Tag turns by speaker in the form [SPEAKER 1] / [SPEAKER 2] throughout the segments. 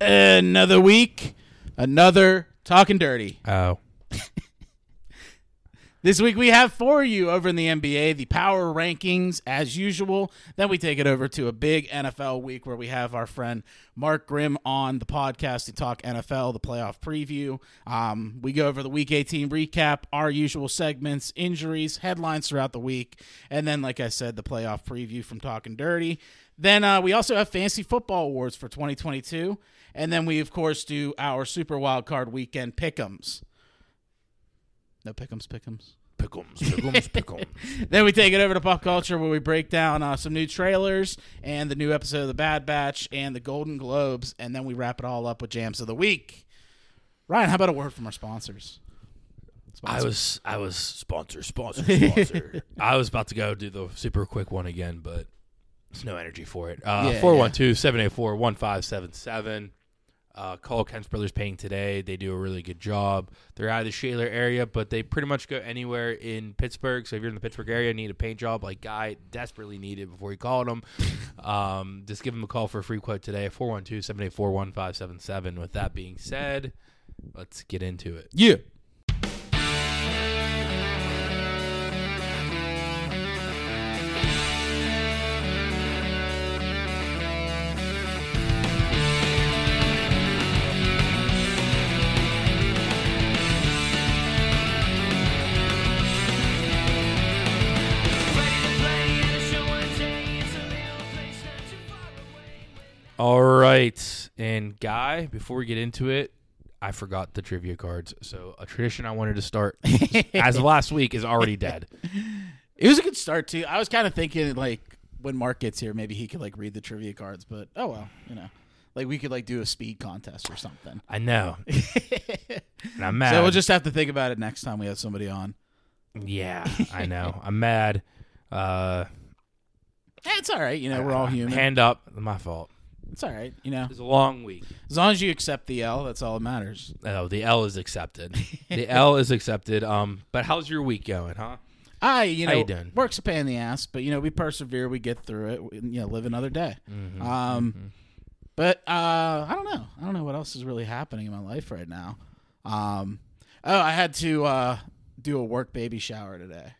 [SPEAKER 1] another week, another talking dirty.
[SPEAKER 2] Oh.
[SPEAKER 1] This week we have for you over in the NBA the power rankings as usual. Then we take it over to a big NFL week where we have our friend Mark Grimm on the podcast to talk NFL, the playoff preview. Um, we go over the Week 18 recap, our usual segments, injuries, headlines throughout the week, and then, like I said, the playoff preview from Talking Dirty. Then uh, we also have Fantasy Football Awards for 2022, and then we of course do our Super Wild Card Weekend pick'ems. No pick'ems, pick'ems.
[SPEAKER 2] Pickums, pickums, pickums.
[SPEAKER 1] Then we take it over to pop culture where we break down uh, some new trailers and the new episode of The Bad Batch and the Golden Globes, and then we wrap it all up with jams of the week. Ryan, how about a word from our sponsors?
[SPEAKER 2] I was I was sponsor, sponsor, sponsor. I was about to go do the super quick one again, but there's no energy for it. Uh
[SPEAKER 1] Yeah,
[SPEAKER 2] 412-784-1577. Uh call Kent's Brothers Painting today. They do a really good job. They're out of the Shaler area, but they pretty much go anywhere in Pittsburgh. So if you're in the Pittsburgh area, need a paint job like Guy desperately needed before he called him. um, just give him a call for a free quote today, 412-784-1577. With that being said, let's get into it.
[SPEAKER 1] Yeah.
[SPEAKER 2] All right. And Guy, before we get into it, I forgot the trivia cards. So a tradition I wanted to start as of last week is already dead.
[SPEAKER 1] It was a good start too. I was kind of thinking like when Mark gets here, maybe he could like read the trivia cards, but oh well, you know, like we could like do a speed contest or something.
[SPEAKER 2] I know. and I'm mad.
[SPEAKER 1] So we'll just have to think about it next time we have somebody on.
[SPEAKER 2] yeah, I know. I'm mad. Uh,
[SPEAKER 1] Eh, it's all right, you know, we're all human.
[SPEAKER 2] Hand up. My fault.
[SPEAKER 1] it's all right, you know,
[SPEAKER 2] It was a long week.
[SPEAKER 1] as long as you accept the L, that's all that matters.
[SPEAKER 2] Oh, the L is accepted. The L is accepted. Um, but how's your week going, huh?
[SPEAKER 1] I, you know,
[SPEAKER 2] How you doing?
[SPEAKER 1] work's a pain in the ass, but you know, we persevere, we get through it, we, you know, live another day.
[SPEAKER 2] Mm-hmm.
[SPEAKER 1] um, but uh, I don't know, I don't know what else is really happening in my life right now. Um, oh, I had to uh, do a work baby shower today.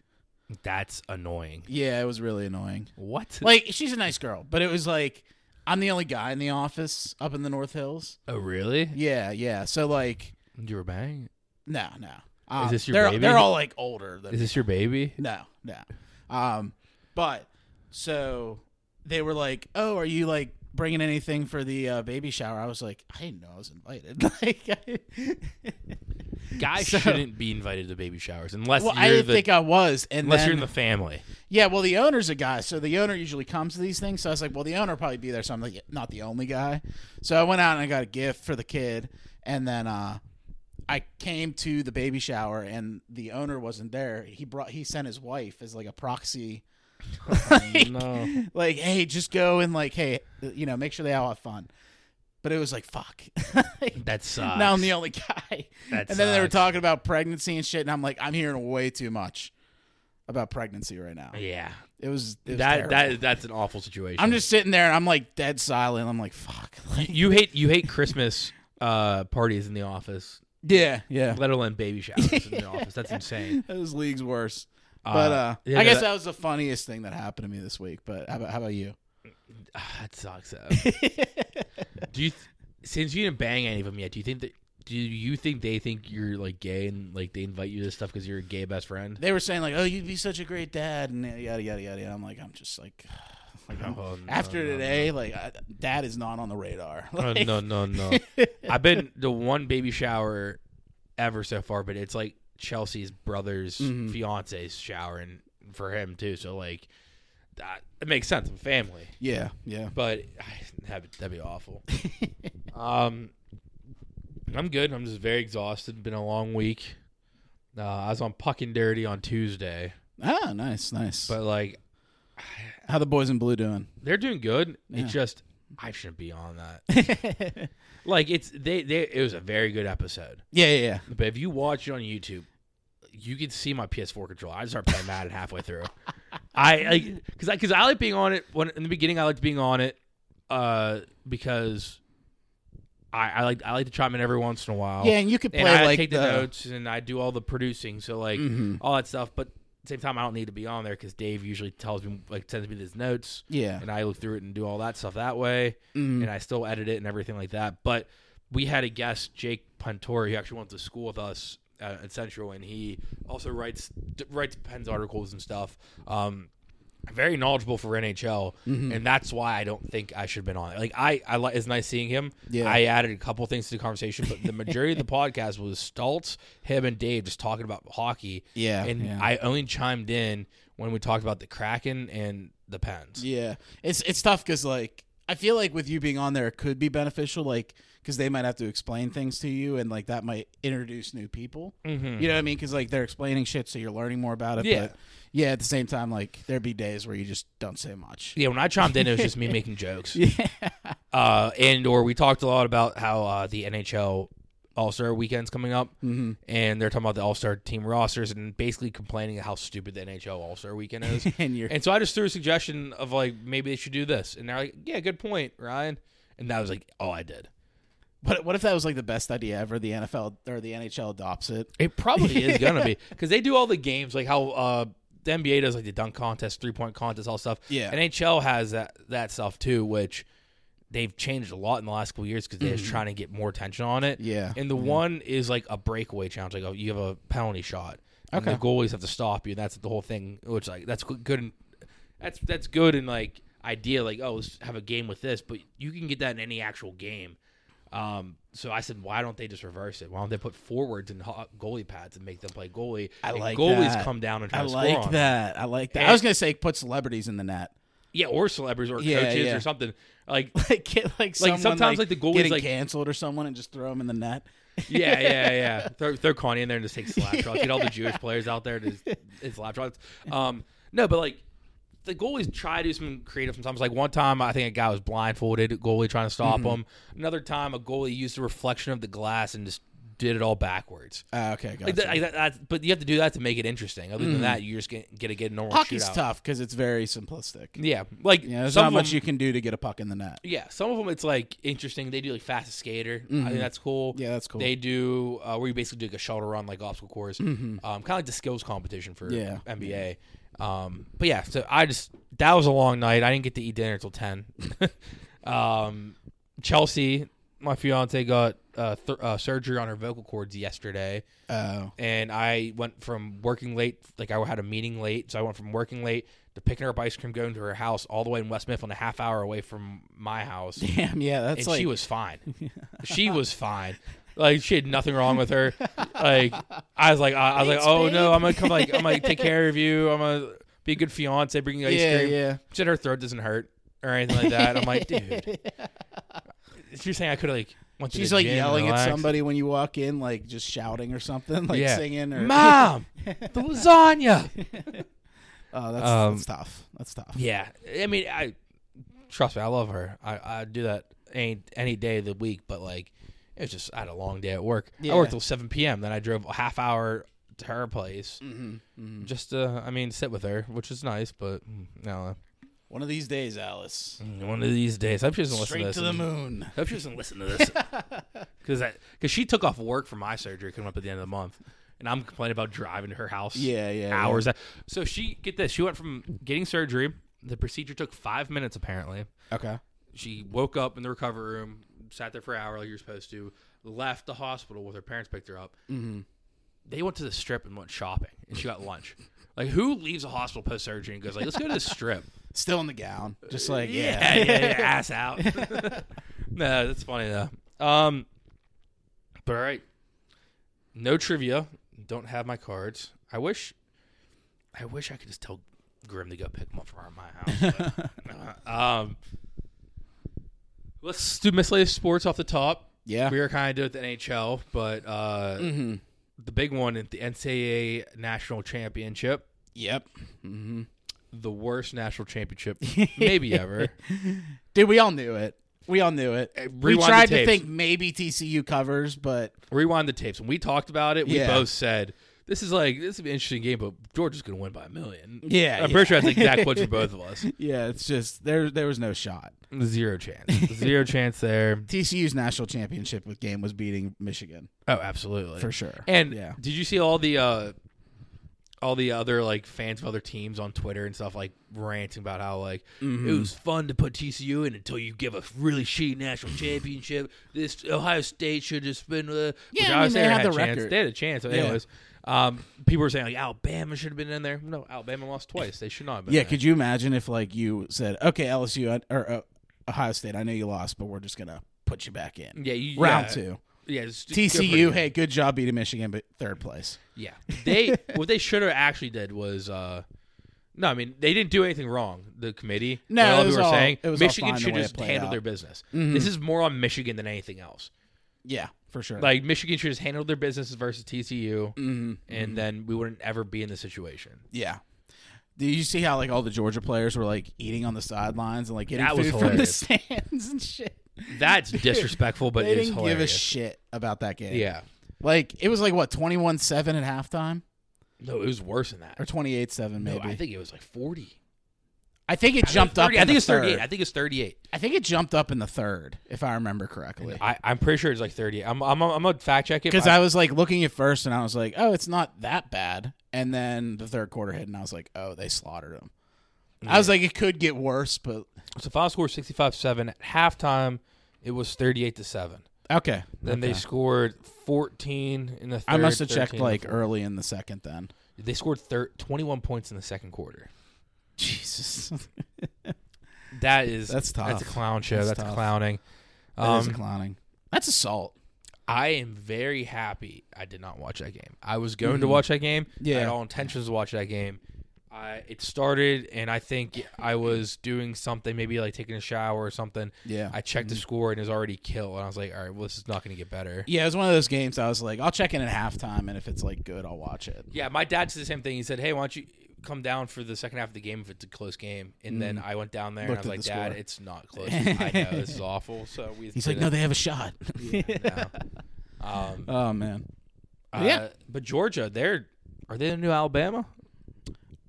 [SPEAKER 2] That's annoying.
[SPEAKER 1] Yeah, it was really annoying.
[SPEAKER 2] What?
[SPEAKER 1] Like, she's a nice girl, but it was like I'm the only guy in the office up in the North Hills.
[SPEAKER 2] oh, really?
[SPEAKER 1] Yeah, yeah. So like,
[SPEAKER 2] You were banging?
[SPEAKER 1] no, no. Um,
[SPEAKER 2] this your
[SPEAKER 1] they're,
[SPEAKER 2] baby?
[SPEAKER 1] They're all like older than
[SPEAKER 2] Is this your baby?
[SPEAKER 1] No, no. Um, but so they were like, "Oh, are you like bringing anything for the uh, baby shower?" I was like, "I didn't know I was invited." like, I,
[SPEAKER 2] Guys
[SPEAKER 1] So-
[SPEAKER 2] shouldn't be invited to baby showers unless
[SPEAKER 1] well,
[SPEAKER 2] you're
[SPEAKER 1] I didn't
[SPEAKER 2] the,
[SPEAKER 1] think I was, and
[SPEAKER 2] unless
[SPEAKER 1] then,
[SPEAKER 2] you're in the family.
[SPEAKER 1] yeah. Well, the owner's a guy, so the owner usually comes to these things. So I was like, "Well, the owner will probably be there," so I'm like, "Yeah, "Not the only guy." So I went out and I got a gift for the kid, and then uh, I came to the baby shower, and the owner wasn't there. He brought he sent his wife as like a proxy. Like,
[SPEAKER 2] no.
[SPEAKER 1] like hey just go and like hey you know make sure they all have fun but it was like fuck
[SPEAKER 2] That sucks.
[SPEAKER 1] now i'm the only guy
[SPEAKER 2] That
[SPEAKER 1] and then they were
[SPEAKER 2] sucks.
[SPEAKER 1] talking about pregnancy and shit and i'm like i'm hearing way too much about pregnancy right now
[SPEAKER 2] yeah.
[SPEAKER 1] it was, it was
[SPEAKER 2] That
[SPEAKER 1] terrible.
[SPEAKER 2] that that's an awful situation.
[SPEAKER 1] i'm just sitting there and i'm like dead silent i'm like fuck Like,
[SPEAKER 2] you hate you hate Christmas uh, parties in the office,
[SPEAKER 1] yeah yeah
[SPEAKER 2] let alone baby showers in the office. That's insane.
[SPEAKER 1] that was leagues worse but uh
[SPEAKER 2] yeah,
[SPEAKER 1] i guess
[SPEAKER 2] that-
[SPEAKER 1] that, was the funniest thing that happened to me this week but how about, how about you
[SPEAKER 2] Ah, that sucks. though. do you th- since you didn't bang any of them yet? Do you think that do you think they think you're like gay and like they invite you to stuff because you're a gay best friend?
[SPEAKER 1] they were saying like oh you'd be such a great dad and yada yada yada and i'm like i'm just like like I'm-
[SPEAKER 2] Oh, no,
[SPEAKER 1] After
[SPEAKER 2] no, no.
[SPEAKER 1] today, like I, dad is not on the radar.
[SPEAKER 2] Oh,
[SPEAKER 1] Like,
[SPEAKER 2] no, no, no. I've been the one baby shower ever so far, but it's like Chelsea's brother's
[SPEAKER 1] Mm-hmm.
[SPEAKER 2] fiance's showering for him too. So like that it makes sense. I'm family,
[SPEAKER 1] Yeah, yeah.
[SPEAKER 2] but I, that'd, that'd be awful. um, I'm good. I'm just very exhausted. Been a long week. Uh, I was on Puck and Dirty on Tuesday,
[SPEAKER 1] Ah, nice, nice.
[SPEAKER 2] but like
[SPEAKER 1] How the boys in blue doing?
[SPEAKER 2] they're doing good.
[SPEAKER 1] Yeah.
[SPEAKER 2] It's just I shouldn't be on that. like it's they they it was a very good episode.
[SPEAKER 1] yeah, yeah, yeah.
[SPEAKER 2] But if you watch it on YouTube, you can see my PS4 controller. I just start playing Madden halfway through. I like because I because I like being on it when in the beginning. I liked being on it uh, because I, I like I like to chime in every once in a while.
[SPEAKER 1] Yeah, and you could play
[SPEAKER 2] and I
[SPEAKER 1] like
[SPEAKER 2] take the,
[SPEAKER 1] the- Mm-hmm.
[SPEAKER 2] notes and I do all the producing, so like all that stuff. But at the same time, I don't need to be on there because Dave usually tells me like sends me his notes.
[SPEAKER 1] Yeah.
[SPEAKER 2] and I look through it and do all that stuff that way,
[SPEAKER 1] Mm-hmm.
[SPEAKER 2] and I still edit it and everything like that. But we had a guest, Jake Puntori, who actually went to school with us uh, at, at Central, and he also writes d- writes pens articles and stuff. Um, very knowledgeable for NHL,
[SPEAKER 1] Mm-hmm.
[SPEAKER 2] and that's why I don't think I should have been on it. Like I, I li- it's nice seeing him.
[SPEAKER 1] Yeah.
[SPEAKER 2] I added a couple things to the conversation, but the majority of the podcast was Stoltz, him, and Dave just talking about hockey.
[SPEAKER 1] Yeah,
[SPEAKER 2] and
[SPEAKER 1] yeah.
[SPEAKER 2] I only chimed in when we talked about the Kraken and the Pens.
[SPEAKER 1] Yeah, it's it's tough because like I feel like with you being on there, it could be beneficial, like because they might have to explain things to you, and like that might introduce new people. Mm-hmm. You know what I mean? Because like they're explaining shit, so you're learning more about it.
[SPEAKER 2] Yeah.
[SPEAKER 1] but, yeah. At the same time, like there'd be days where you just don't say much.
[SPEAKER 2] Yeah, when I chimed in, it was just me making jokes. Uh, and or we talked a lot about how uh, the NHL All Star weekend's coming up, mm-hmm. and they're talking about the All Star team rosters and basically complaining how stupid the NHL All Star weekend is.
[SPEAKER 1] And you're-
[SPEAKER 2] so I just threw a suggestion of like maybe they should do this, and they're like, "Yeah, good point, Ryan." And that was like all I did.
[SPEAKER 1] But what if that was like the best idea ever? The NFL or the NHL adopts it.
[SPEAKER 2] It probably is gonna be because they do all the games like how uh, the NBA does like the dunk contest, three point contest, all stuff.
[SPEAKER 1] Yeah.
[SPEAKER 2] NHL has that that stuff too, which they've changed a lot in the last couple years because they're just trying to get more attention on it.
[SPEAKER 1] Mm-hmm. Yeah.
[SPEAKER 2] and the one is like a breakaway challenge, like a, you have a penalty shot, and the goalies have to stop you. And that's the whole thing, which like that's good. good And, that's that's good and like idea, like oh, let's have a game with this, but you can get that in any actual game. Um, so I said, why don't they just reverse it? Why don't they put forwards in ho- goalie pads and make them play goalie?
[SPEAKER 1] I
[SPEAKER 2] And
[SPEAKER 1] like
[SPEAKER 2] goalies
[SPEAKER 1] that.
[SPEAKER 2] come down and try
[SPEAKER 1] I
[SPEAKER 2] to score on
[SPEAKER 1] like
[SPEAKER 2] them.
[SPEAKER 1] that. I like that. I
[SPEAKER 2] And-
[SPEAKER 1] was gonna say put celebrities in the net.
[SPEAKER 2] Yeah, or celebrities or
[SPEAKER 1] Yeah,
[SPEAKER 2] coaches
[SPEAKER 1] yeah.
[SPEAKER 2] or something. Like
[SPEAKER 1] Like get like someone,
[SPEAKER 2] sometimes, like, the goalie's,
[SPEAKER 1] getting
[SPEAKER 2] like-
[SPEAKER 1] canceled or someone and just throw them in the net.
[SPEAKER 2] yeah, yeah, yeah. Throw, throw Connie in there and just take slap shots. Get all the Jewish players out there to just, it's slap shots. Um, no, but like the goalies try to do some creative sometimes. Like one time, I think a guy was blindfolded, goalie trying to
[SPEAKER 1] Mm-hmm.
[SPEAKER 2] stop him. Another time, a goalie used the reflection of the glass and just did it all backwards.
[SPEAKER 1] Ah, okay, gotcha.
[SPEAKER 2] Like that, like that, that's, but you have to do that to make it interesting. Other than that, you just get get a get a normal
[SPEAKER 1] Mm. Hockey's
[SPEAKER 2] shootout.
[SPEAKER 1] tough because it's very simplistic.
[SPEAKER 2] Yeah, like
[SPEAKER 1] Yeah, there's
[SPEAKER 2] some
[SPEAKER 1] not
[SPEAKER 2] of
[SPEAKER 1] much
[SPEAKER 2] them-
[SPEAKER 1] you can do to get a puck in the net.
[SPEAKER 2] Yeah, some of them it's like interesting. They do like fastest skater. I think that's cool.
[SPEAKER 1] Mm-hmm. Yeah, that's cool.
[SPEAKER 2] They do uh, where you basically do like a shuttle run, like obstacle course, um, kind of like the skills competition for
[SPEAKER 1] Mm-hmm. Yeah.
[SPEAKER 2] NBA. Um, but yeah, so I just that was a long night. I didn't get to eat dinner till ten. um, Chelsea, my fiance got uh, th- uh, surgery on her vocal cords yesterday
[SPEAKER 1] Oh,
[SPEAKER 2] and I went from working late, like I had a meeting late, so I went from working late to picking her up ice cream, going to her house, all the way in West Mifflin, a half hour away from my house,
[SPEAKER 1] damn. Yeah, that's
[SPEAKER 2] and
[SPEAKER 1] like
[SPEAKER 2] she was fine. she was fine. Like she had nothing wrong with her. Like I was like I, I was like,
[SPEAKER 1] Thanks,
[SPEAKER 2] oh
[SPEAKER 1] babe."
[SPEAKER 2] no, I'm gonna come like I'm gonna take care of you. I'm gonna be a good fiance, bring you ice
[SPEAKER 1] Yeah,
[SPEAKER 2] cream.
[SPEAKER 1] yeah.
[SPEAKER 2] She said her throat doesn't hurt or anything like that. I'm like, dude. She's saying I could like. Went to
[SPEAKER 1] she's
[SPEAKER 2] the
[SPEAKER 1] like
[SPEAKER 2] gym and
[SPEAKER 1] yelling at
[SPEAKER 2] relaxed.
[SPEAKER 1] somebody when you walk in, like just shouting or something, like
[SPEAKER 2] Yeah.
[SPEAKER 1] singing or.
[SPEAKER 2] Mom, the lasagna.
[SPEAKER 1] oh, that's,
[SPEAKER 2] Um,
[SPEAKER 1] that's tough. That's tough.
[SPEAKER 2] Yeah, I mean, I trust me, I love her. I I do that any any day of the week, but like it was just I had a long day at work.
[SPEAKER 1] Yeah.
[SPEAKER 2] I worked till seven p.m. Then I drove a half hour to her place
[SPEAKER 1] Mm-hmm,
[SPEAKER 2] just to I mean sit with her, which is nice. But mm, no,
[SPEAKER 1] One of these days, Alice,
[SPEAKER 2] one of these days, I hope she doesn't listen
[SPEAKER 1] straight
[SPEAKER 2] to
[SPEAKER 1] to,
[SPEAKER 2] this.
[SPEAKER 1] the moon.
[SPEAKER 2] I hope she doesn't listen to this because because she took off work for my surgery coming up at the end of the month. And I'm complaining about driving to her house
[SPEAKER 1] Yeah, yeah, yeah.
[SPEAKER 2] hours. So she get this. She went from getting surgery. The procedure took five minutes apparently.
[SPEAKER 1] Okay.
[SPEAKER 2] she woke up in the recovery room, sat there for an hour like you're supposed to, left the hospital with her parents picked her up. Mm-hmm. They went to the strip and went shopping, and she got lunch. Like who leaves a hospital post surgery and goes like, let's go to the strip?
[SPEAKER 1] Still in the gown, just like
[SPEAKER 2] yeah,
[SPEAKER 1] Uh, yeah.
[SPEAKER 2] yeah, yeah, ass out. no, that's funny though. Um, but all right, no trivia. Don't have my cards. I wish, I wish I could just tell Grim to go pick them up from my house. but, um, let's do miscellaneous sports off the top.
[SPEAKER 1] Yeah.
[SPEAKER 2] we were kind of doing the NHL, but uh, the big one at the NCAA national championship
[SPEAKER 1] Yep.
[SPEAKER 2] the worst national championship maybe ever.
[SPEAKER 1] Dude, we all knew it. We all knew it. we
[SPEAKER 2] rewind the
[SPEAKER 1] tried to
[SPEAKER 2] tapes.
[SPEAKER 1] think maybe TCU covers, but
[SPEAKER 2] Rewind the tapes. When we talked about it, we
[SPEAKER 1] Yeah.
[SPEAKER 2] both said this is like this is an interesting game, but Georgia's going to win by a million.
[SPEAKER 1] Yeah,
[SPEAKER 2] I'm
[SPEAKER 1] yeah.
[SPEAKER 2] pretty sure that's the exact quote for both of us.
[SPEAKER 1] Yeah, it's just there. There was no shot.
[SPEAKER 2] Zero chance. Zero chance there.
[SPEAKER 1] TCU's national championship with game was beating Michigan
[SPEAKER 2] Oh, absolutely
[SPEAKER 1] for sure.
[SPEAKER 2] And
[SPEAKER 1] yeah,
[SPEAKER 2] did you see all the uh all the other like fans of other teams on Twitter and stuff like ranting about how like
[SPEAKER 1] Mm-hmm.
[SPEAKER 2] it was fun to put TCU in until you give a really shitty national championship. This Ohio State should just been uh,
[SPEAKER 1] Yeah,
[SPEAKER 2] which
[SPEAKER 1] I mean,
[SPEAKER 2] obviously
[SPEAKER 1] they had
[SPEAKER 2] a
[SPEAKER 1] the
[SPEAKER 2] chance.
[SPEAKER 1] record.
[SPEAKER 2] They had a chance. But
[SPEAKER 1] Yeah.
[SPEAKER 2] Anyways, um, people were saying like Alabama should have been in there. No, Alabama lost twice. They should not. Have been
[SPEAKER 1] yeah.
[SPEAKER 2] there.
[SPEAKER 1] Could you imagine if like you said, okay, LSU I- or uh, Ohio State, I know you lost, but we're just gonna put you back in
[SPEAKER 2] yeah, you,
[SPEAKER 1] round
[SPEAKER 2] yeah.
[SPEAKER 1] two.
[SPEAKER 2] Yeah, it's- good for you.
[SPEAKER 1] TCU, hey, good job beating Michigan, but third place.
[SPEAKER 2] Yeah, they what they should have actually did was uh, no, I mean they didn't do anything wrong. The committee,
[SPEAKER 1] No,
[SPEAKER 2] Like
[SPEAKER 1] it was
[SPEAKER 2] people were
[SPEAKER 1] all-
[SPEAKER 2] saying
[SPEAKER 1] it was all
[SPEAKER 2] Michigan
[SPEAKER 1] fine the
[SPEAKER 2] should
[SPEAKER 1] way it
[SPEAKER 2] just
[SPEAKER 1] played
[SPEAKER 2] handle
[SPEAKER 1] out. Mm-hmm.
[SPEAKER 2] their business. This is more on Michigan than anything else.
[SPEAKER 1] Yeah, Mm-hmm. for sure.
[SPEAKER 2] Like Michigan should just handle their business versus TCU, and then we wouldn't ever be in this situation.
[SPEAKER 1] yeah. Do you see how like all the Georgia players were like eating on the sidelines and like getting
[SPEAKER 2] That was
[SPEAKER 1] food from the
[SPEAKER 2] hilarious.
[SPEAKER 1] stands and shit?
[SPEAKER 2] That's disrespectful, but
[SPEAKER 1] They
[SPEAKER 2] it's
[SPEAKER 1] didn't give a
[SPEAKER 2] hilarious.
[SPEAKER 1] shit about that game.
[SPEAKER 2] yeah,
[SPEAKER 1] Like it was like what twenty one seven at halftime
[SPEAKER 2] no, it was worse than
[SPEAKER 1] or
[SPEAKER 2] that.
[SPEAKER 1] twenty eight seven
[SPEAKER 2] No,
[SPEAKER 1] maybe.
[SPEAKER 2] I think it was like forty.
[SPEAKER 1] I think it jumped up.
[SPEAKER 2] 30 I
[SPEAKER 1] in the
[SPEAKER 2] think it's
[SPEAKER 1] third.
[SPEAKER 2] thirty-eight. I think it's thirty-eight.
[SPEAKER 1] I think it jumped up in the third, if I remember correctly.
[SPEAKER 2] I, I'm pretty sure it's like thirty-eight. I'm I'm I'm gonna fact check it
[SPEAKER 1] Because
[SPEAKER 2] but
[SPEAKER 1] I was like looking at first, and I was like, "Oh, it's not that bad." And then the third quarter hit, and I was like, "Oh, they slaughtered them." I was like, "It could get worse," but
[SPEAKER 2] So final score sixty five seven at halftime. It was thirty eight to seven.
[SPEAKER 1] okay.
[SPEAKER 2] Then they
[SPEAKER 1] Okay.
[SPEAKER 2] scored fourteen in the. third.
[SPEAKER 1] I must have
[SPEAKER 2] 13
[SPEAKER 1] checked
[SPEAKER 2] in the
[SPEAKER 1] like
[SPEAKER 2] fourth.
[SPEAKER 1] early in the second. Then
[SPEAKER 2] they scored thir- twenty one points in the second quarter.
[SPEAKER 1] Jesus,
[SPEAKER 2] That is
[SPEAKER 1] That's tough.
[SPEAKER 2] That's a clown show.
[SPEAKER 1] That's
[SPEAKER 2] That's,
[SPEAKER 1] tough.
[SPEAKER 2] clowning.
[SPEAKER 1] that is
[SPEAKER 2] Um,
[SPEAKER 1] clowning. That's assault.
[SPEAKER 2] I am very happy I did not watch that game. I was going to watch that game. I had
[SPEAKER 1] Mm. Yeah.
[SPEAKER 2] all intentions to watch that game. I, it started, and I think I was doing something, maybe like taking a shower or something.
[SPEAKER 1] Yeah. Mm.
[SPEAKER 2] I checked the score, and it was already kill. And I was like, all right, well, this is not going to get better.
[SPEAKER 1] yeah, it was one of those games. I was like, "I'll check in at halftime, and if it's like good, I'll watch it."
[SPEAKER 2] Yeah, my dad said the same thing. He said, "Hey, why don't you come down for the second half of the game if it's a close game?" And then I went down there
[SPEAKER 1] Mm-hmm. Looked
[SPEAKER 2] and I
[SPEAKER 1] at
[SPEAKER 2] was
[SPEAKER 1] the
[SPEAKER 2] like, "Dad,
[SPEAKER 1] score."
[SPEAKER 2] it's not close. I know this is awful." So we.
[SPEAKER 1] He's
[SPEAKER 2] did
[SPEAKER 1] like, "No,
[SPEAKER 2] it.
[SPEAKER 1] they have a shot."
[SPEAKER 2] No. Um,
[SPEAKER 1] oh man.
[SPEAKER 2] uh,
[SPEAKER 1] Yeah.
[SPEAKER 2] but Georgia, they're are they the new Alabama?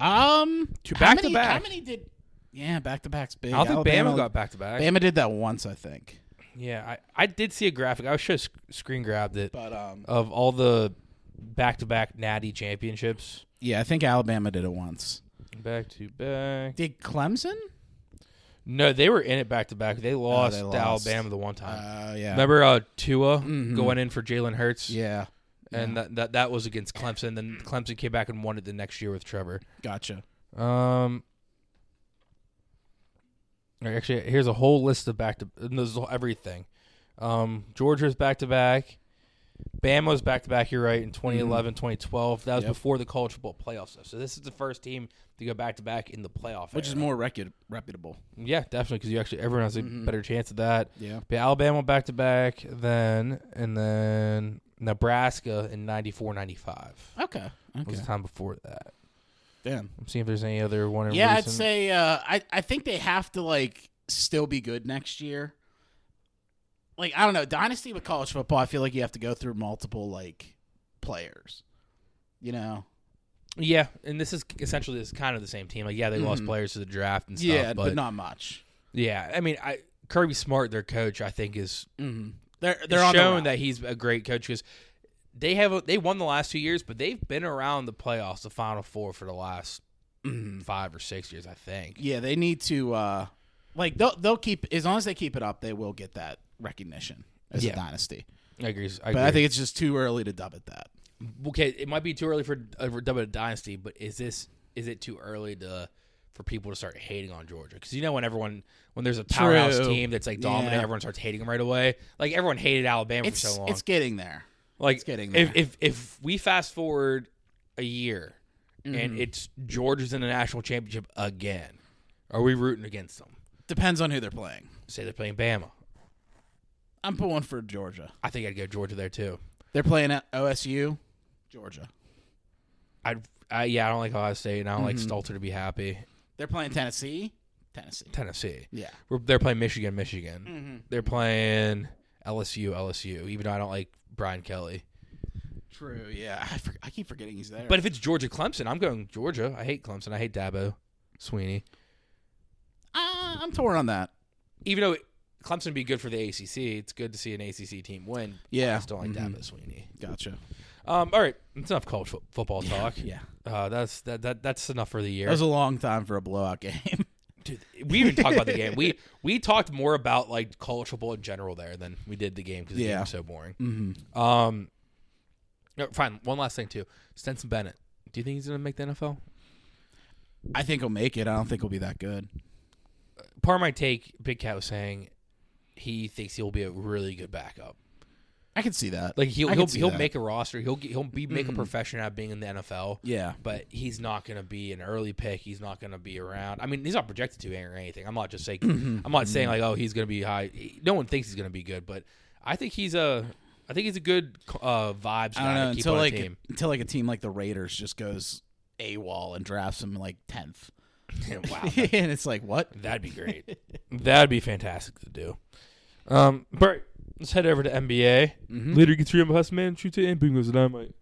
[SPEAKER 1] Um,
[SPEAKER 2] Two
[SPEAKER 1] how many-
[SPEAKER 2] back-to-back.
[SPEAKER 1] How many did? Yeah, back to backs big.
[SPEAKER 2] I don't think
[SPEAKER 1] Alabama
[SPEAKER 2] Bama got back to back.
[SPEAKER 1] Bama did that once, I think.
[SPEAKER 2] Yeah, I, I did see a graphic. I should have sc- screen grabbed it
[SPEAKER 1] But um,
[SPEAKER 2] of all the back to back Natty championships.
[SPEAKER 1] yeah, I think Alabama did it once.
[SPEAKER 2] Back to back.
[SPEAKER 1] Did Clemson?
[SPEAKER 2] No, they were in it back to back. They lost to
[SPEAKER 1] Oh, lost.
[SPEAKER 2] Alabama the one
[SPEAKER 1] Oh
[SPEAKER 2] time.
[SPEAKER 1] yeah,
[SPEAKER 2] Remember uh, Tua
[SPEAKER 1] Mhm.
[SPEAKER 2] going in for Jalen Hurts?
[SPEAKER 1] yeah.
[SPEAKER 2] and that, that that was against Clemson. Then Clemson came back and won it the next year with Trevor.
[SPEAKER 1] Gotcha.
[SPEAKER 2] Um, all right, actually, here's a whole list of back to this is everything. Um, Georgia's back to back. Bama's back to back. You're right in 2011, 2012. That was
[SPEAKER 1] Mm-hmm. Yep.
[SPEAKER 2] before the college football playoffs. So this is the first team to go back to back in the playoff,
[SPEAKER 1] Which is
[SPEAKER 2] era.
[SPEAKER 1] more Mm-hmm. recu- reputable.
[SPEAKER 2] yeah, definitely because you actually everyone has a better chance of that.
[SPEAKER 1] Yeah.
[SPEAKER 2] But Alabama back to back, then and then Nebraska in 94, 95
[SPEAKER 1] Okay. Okay.
[SPEAKER 2] was the time before that.
[SPEAKER 1] Damn.
[SPEAKER 2] I'm seeing if there's any other one. In
[SPEAKER 1] Yeah, I'd
[SPEAKER 2] recent-
[SPEAKER 1] say uh, I I think they have to like still be good next year. Like I don't know, dynasty with college football, I feel like you have to go through multiple like players. You know.
[SPEAKER 2] Yeah, and this is essentially this is kind of the same team. Like, yeah, they lost players to the draft and stuff.
[SPEAKER 1] Mm-hmm. yeah,
[SPEAKER 2] but,
[SPEAKER 1] but not much.
[SPEAKER 2] Yeah, I mean, I Kirby Smart, their coach, I think is
[SPEAKER 1] Mm-hmm. They're
[SPEAKER 2] they're
[SPEAKER 1] they're on
[SPEAKER 2] showing that he's a great coach because they have they won the last two years, but they've been around the playoffs, the Final Four for the last five or six years, I think.
[SPEAKER 1] Mm-hmm. Yeah, they need to uh like they'll they'll keep as long as they keep it up, they will get that recognition as
[SPEAKER 2] Yeah.
[SPEAKER 1] a dynasty.
[SPEAKER 2] I agree. I
[SPEAKER 1] But
[SPEAKER 2] agree.
[SPEAKER 1] I think it's just too early to dub it that.
[SPEAKER 2] okay, it might be too early for a double dynasty, but is this is it too early to for people to start hating on Georgia? Because you know when everyone when there's a powerhouse
[SPEAKER 1] True.
[SPEAKER 2] team that's like dominant,
[SPEAKER 1] Yeah.
[SPEAKER 2] everyone starts hating them right away. Like everyone hated Alabama
[SPEAKER 1] It's
[SPEAKER 2] for so long.
[SPEAKER 1] it's getting there.
[SPEAKER 2] like
[SPEAKER 1] it's getting
[SPEAKER 2] if,
[SPEAKER 1] there.
[SPEAKER 2] if if we fast forward a year
[SPEAKER 1] Mm-hmm.
[SPEAKER 2] and it's Georgia's in the national championship again, are we rooting against them?
[SPEAKER 1] Depends on who they're playing.
[SPEAKER 2] Say they're playing Bama.
[SPEAKER 1] I'm pulling for Georgia.
[SPEAKER 2] I think I'd go Georgia there too.
[SPEAKER 1] They're playing at OSU, Georgia.
[SPEAKER 2] I'd I, yeah, I don't like Ohio State, and I don't like
[SPEAKER 1] Mm-hmm.
[SPEAKER 2] Stalter to be happy.
[SPEAKER 1] They're playing Tennessee, Tennessee.
[SPEAKER 2] Tennessee.
[SPEAKER 1] Yeah,
[SPEAKER 2] We're, they're playing Michigan, Michigan. They're playing LSU, LSU. Even though I don't like Brian Kelly,
[SPEAKER 1] True. Yeah, I, for, I keep forgetting he's there.
[SPEAKER 2] But if it's Georgia Clemson, I'm going Georgia. I hate Clemson. I hate Dabo Sweeney.
[SPEAKER 1] uh, I'm torn on that.
[SPEAKER 2] Even though Clemson would be good for the ACC, it's good to see an ACC team win. I
[SPEAKER 1] Yeah. Mm-hmm.
[SPEAKER 2] just don't like Dabo Sweeney.
[SPEAKER 1] Gotcha.
[SPEAKER 2] Um, all right, it's enough college fo- football talk.
[SPEAKER 1] Yeah.
[SPEAKER 2] Uh, that's that, that that's enough for the year.
[SPEAKER 1] That was a long time for a blowout game.
[SPEAKER 2] Dude, we even talked about the game. We we talked more about like college football in general there than we did the game because the
[SPEAKER 1] Yeah.
[SPEAKER 2] game was so boring. Mm-hmm. Um, no, fine. One last thing too. Stenson Bennett. Do you think he's gonna make the NFL?
[SPEAKER 1] I think he'll make it. I don't think he'll be that good.
[SPEAKER 2] Part of my take, Big Cat was saying he thinks he'll be a really good backup.
[SPEAKER 1] I can see that.
[SPEAKER 2] Like he'll
[SPEAKER 1] I can
[SPEAKER 2] he'll,
[SPEAKER 1] see
[SPEAKER 2] he'll
[SPEAKER 1] that. Mm.
[SPEAKER 2] make a roster. He'll get, he'll be make a profession out of being in the NFL.
[SPEAKER 1] Yeah.
[SPEAKER 2] but he's not going to be an early pick. He's not going to be around. I mean, he's not projected to or anything. I'm not just saying.
[SPEAKER 1] Mm-hmm.
[SPEAKER 2] I'm not saying like, oh, he's going to be high. He- No one thinks he's going to be good, but I think he's a. I think he's a good uh, vibes
[SPEAKER 1] I don't
[SPEAKER 2] guy
[SPEAKER 1] know
[SPEAKER 2] to keep
[SPEAKER 1] until
[SPEAKER 2] on a
[SPEAKER 1] like
[SPEAKER 2] team.
[SPEAKER 1] until like a team like the Raiders just goes AWOL and drafts him like tenth.
[SPEAKER 2] wow,
[SPEAKER 1] and it's like what?
[SPEAKER 2] that'd be great. that'd be fantastic to do. Um, but let's head over to NBA.
[SPEAKER 1] Mm.
[SPEAKER 2] Leader gets your best man, shoot it, and goes dynamite.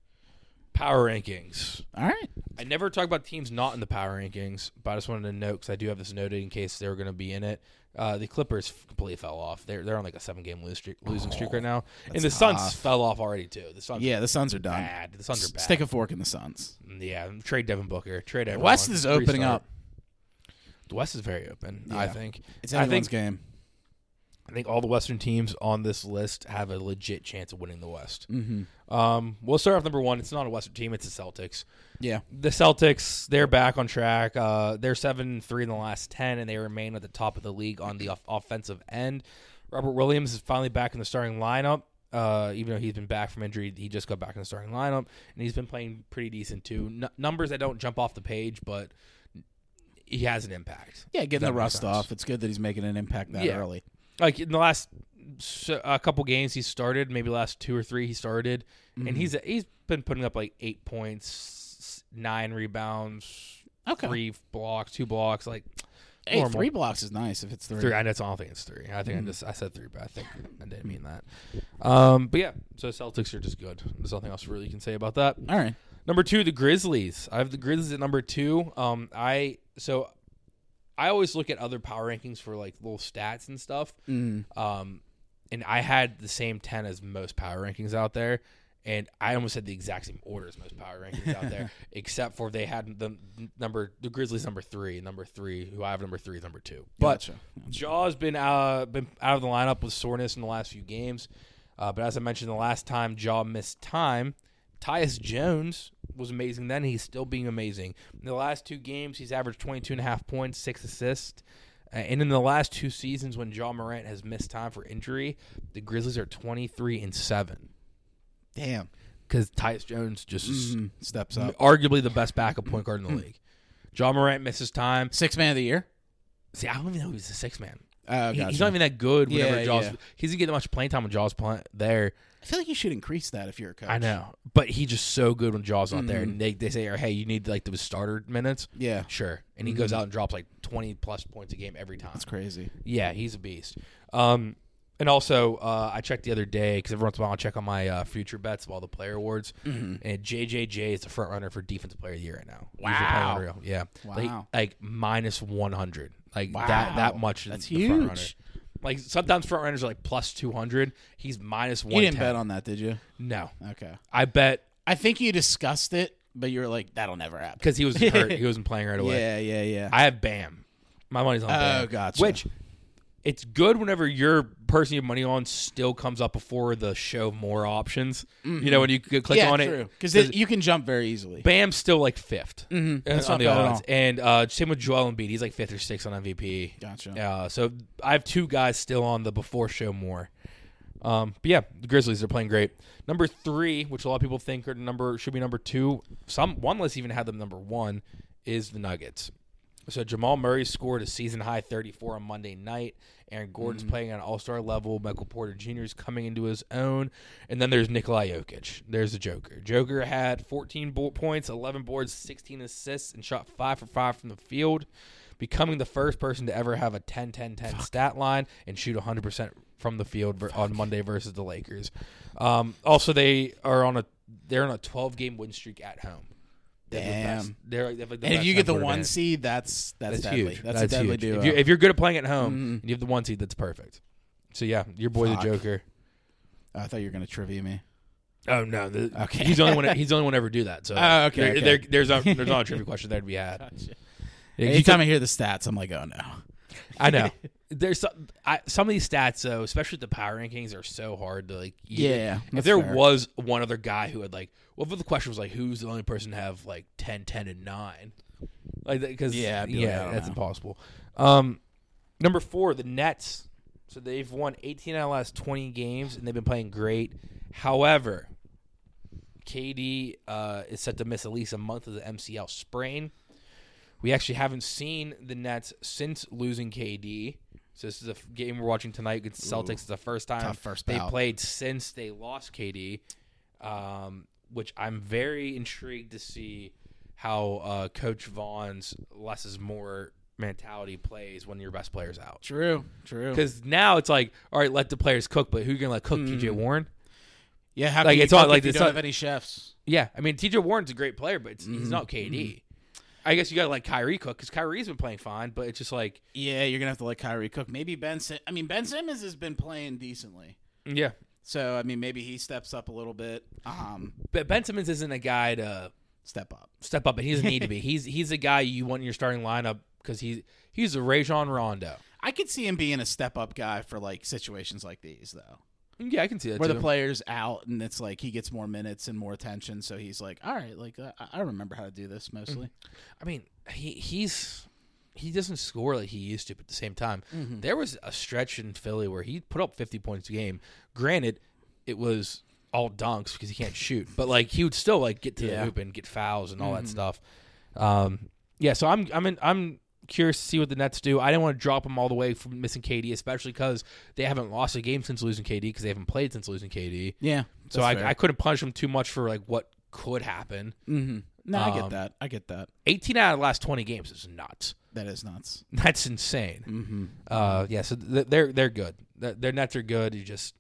[SPEAKER 2] Power rankings.
[SPEAKER 1] All right.
[SPEAKER 2] I never talk about teams not in the power rankings, but I just wanted to note because I do have this noted in case they were going to be in it. Uh, the Clippers f- completely fell off. They're they're on like a seven game lose streak, losing streak right now, and the Suns
[SPEAKER 1] Oh, tough.
[SPEAKER 2] fell off already too. The Suns
[SPEAKER 1] Yeah, the Suns are done.
[SPEAKER 2] bad. The Suns are bad. Mm,
[SPEAKER 1] Stick a fork in the Suns.
[SPEAKER 2] yeah, trade Devin Booker. Trade everyone.
[SPEAKER 1] West is opening
[SPEAKER 2] Restart.
[SPEAKER 1] up.
[SPEAKER 2] The West is very open. I
[SPEAKER 1] Yeah.
[SPEAKER 2] think.
[SPEAKER 1] It's
[SPEAKER 2] I
[SPEAKER 1] anyone's
[SPEAKER 2] think.
[SPEAKER 1] game.
[SPEAKER 2] I think all the Western teams on this list have a legit chance of winning the West.
[SPEAKER 1] Mm-hmm.
[SPEAKER 2] Um, we'll start off number one. It's not a Western team. It's the Celtics.
[SPEAKER 1] Yeah.
[SPEAKER 2] the Celtics, they're back on track. Uh, they're seven and three in the last ten, and they remain at the top of the league on the off- offensive end. Robert Williams is finally back in the starting lineup. Uh, even though he's been back from injury, he just got back in the starting lineup, and he's been playing pretty decent too. N- numbers that don't jump off the page, but he has an impact.
[SPEAKER 1] Yeah, getting
[SPEAKER 2] That
[SPEAKER 1] the
[SPEAKER 2] makes
[SPEAKER 1] rust
[SPEAKER 2] sense.
[SPEAKER 1] off. It's good that he's making an impact that
[SPEAKER 2] Yeah.
[SPEAKER 1] early.
[SPEAKER 2] like in the last s- a couple games he started, maybe last two or three he started, and he's he's been putting up like eight points, nine rebounds,
[SPEAKER 1] Okay.
[SPEAKER 2] three blocks, two blocks, like
[SPEAKER 1] Hey,
[SPEAKER 2] normal.
[SPEAKER 1] three blocks is nice if it's three. Mm-hmm.
[SPEAKER 2] Three. I know it's- I don't think it's three. I think I just I said three, but I think I didn't mean that. Um, but yeah, so Celtics are just good. There's nothing else really you can say about that.
[SPEAKER 1] All right.
[SPEAKER 2] Number two, the Grizzlies. I have the Grizzlies at number two. Um, I so I always look at other power rankings for like little stats and stuff.
[SPEAKER 1] Mm-hmm.
[SPEAKER 2] Um, and I had the same ten as most power rankings out there, and I almost had the exact same order as most power rankings out there, except for they had the number the Grizzlies number three, and number three, who I have number three, is number two. But
[SPEAKER 1] Gotcha.
[SPEAKER 2] Jaw's been uh, been out of the lineup with soreness in the last few games, uh, but as I mentioned the last time, Jaw missed time. Tyus Jones was amazing then. He's still being amazing. In the last two games, he's averaged 22 and a half points, six assists. Uh, and in the last two seasons, when Jaw Morant has missed time for injury, the Grizzlies are 23 and 7
[SPEAKER 1] Damn.
[SPEAKER 2] because Tyus Jones just is
[SPEAKER 1] Mm, steps up.
[SPEAKER 2] arguably the best backup point guard in the league. Jaw Morant misses time.
[SPEAKER 1] Six man of the year.
[SPEAKER 2] See, I don't even know he's a six man.
[SPEAKER 1] Uh,
[SPEAKER 2] He- He's not even that good whenever
[SPEAKER 1] Yeah,
[SPEAKER 2] Jaws.
[SPEAKER 1] yeah.
[SPEAKER 2] He doesn't get that much playing time when Jaws play, there.
[SPEAKER 1] I feel like you should increase that if you're a coach.
[SPEAKER 2] I know, Mm-hmm. but he's just so good when Jaws not there. And they they say, "Hey, you need like those starter minutes."
[SPEAKER 1] Yeah.
[SPEAKER 2] Sure, Mm-hmm. and he goes out and drops like twenty plus points a game every time.
[SPEAKER 1] That's crazy.
[SPEAKER 2] Yeah, he's a beast. Um, and also, uh, I checked the other day because every once in a while I check on my uh, future bets of all the player awards,
[SPEAKER 1] Mm-hmm.
[SPEAKER 2] and JJJ is the front runner for Defensive Player of the Year right now. He's been playing
[SPEAKER 1] Wow.
[SPEAKER 2] unreal. yeah, like,
[SPEAKER 1] Wow.
[SPEAKER 2] like minus one hundred, like
[SPEAKER 1] Wow.
[SPEAKER 2] that that much. is
[SPEAKER 1] That's
[SPEAKER 2] the front runner.
[SPEAKER 1] huge.
[SPEAKER 2] Like sometimes front runners are like plus two hundred. He's minus
[SPEAKER 1] You
[SPEAKER 2] one.
[SPEAKER 1] didn't bet on that, did you?
[SPEAKER 2] No,
[SPEAKER 1] Okay.
[SPEAKER 2] I bet
[SPEAKER 1] I think you discussed it, but you were like, "That'll never happen."
[SPEAKER 2] because he was hurt. he wasn't playing right away.
[SPEAKER 1] Yeah, yeah, yeah.
[SPEAKER 2] I have Bam. My money's on Bam.
[SPEAKER 1] Oh, gotcha.
[SPEAKER 2] Which it's good whenever your person you have money on still comes up before the show more options. You know, when you c-
[SPEAKER 1] Mm-hmm.
[SPEAKER 2] click
[SPEAKER 1] yeah,
[SPEAKER 2] on
[SPEAKER 1] true.
[SPEAKER 2] it.
[SPEAKER 1] Because you can jump very easily.
[SPEAKER 2] Bam's still like 5th
[SPEAKER 1] Mm-hmm. That's
[SPEAKER 2] on
[SPEAKER 1] not
[SPEAKER 2] the
[SPEAKER 1] bad at
[SPEAKER 2] odds.
[SPEAKER 1] all.
[SPEAKER 2] And uh, same with Joel Embiid. He's like fifth or sixth on MVP.
[SPEAKER 1] Gotcha.
[SPEAKER 2] Uh, so I have two guys still on the before show more. Um, but yeah, the Grizzlies are playing great. Number three, which a lot of people think are number should be number two. Some one list even had them number one is the Nuggets. So Jamal Murray scored a season high 34 on Monday night. Aaron Gordon's
[SPEAKER 1] Mm-hmm.
[SPEAKER 2] playing at an All Star level. Michael Porter Jr. is coming into his own, and then there's Nikolai Jokic. There's the Joker. Joker had 14 bo- points, 11 boards, 16 assists, and shot five for five from the field, becoming the first person to ever have a 10-10-10 stat line and shoot 100 percent from the field ver- on Monday versus the Lakers. Um, also, they are on a they're on a 12 game win streak at home. They have the
[SPEAKER 1] Damn.
[SPEAKER 2] best- they're like, they have like the
[SPEAKER 1] and if
[SPEAKER 2] best
[SPEAKER 1] you get the
[SPEAKER 2] home court
[SPEAKER 1] one
[SPEAKER 2] advantage.
[SPEAKER 1] seed, that's that's,
[SPEAKER 2] that's Mm-hmm.
[SPEAKER 1] deadly.
[SPEAKER 2] huge.
[SPEAKER 1] That's, a deadly
[SPEAKER 2] huge.
[SPEAKER 1] duo.
[SPEAKER 2] If you're, if you're good at playing at home, and you have the one seed, that's perfect. So yeah, your boy
[SPEAKER 1] Fuck.
[SPEAKER 2] the Joker.
[SPEAKER 1] Oh, I thought you were gonna trivia me.
[SPEAKER 2] Oh no, the,
[SPEAKER 1] Okay.
[SPEAKER 2] He's the only one. He's the only one to ever do that. So
[SPEAKER 1] Oh, okay,
[SPEAKER 2] there-
[SPEAKER 1] okay.
[SPEAKER 2] there- there's not, there's not a trivia question there to be had. Yeah, you
[SPEAKER 1] Anytime I hear the stats, I'm like, oh no.
[SPEAKER 2] could- I know. There's some, I, some of these stats though, especially the power rankings, are so hard to like. you-
[SPEAKER 1] Yeah,
[SPEAKER 2] If
[SPEAKER 1] that's
[SPEAKER 2] there
[SPEAKER 1] fair.
[SPEAKER 2] was one other guy who had like, well, if the question was like, who's the only person to have like 10, 10, and nine? Like, because
[SPEAKER 1] Yeah,
[SPEAKER 2] yeah,
[SPEAKER 1] I'd be like, I don't
[SPEAKER 2] that's
[SPEAKER 1] know.
[SPEAKER 2] impossible. Um, number four, the Nets. So they've won 18 out of the last 20 games, and they've been playing great. However, KD uh, is set to miss at least a month of the MCL sprain. We actually haven't seen the Nets since losing KD. So this is a f- game we're watching tonight against the Celtics. It's the first time
[SPEAKER 1] Tough first
[SPEAKER 2] they
[SPEAKER 1] bout.
[SPEAKER 2] played since they lost KD, um, which I'm very intrigued to see how uh, Coach Vaughn's less is more mentality plays when your best player's out.
[SPEAKER 1] True, true.
[SPEAKER 2] Because now it's like, all right, let the players cook, but who you gonna let cook? TJ Warren.
[SPEAKER 1] Yeah, how
[SPEAKER 2] Like,
[SPEAKER 1] can you
[SPEAKER 2] it's all-
[SPEAKER 1] cook
[SPEAKER 2] like,
[SPEAKER 1] if you
[SPEAKER 2] it's
[SPEAKER 1] don't
[SPEAKER 2] all-
[SPEAKER 1] have any chefs?
[SPEAKER 2] Yeah, I mean TJ Warren's a great player, but it's, he's not KD. I guess you gotta let Kyrie cook because Kyrie's been playing fine, but it's just like,
[SPEAKER 1] Yeah, you're gonna have to let Kyrie cook. Maybe Ben. Sim- I mean, Ben Simmons has been playing decently,
[SPEAKER 2] yeah.
[SPEAKER 1] so I mean, maybe he steps up a little bit. Um,
[SPEAKER 2] But Ben Simmons isn't a guy to
[SPEAKER 1] step up.
[SPEAKER 2] step up, and he doesn't need to be. He's he's a guy you want in your starting lineup because he's he's a Rajon Rondo.
[SPEAKER 1] I could see him being a step up guy for like situations like these, though,
[SPEAKER 2] Yeah, I can see that.
[SPEAKER 1] where
[SPEAKER 2] too.
[SPEAKER 1] the player's out and it's like he gets more minutes and more attention, so he's like, all right, like uh, I I remember how to do this mostly.
[SPEAKER 2] I mean, he he's he doesn't score like he used to, but at the same time, there was a stretch in Philly where he put up 50 points a game. Granted, it was all dunks because he can't shoot, but like he would still like get to the
[SPEAKER 1] Yeah.
[SPEAKER 2] hoop and get fouls and all that stuff. Um, yeah, so I'm I'm in, I'm curious to see what the Nets do. I didn't want to drop them all the way from missing KD, especially because they haven't lost a game since losing KD because they haven't played since losing KD.
[SPEAKER 1] Yeah,
[SPEAKER 2] So I, I couldn't punish them too much for like what could happen.
[SPEAKER 1] hmm no, I get
[SPEAKER 2] Um,
[SPEAKER 1] that. I get that.
[SPEAKER 2] 18 out of the last 20 games is nuts.
[SPEAKER 1] That is nuts.
[SPEAKER 2] That's insane.
[SPEAKER 1] Mm-hmm.
[SPEAKER 2] Uh, yeah, so th- they're they're good. Th- Their nets are good. You just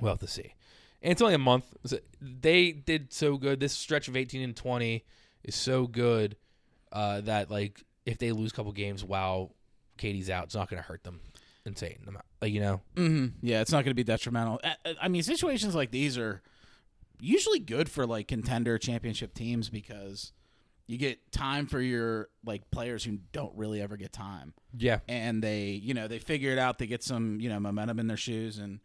[SPEAKER 2] we'll have to see. And it's only a month. So they did so good. This stretch of eighteen and twenty is so good uh, that like if they lose a couple games while Katie's out, it's not going to hurt them. Insane. amount- Like you know,
[SPEAKER 1] hmm Yeah, it's not going to be detrimental. I- I- I mean, situations like these are usually good for like contender championship teams because you get time for your like players who don't really ever get time,
[SPEAKER 2] yeah.
[SPEAKER 1] and they you know they figure it out. They get some you know momentum in their shoes, and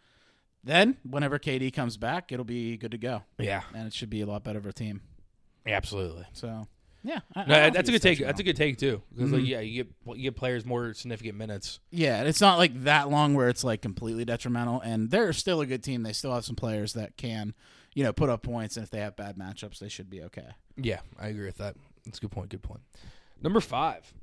[SPEAKER 1] then whenever KD comes back, it'll be good to go,
[SPEAKER 2] Yeah,
[SPEAKER 1] and it should be a lot better of a team.
[SPEAKER 2] absolutely.
[SPEAKER 1] So yeah, I- I
[SPEAKER 2] No,
[SPEAKER 1] don't
[SPEAKER 2] that's a
[SPEAKER 1] think
[SPEAKER 2] good
[SPEAKER 1] it's
[SPEAKER 2] take. That's
[SPEAKER 1] detrimental.
[SPEAKER 2] a good take too. Because like, yeah, you get you get players more significant minutes.
[SPEAKER 1] Yeah, and it's not like that long where it's like completely detrimental, and they're still a good team. They still have some players that can, you know, put up points, and if they have bad matchups, they should be okay.
[SPEAKER 2] Yeah, I agree with that. That's a good point. Good point. Number five,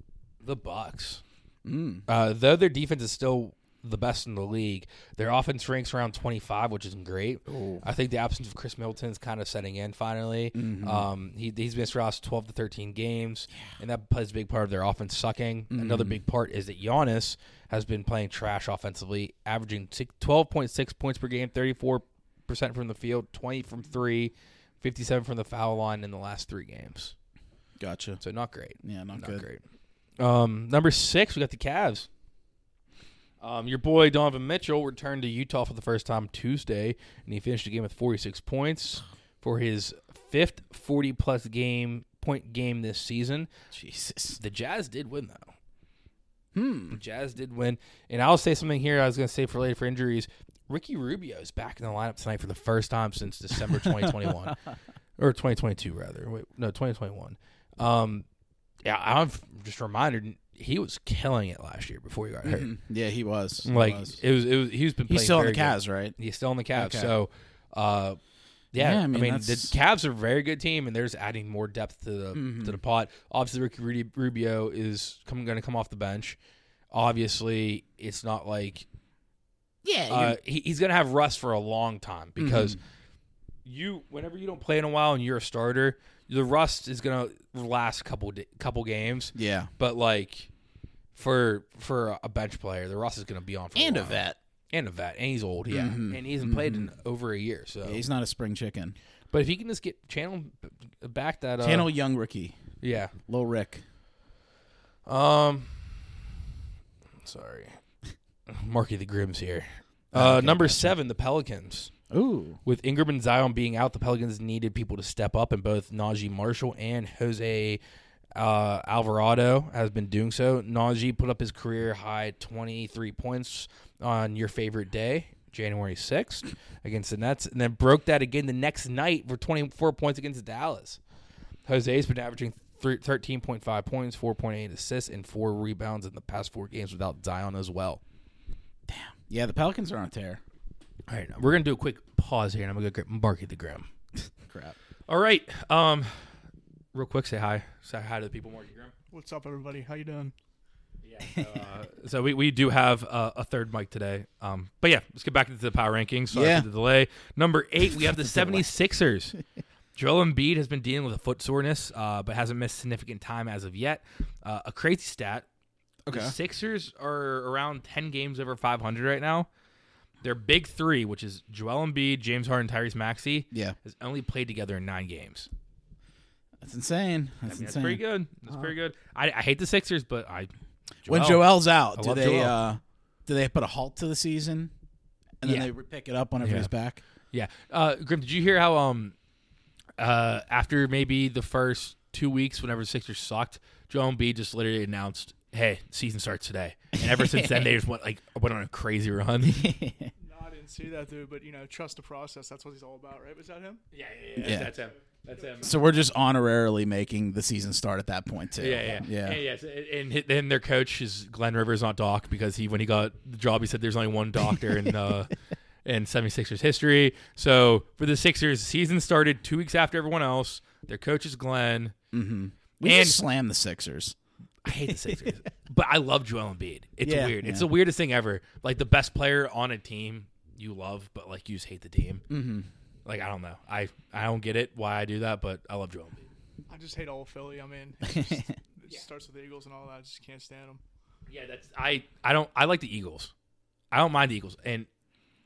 [SPEAKER 2] the Bucks.
[SPEAKER 1] Mm.
[SPEAKER 2] Uh, though their defense is still the best in the league, their offense ranks around 25, which isn't great. I think the absence of Chris Middleton is kind of setting in finally. Um, he, he's missed Ross 12 to 13 games, and that plays a big part of their offense sucking. Another big part is that Giannis has been playing trash offensively, averaging six, 12.6 points per game, 34% from the field, 20 from three, 57 from the foul line in the last three games.
[SPEAKER 1] Gotcha.
[SPEAKER 2] So not great.
[SPEAKER 1] Yeah, not,
[SPEAKER 2] Not
[SPEAKER 1] good.
[SPEAKER 2] great. Um, number six, we got the Cavs. Um, your boy Donovan Mitchell returned to Utah for the first time Tuesday, and he finished the game with 46 points for his fifth 40 plus game point game this season.
[SPEAKER 1] Jesus.
[SPEAKER 2] The Jazz did win though.
[SPEAKER 1] Hmm.
[SPEAKER 2] The Jazz did win, and I'll say something here. I was going to say for later for injuries. Ricky Rubio is back in the lineup tonight for the first time since December 2021 or 2022 rather. Wait, no, 2021. Um, yeah, I'm just reminded he was killing it last year before he got hurt.
[SPEAKER 1] Mhm. Yeah, he was. He
[SPEAKER 2] Like
[SPEAKER 1] was.
[SPEAKER 2] it was, it was, he's been. Playing
[SPEAKER 1] he's still on the
[SPEAKER 2] very good.
[SPEAKER 1] Cavs, right?
[SPEAKER 2] He's still on the Cavs.
[SPEAKER 1] Okay.
[SPEAKER 2] So, uh, yeah,
[SPEAKER 1] Yeah, I
[SPEAKER 2] I
[SPEAKER 1] mean,
[SPEAKER 2] mean, the
[SPEAKER 1] that's- Mm-hmm.
[SPEAKER 2] Cavs are a very good team, and they're just adding more depth to the to the pot. Obviously, Ricky Rudy, Rubio is coming going to come off the bench. Obviously, it's not like
[SPEAKER 1] Yeah. Mm-hmm.
[SPEAKER 2] uh, he, he's going to have rust for a long time because you, whenever you don't play in a while and you're a starter, the rust is going to last a couple di- couple games.
[SPEAKER 1] yeah.
[SPEAKER 2] But like for for a bench player, the rust is going to be on for
[SPEAKER 1] And
[SPEAKER 2] a
[SPEAKER 1] a
[SPEAKER 2] while.
[SPEAKER 1] vet.
[SPEAKER 2] and a vet, and he's old, yeah, and he hasn't played in over a year. So,
[SPEAKER 1] Yeah, Mm-hmm. he's not a spring chicken.
[SPEAKER 2] but if he can just get channel b- back that uh,
[SPEAKER 1] Channel young rookie,
[SPEAKER 2] yeah.
[SPEAKER 1] Lil Rick.
[SPEAKER 2] Um, sorry, Marky the Grim's here. Uh, number seven, the Pelicans.
[SPEAKER 1] Ooh,
[SPEAKER 2] With Ingram and Zion being out, the Pelicans needed people to step up, and both Najee Marshall and Jose uh, Alvarado has been doing so. Najee put up his career high 23 points on your favorite day, January 6th, against the Nets, and then broke that again the next night for 24 points against Dallas. Jose's been averaging thr- 13.5 points, 4.8 assists, and four rebounds in the past four games without Zion as well.
[SPEAKER 1] yeah, the Pelicans are on a tear.
[SPEAKER 2] All right, we're going to do a quick pause here, and I'm going to go get Marky the Grim.
[SPEAKER 1] Crap.
[SPEAKER 2] All right. Um, real quick, say hi. Say hi to the people, Marky Grimm.
[SPEAKER 3] What's up, everybody? How you doing?
[SPEAKER 2] Yeah. Uh, so we, we do have uh, a third mic today. Um, but yeah, let's get back into the power rankings. Sorry
[SPEAKER 1] Yeah.
[SPEAKER 2] for the delay. Number eight, we have the 76ers. Joel Embiid has been dealing with a foot soreness, uh, but hasn't missed significant time as of yet. Uh, a crazy stat.
[SPEAKER 1] Okay.
[SPEAKER 2] The Sixers are around 10 games over 500 right now. Their big three, which is Joel Embiid, James Harden, Tyrese Maxey,
[SPEAKER 1] Yeah,
[SPEAKER 2] has only played together in nine games.
[SPEAKER 1] that's insane. That's
[SPEAKER 2] Yeah, That's
[SPEAKER 1] insane.
[SPEAKER 2] pretty good. That's pretty good. I, I hate the Sixers, but I
[SPEAKER 1] When Joel's out,
[SPEAKER 2] I
[SPEAKER 1] do
[SPEAKER 2] love
[SPEAKER 1] they
[SPEAKER 2] Joel.
[SPEAKER 1] uh do they put a halt to the season, and then
[SPEAKER 2] Yeah.
[SPEAKER 1] they pick it up whenever
[SPEAKER 2] Yeah.
[SPEAKER 1] he's back?
[SPEAKER 2] yeah, uh, Grim, did you hear how um uh after maybe the first two weeks, whenever the Sixers sucked, Joel Embiid just literally announced, "Hey, season starts today," and ever since then they just went like went on a crazy run. yeah,
[SPEAKER 3] No, I didn't see that dude, but you know, trust the process. That's what he's all about, right? Was that him?
[SPEAKER 2] yeah,
[SPEAKER 1] Yeah.
[SPEAKER 2] That's him. That's him.
[SPEAKER 1] So we're just honorarily making the season start at that point too.
[SPEAKER 2] Yeah, yeah,
[SPEAKER 1] yeah.
[SPEAKER 2] And, yes, and hi- then their coach is Glenn Rivers, not Doc, because he when he got the job, he said there's only one doctor in uh, in 76ers history. So for the Sixers, season started two weeks after everyone else. Their coach is Glenn.
[SPEAKER 1] We
[SPEAKER 2] And-
[SPEAKER 1] just Mm-hmm. slam the Sixers.
[SPEAKER 2] I hate the Sixers, but I love Joel Embiid. It's
[SPEAKER 1] Yeah,
[SPEAKER 2] weird. It's
[SPEAKER 1] yeah.
[SPEAKER 2] the weirdest thing ever. Like the best player on a team you love, but like you just hate the team.
[SPEAKER 1] Mm.
[SPEAKER 2] Mm-hmm. Like I don't know. I I don't get it why I do that, but I love Joel Embiid.
[SPEAKER 3] I just hate all of Philly. I mean, it, just, it starts with the Eagles and all that. I just can't stand them.
[SPEAKER 2] Yeah, that's I. I don't. I like the Eagles. I don't mind the Eagles, and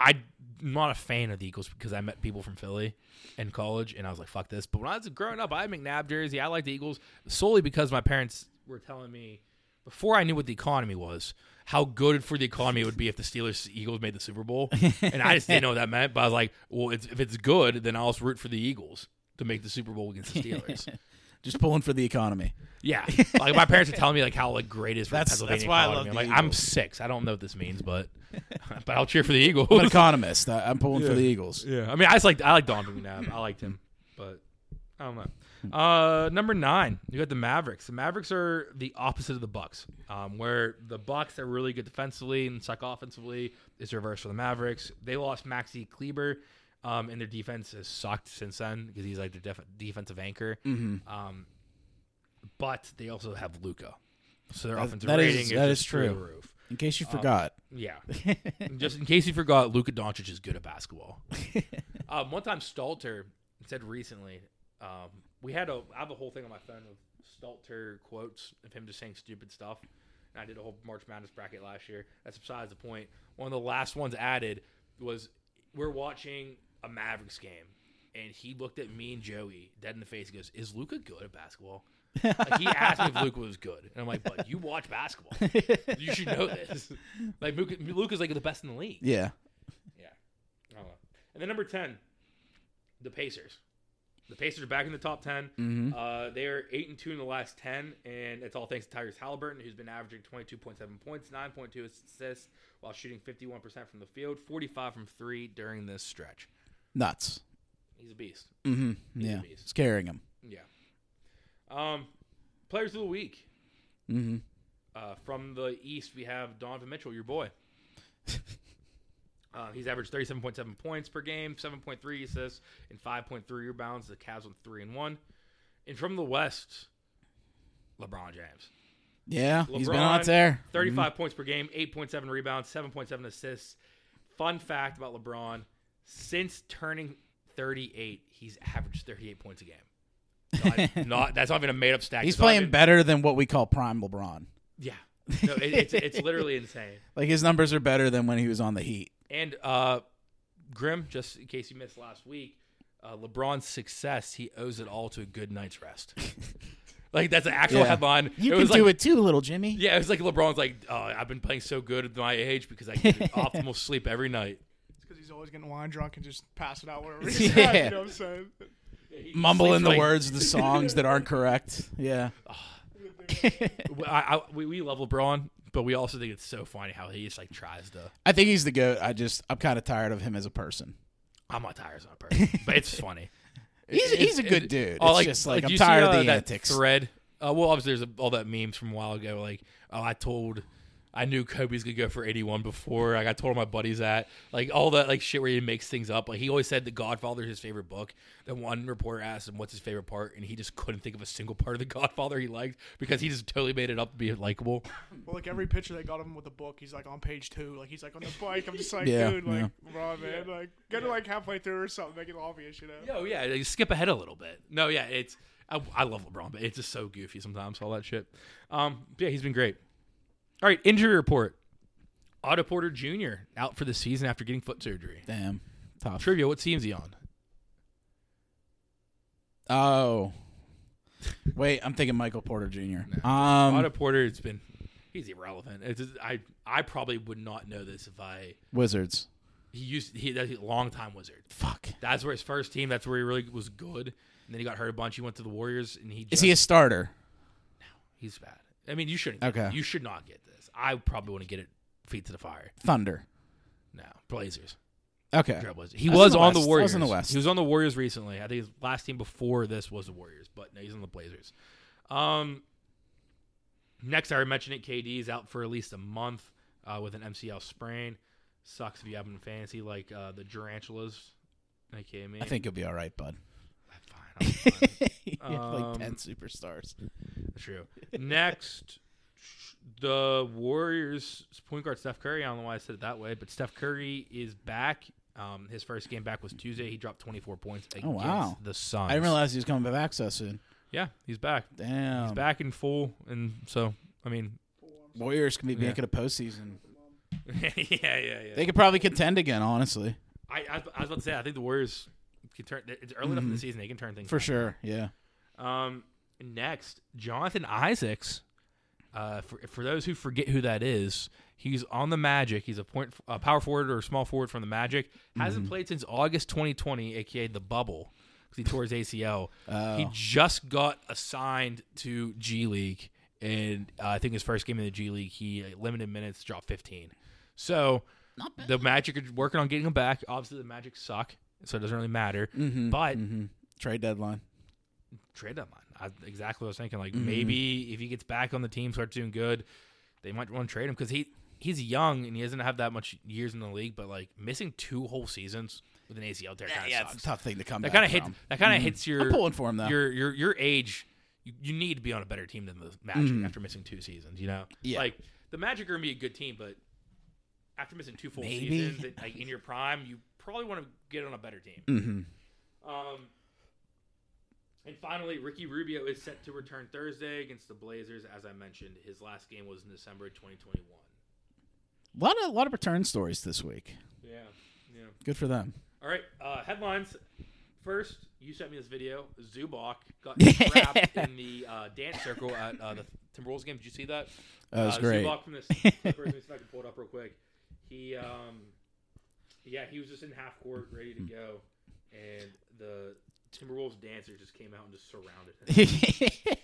[SPEAKER 2] I'm not a fan of the Eagles because I met people from Philly in college, and I was like, "Fuck this." But when I was growing up, I had McNabb jersey. I liked the Eagles solely because my parents were telling me before I knew what the economy was how good for the economy it would be if the Steelers Eagles made the Super Bowl, and I just didn't know what that meant. But I was like, "Well, it's, if it's good, then I'll just root for the Eagles to make the Super Bowl against the Steelers."
[SPEAKER 1] Just pulling for the economy.
[SPEAKER 2] Yeah, like my parents are telling me like how like great it is for
[SPEAKER 1] That's-
[SPEAKER 2] Pennsylvania.
[SPEAKER 1] that's why I
[SPEAKER 2] economy.
[SPEAKER 1] love
[SPEAKER 2] I'm
[SPEAKER 1] the
[SPEAKER 2] like I'm
[SPEAKER 1] Eagles.
[SPEAKER 2] six. I don't know what this means, but but I'll cheer for the Eagles.
[SPEAKER 1] I'm an economist. I- I'm pulling for the Eagles.
[SPEAKER 2] yeah, I mean I just like I like Don McNabb. I liked him, but I don't know. Uh, number nine, you got the Mavericks. The Mavericks are the opposite of the Bucks, um, where the Bucks are really good defensively and suck offensively. It's reverse for the Mavericks. They lost Maxi Kleber. Um, and their defense has sucked since then because he's like their def- defensive anchor.
[SPEAKER 1] Mm-hmm.
[SPEAKER 2] Um, but they also have Luca, so their offensive
[SPEAKER 1] that is-
[SPEAKER 2] rating is,
[SPEAKER 1] that
[SPEAKER 2] just
[SPEAKER 1] is
[SPEAKER 2] through
[SPEAKER 1] true.
[SPEAKER 2] the roof.
[SPEAKER 1] In case
[SPEAKER 2] Oh.
[SPEAKER 1] you forgot,
[SPEAKER 2] Yeah. Just in case you forgot, Luka Doncic is good at basketball. um, one time, Stalter said recently, um, we had a I have a whole thing on my phone of Stalter quotes of him just saying stupid stuff. And I did a whole March Madness bracket last year. That's besides the point. One of the last ones added was we're watching a Mavericks game, and he looked at me and Joey dead in the face. and goes, "Is Luca good at basketball?" Like he asked me if Luca was good, and I'm like, "But you watch basketball. You should know this. Like Luca, Luca's like the best in the league."
[SPEAKER 1] yeah.
[SPEAKER 2] Yeah. I don't know. Oh, And then number 10, the Pacers. The Pacers are back in the top 10. Uh, they are 8 and 2 in the last 10, and it's all thanks to Tyrese Halliburton, who's been averaging 22.7 points, 9.2 assists, while shooting 51% from the field, 45 from three during this stretch.
[SPEAKER 1] Nuts.
[SPEAKER 2] He's a beast.
[SPEAKER 1] Mm-hmm.
[SPEAKER 2] He's
[SPEAKER 1] Yeah.
[SPEAKER 2] a beast.
[SPEAKER 1] It's carrying him.
[SPEAKER 2] Yeah. Um, players of the week.
[SPEAKER 1] Mm-hmm.
[SPEAKER 2] Uh, from the East, we have Donovan Mitchell, your boy. uh, he's averaged 37.7 points per game, 7.3 assists, and 5.3 rebounds. The Cavs on three and one. And from the West, LeBron James,
[SPEAKER 1] Yeah. he's been
[SPEAKER 2] LeBron,
[SPEAKER 1] on there.
[SPEAKER 2] 35 points per game, 8.7 rebounds, 7.7 assists. Fun fact about LeBron: since turning 38, he's averaged 38 points a game. Not, not- that's not even a made up stat.
[SPEAKER 1] He's
[SPEAKER 2] It's not
[SPEAKER 1] playing
[SPEAKER 2] even-
[SPEAKER 1] better than what we call prime LeBron.
[SPEAKER 2] Yeah, no, it, it's it's literally insane.
[SPEAKER 1] Like his numbers are better than when he was on the Heat.
[SPEAKER 2] And uh, Grim, just in case you missed last week, uh, LeBron's success, he owes it all to a good night's rest. like, that's an actual
[SPEAKER 1] Yeah.
[SPEAKER 2] headline.
[SPEAKER 1] You
[SPEAKER 2] it
[SPEAKER 1] can
[SPEAKER 2] was like,
[SPEAKER 1] do it too, little Jimmy.
[SPEAKER 2] Yeah, it was like LeBron's like, oh, I've been playing so good at my age because I get optimal sleep every night.
[SPEAKER 3] It's because he's always getting wine drunk and just pass it out wherever
[SPEAKER 1] Yeah.
[SPEAKER 3] he's at. You know what I'm saying?
[SPEAKER 1] Mumble in
[SPEAKER 2] Sleeps
[SPEAKER 1] the
[SPEAKER 2] like-
[SPEAKER 1] words of the songs that aren't correct. Yeah.
[SPEAKER 2] I, I, we, we love LeBron, but we also think it's so funny how he just like tries to.
[SPEAKER 1] I think he's the goat. I just I'm kind of tired of him as a person.
[SPEAKER 2] I'm not tired as a person, but it's funny.
[SPEAKER 1] He's
[SPEAKER 2] It-
[SPEAKER 1] he's a
[SPEAKER 2] it-
[SPEAKER 1] good
[SPEAKER 2] it-
[SPEAKER 1] dude.
[SPEAKER 2] oh,
[SPEAKER 1] it's just like,
[SPEAKER 2] do
[SPEAKER 1] I'm
[SPEAKER 2] you
[SPEAKER 1] tired
[SPEAKER 2] see,
[SPEAKER 1] of
[SPEAKER 2] uh,
[SPEAKER 1] the
[SPEAKER 2] that
[SPEAKER 1] antics.
[SPEAKER 2] Thread. Uh, well, obviously there's all that memes from a while ago. Like, oh, I told, I knew Kobe's gonna go for 81 before. Like, I told my buddies that. Like all that like shit where he makes things up. Like he always said The Godfather is his favorite book. Then one reporter asked him what's his favorite part, and he just couldn't think of a single part of The Godfather he liked because he just totally made it up to be likable.
[SPEAKER 3] Well, like every picture they got of him with the book, he's like on page two. Like he's like on the bike. I'm just like,
[SPEAKER 1] Yeah,
[SPEAKER 3] dude, like, raw man, like, get to like halfway through or something, make it obvious, you know?
[SPEAKER 2] Oh yeah, like, skip ahead a little bit. No, yeah, it's I, I love LeBron, but it's just so goofy sometimes all that shit. Um, yeah, he's been great. All right, injury report. Otto Porter Jr. out for the season after getting foot surgery.
[SPEAKER 1] Damn. Tough.
[SPEAKER 2] Trivia: What team's he on?
[SPEAKER 1] Oh. Wait, I'm thinking Michael Porter Jr.
[SPEAKER 2] Otto
[SPEAKER 1] Um,
[SPEAKER 2] Porter, it's been he's irrelevant. It's just- I I probably would not know this if I
[SPEAKER 1] Wizards.
[SPEAKER 2] he used he that's a long time wizard.
[SPEAKER 1] Fuck.
[SPEAKER 2] That's where his first team. That's where he really was good. And then he got hurt a bunch. He went to the Warriors, and he just,
[SPEAKER 1] Is he a starter?
[SPEAKER 2] he's bad. I mean, you shouldn't. get
[SPEAKER 1] Okay.
[SPEAKER 2] it. you should not get this. I probably want to get it feet to the fire.
[SPEAKER 1] Thunder.
[SPEAKER 2] No, Blazers.
[SPEAKER 1] Okay.
[SPEAKER 2] Trailblazers. He
[SPEAKER 1] I was
[SPEAKER 2] was
[SPEAKER 1] in the
[SPEAKER 2] on the
[SPEAKER 1] West. I
[SPEAKER 2] Warriors.
[SPEAKER 1] was in the West.
[SPEAKER 2] He was on the Warriors recently. I think his last team before this was the Warriors, but no, he's on the Blazers. Um, next, I already mentioned it. KD is out for at least a month uh, with an MCL sprain. Sucks if you have him in fantasy like uh, the Durantulas. Okay, me.
[SPEAKER 1] I think he'll be all right, bud.
[SPEAKER 2] I'm fine. I'm fine.
[SPEAKER 1] You have,
[SPEAKER 2] Um,
[SPEAKER 1] like ten superstars.
[SPEAKER 2] True. Next, the Warriors point guard Steph Curry. I don't know why I said it that way, but Steph Curry is back. Um, his first game back was Tuesday. He dropped 24 points against
[SPEAKER 1] Oh, wow.
[SPEAKER 2] the Suns.
[SPEAKER 1] I didn't realize Um, he was coming back so soon.
[SPEAKER 2] Yeah, he's back.
[SPEAKER 1] Damn.
[SPEAKER 2] He's back in full, and so I mean,
[SPEAKER 1] Warriors can be
[SPEAKER 2] Yeah.
[SPEAKER 1] making a postseason.
[SPEAKER 2] yeah, yeah, yeah.
[SPEAKER 1] They could probably contend again, honestly,
[SPEAKER 2] I, I, I was about to say, I think the Warriors can turn. It's early enough in the season; they can turn things
[SPEAKER 1] Mm-hmm. for sure. Yeah.
[SPEAKER 2] Um, next, Jonathan Isaacs. Uh, for, for those who forget who that is, he's on the Magic. He's a point, a power forward or small forward from the Magic. Hasn't played since August 2020, aka the bubble, because he tore his ACL.
[SPEAKER 1] Oh,
[SPEAKER 2] He just got assigned to G League, and uh, I think his first game in the G League, he uh, limited minutes, dropped 15. So the Magic are working on getting him back. Obviously, the Magic suck, so it doesn't really matter. But
[SPEAKER 1] mm-hmm. Trade deadline.
[SPEAKER 2] trade deadline. I, exactly what I was thinking. Like
[SPEAKER 1] Mm-hmm.
[SPEAKER 2] maybe if he gets back on the team, starts doing good, they might want to trade him because he he's young and he doesn't have that much years in the league. But like missing two whole seasons with an ACL tear kind of
[SPEAKER 1] it's
[SPEAKER 2] sucks.
[SPEAKER 1] a tough thing to come
[SPEAKER 2] That
[SPEAKER 1] back
[SPEAKER 2] kind of hits.
[SPEAKER 1] from.
[SPEAKER 2] That kind of hits your
[SPEAKER 1] Mm-hmm. I'm pulling for him, though.
[SPEAKER 2] Your your your age. You, you need to be on a better team than the Magic after missing two seasons. You know,
[SPEAKER 1] Mm-hmm. Yeah.
[SPEAKER 2] Like the Magic are gonna be a good team, but after missing two full
[SPEAKER 1] Maybe.
[SPEAKER 2] seasons, and, like in your prime, you probably want to get on a better team.
[SPEAKER 1] Mm-hmm.
[SPEAKER 2] Um, and finally, Ricky Rubio is set to return Thursday against the Blazers. As I mentioned, his last game was in December 2021.
[SPEAKER 1] A lot of lot of return stories this week.
[SPEAKER 2] Yeah, yeah.
[SPEAKER 1] Good for them.
[SPEAKER 2] All right, uh, headlines. First, you sent me this video. Zubac got
[SPEAKER 1] Yeah.
[SPEAKER 2] trapped in the uh, dance circle at uh, the Timberwolves game. Did you see that?
[SPEAKER 1] That was
[SPEAKER 2] uh,
[SPEAKER 1] great.
[SPEAKER 2] Zubac from this. Clippers, let me see if I can pull it up real quick. He, um, yeah, he was just in half court, ready to go, and the Timberwolves dancer just came out and just surrounded him.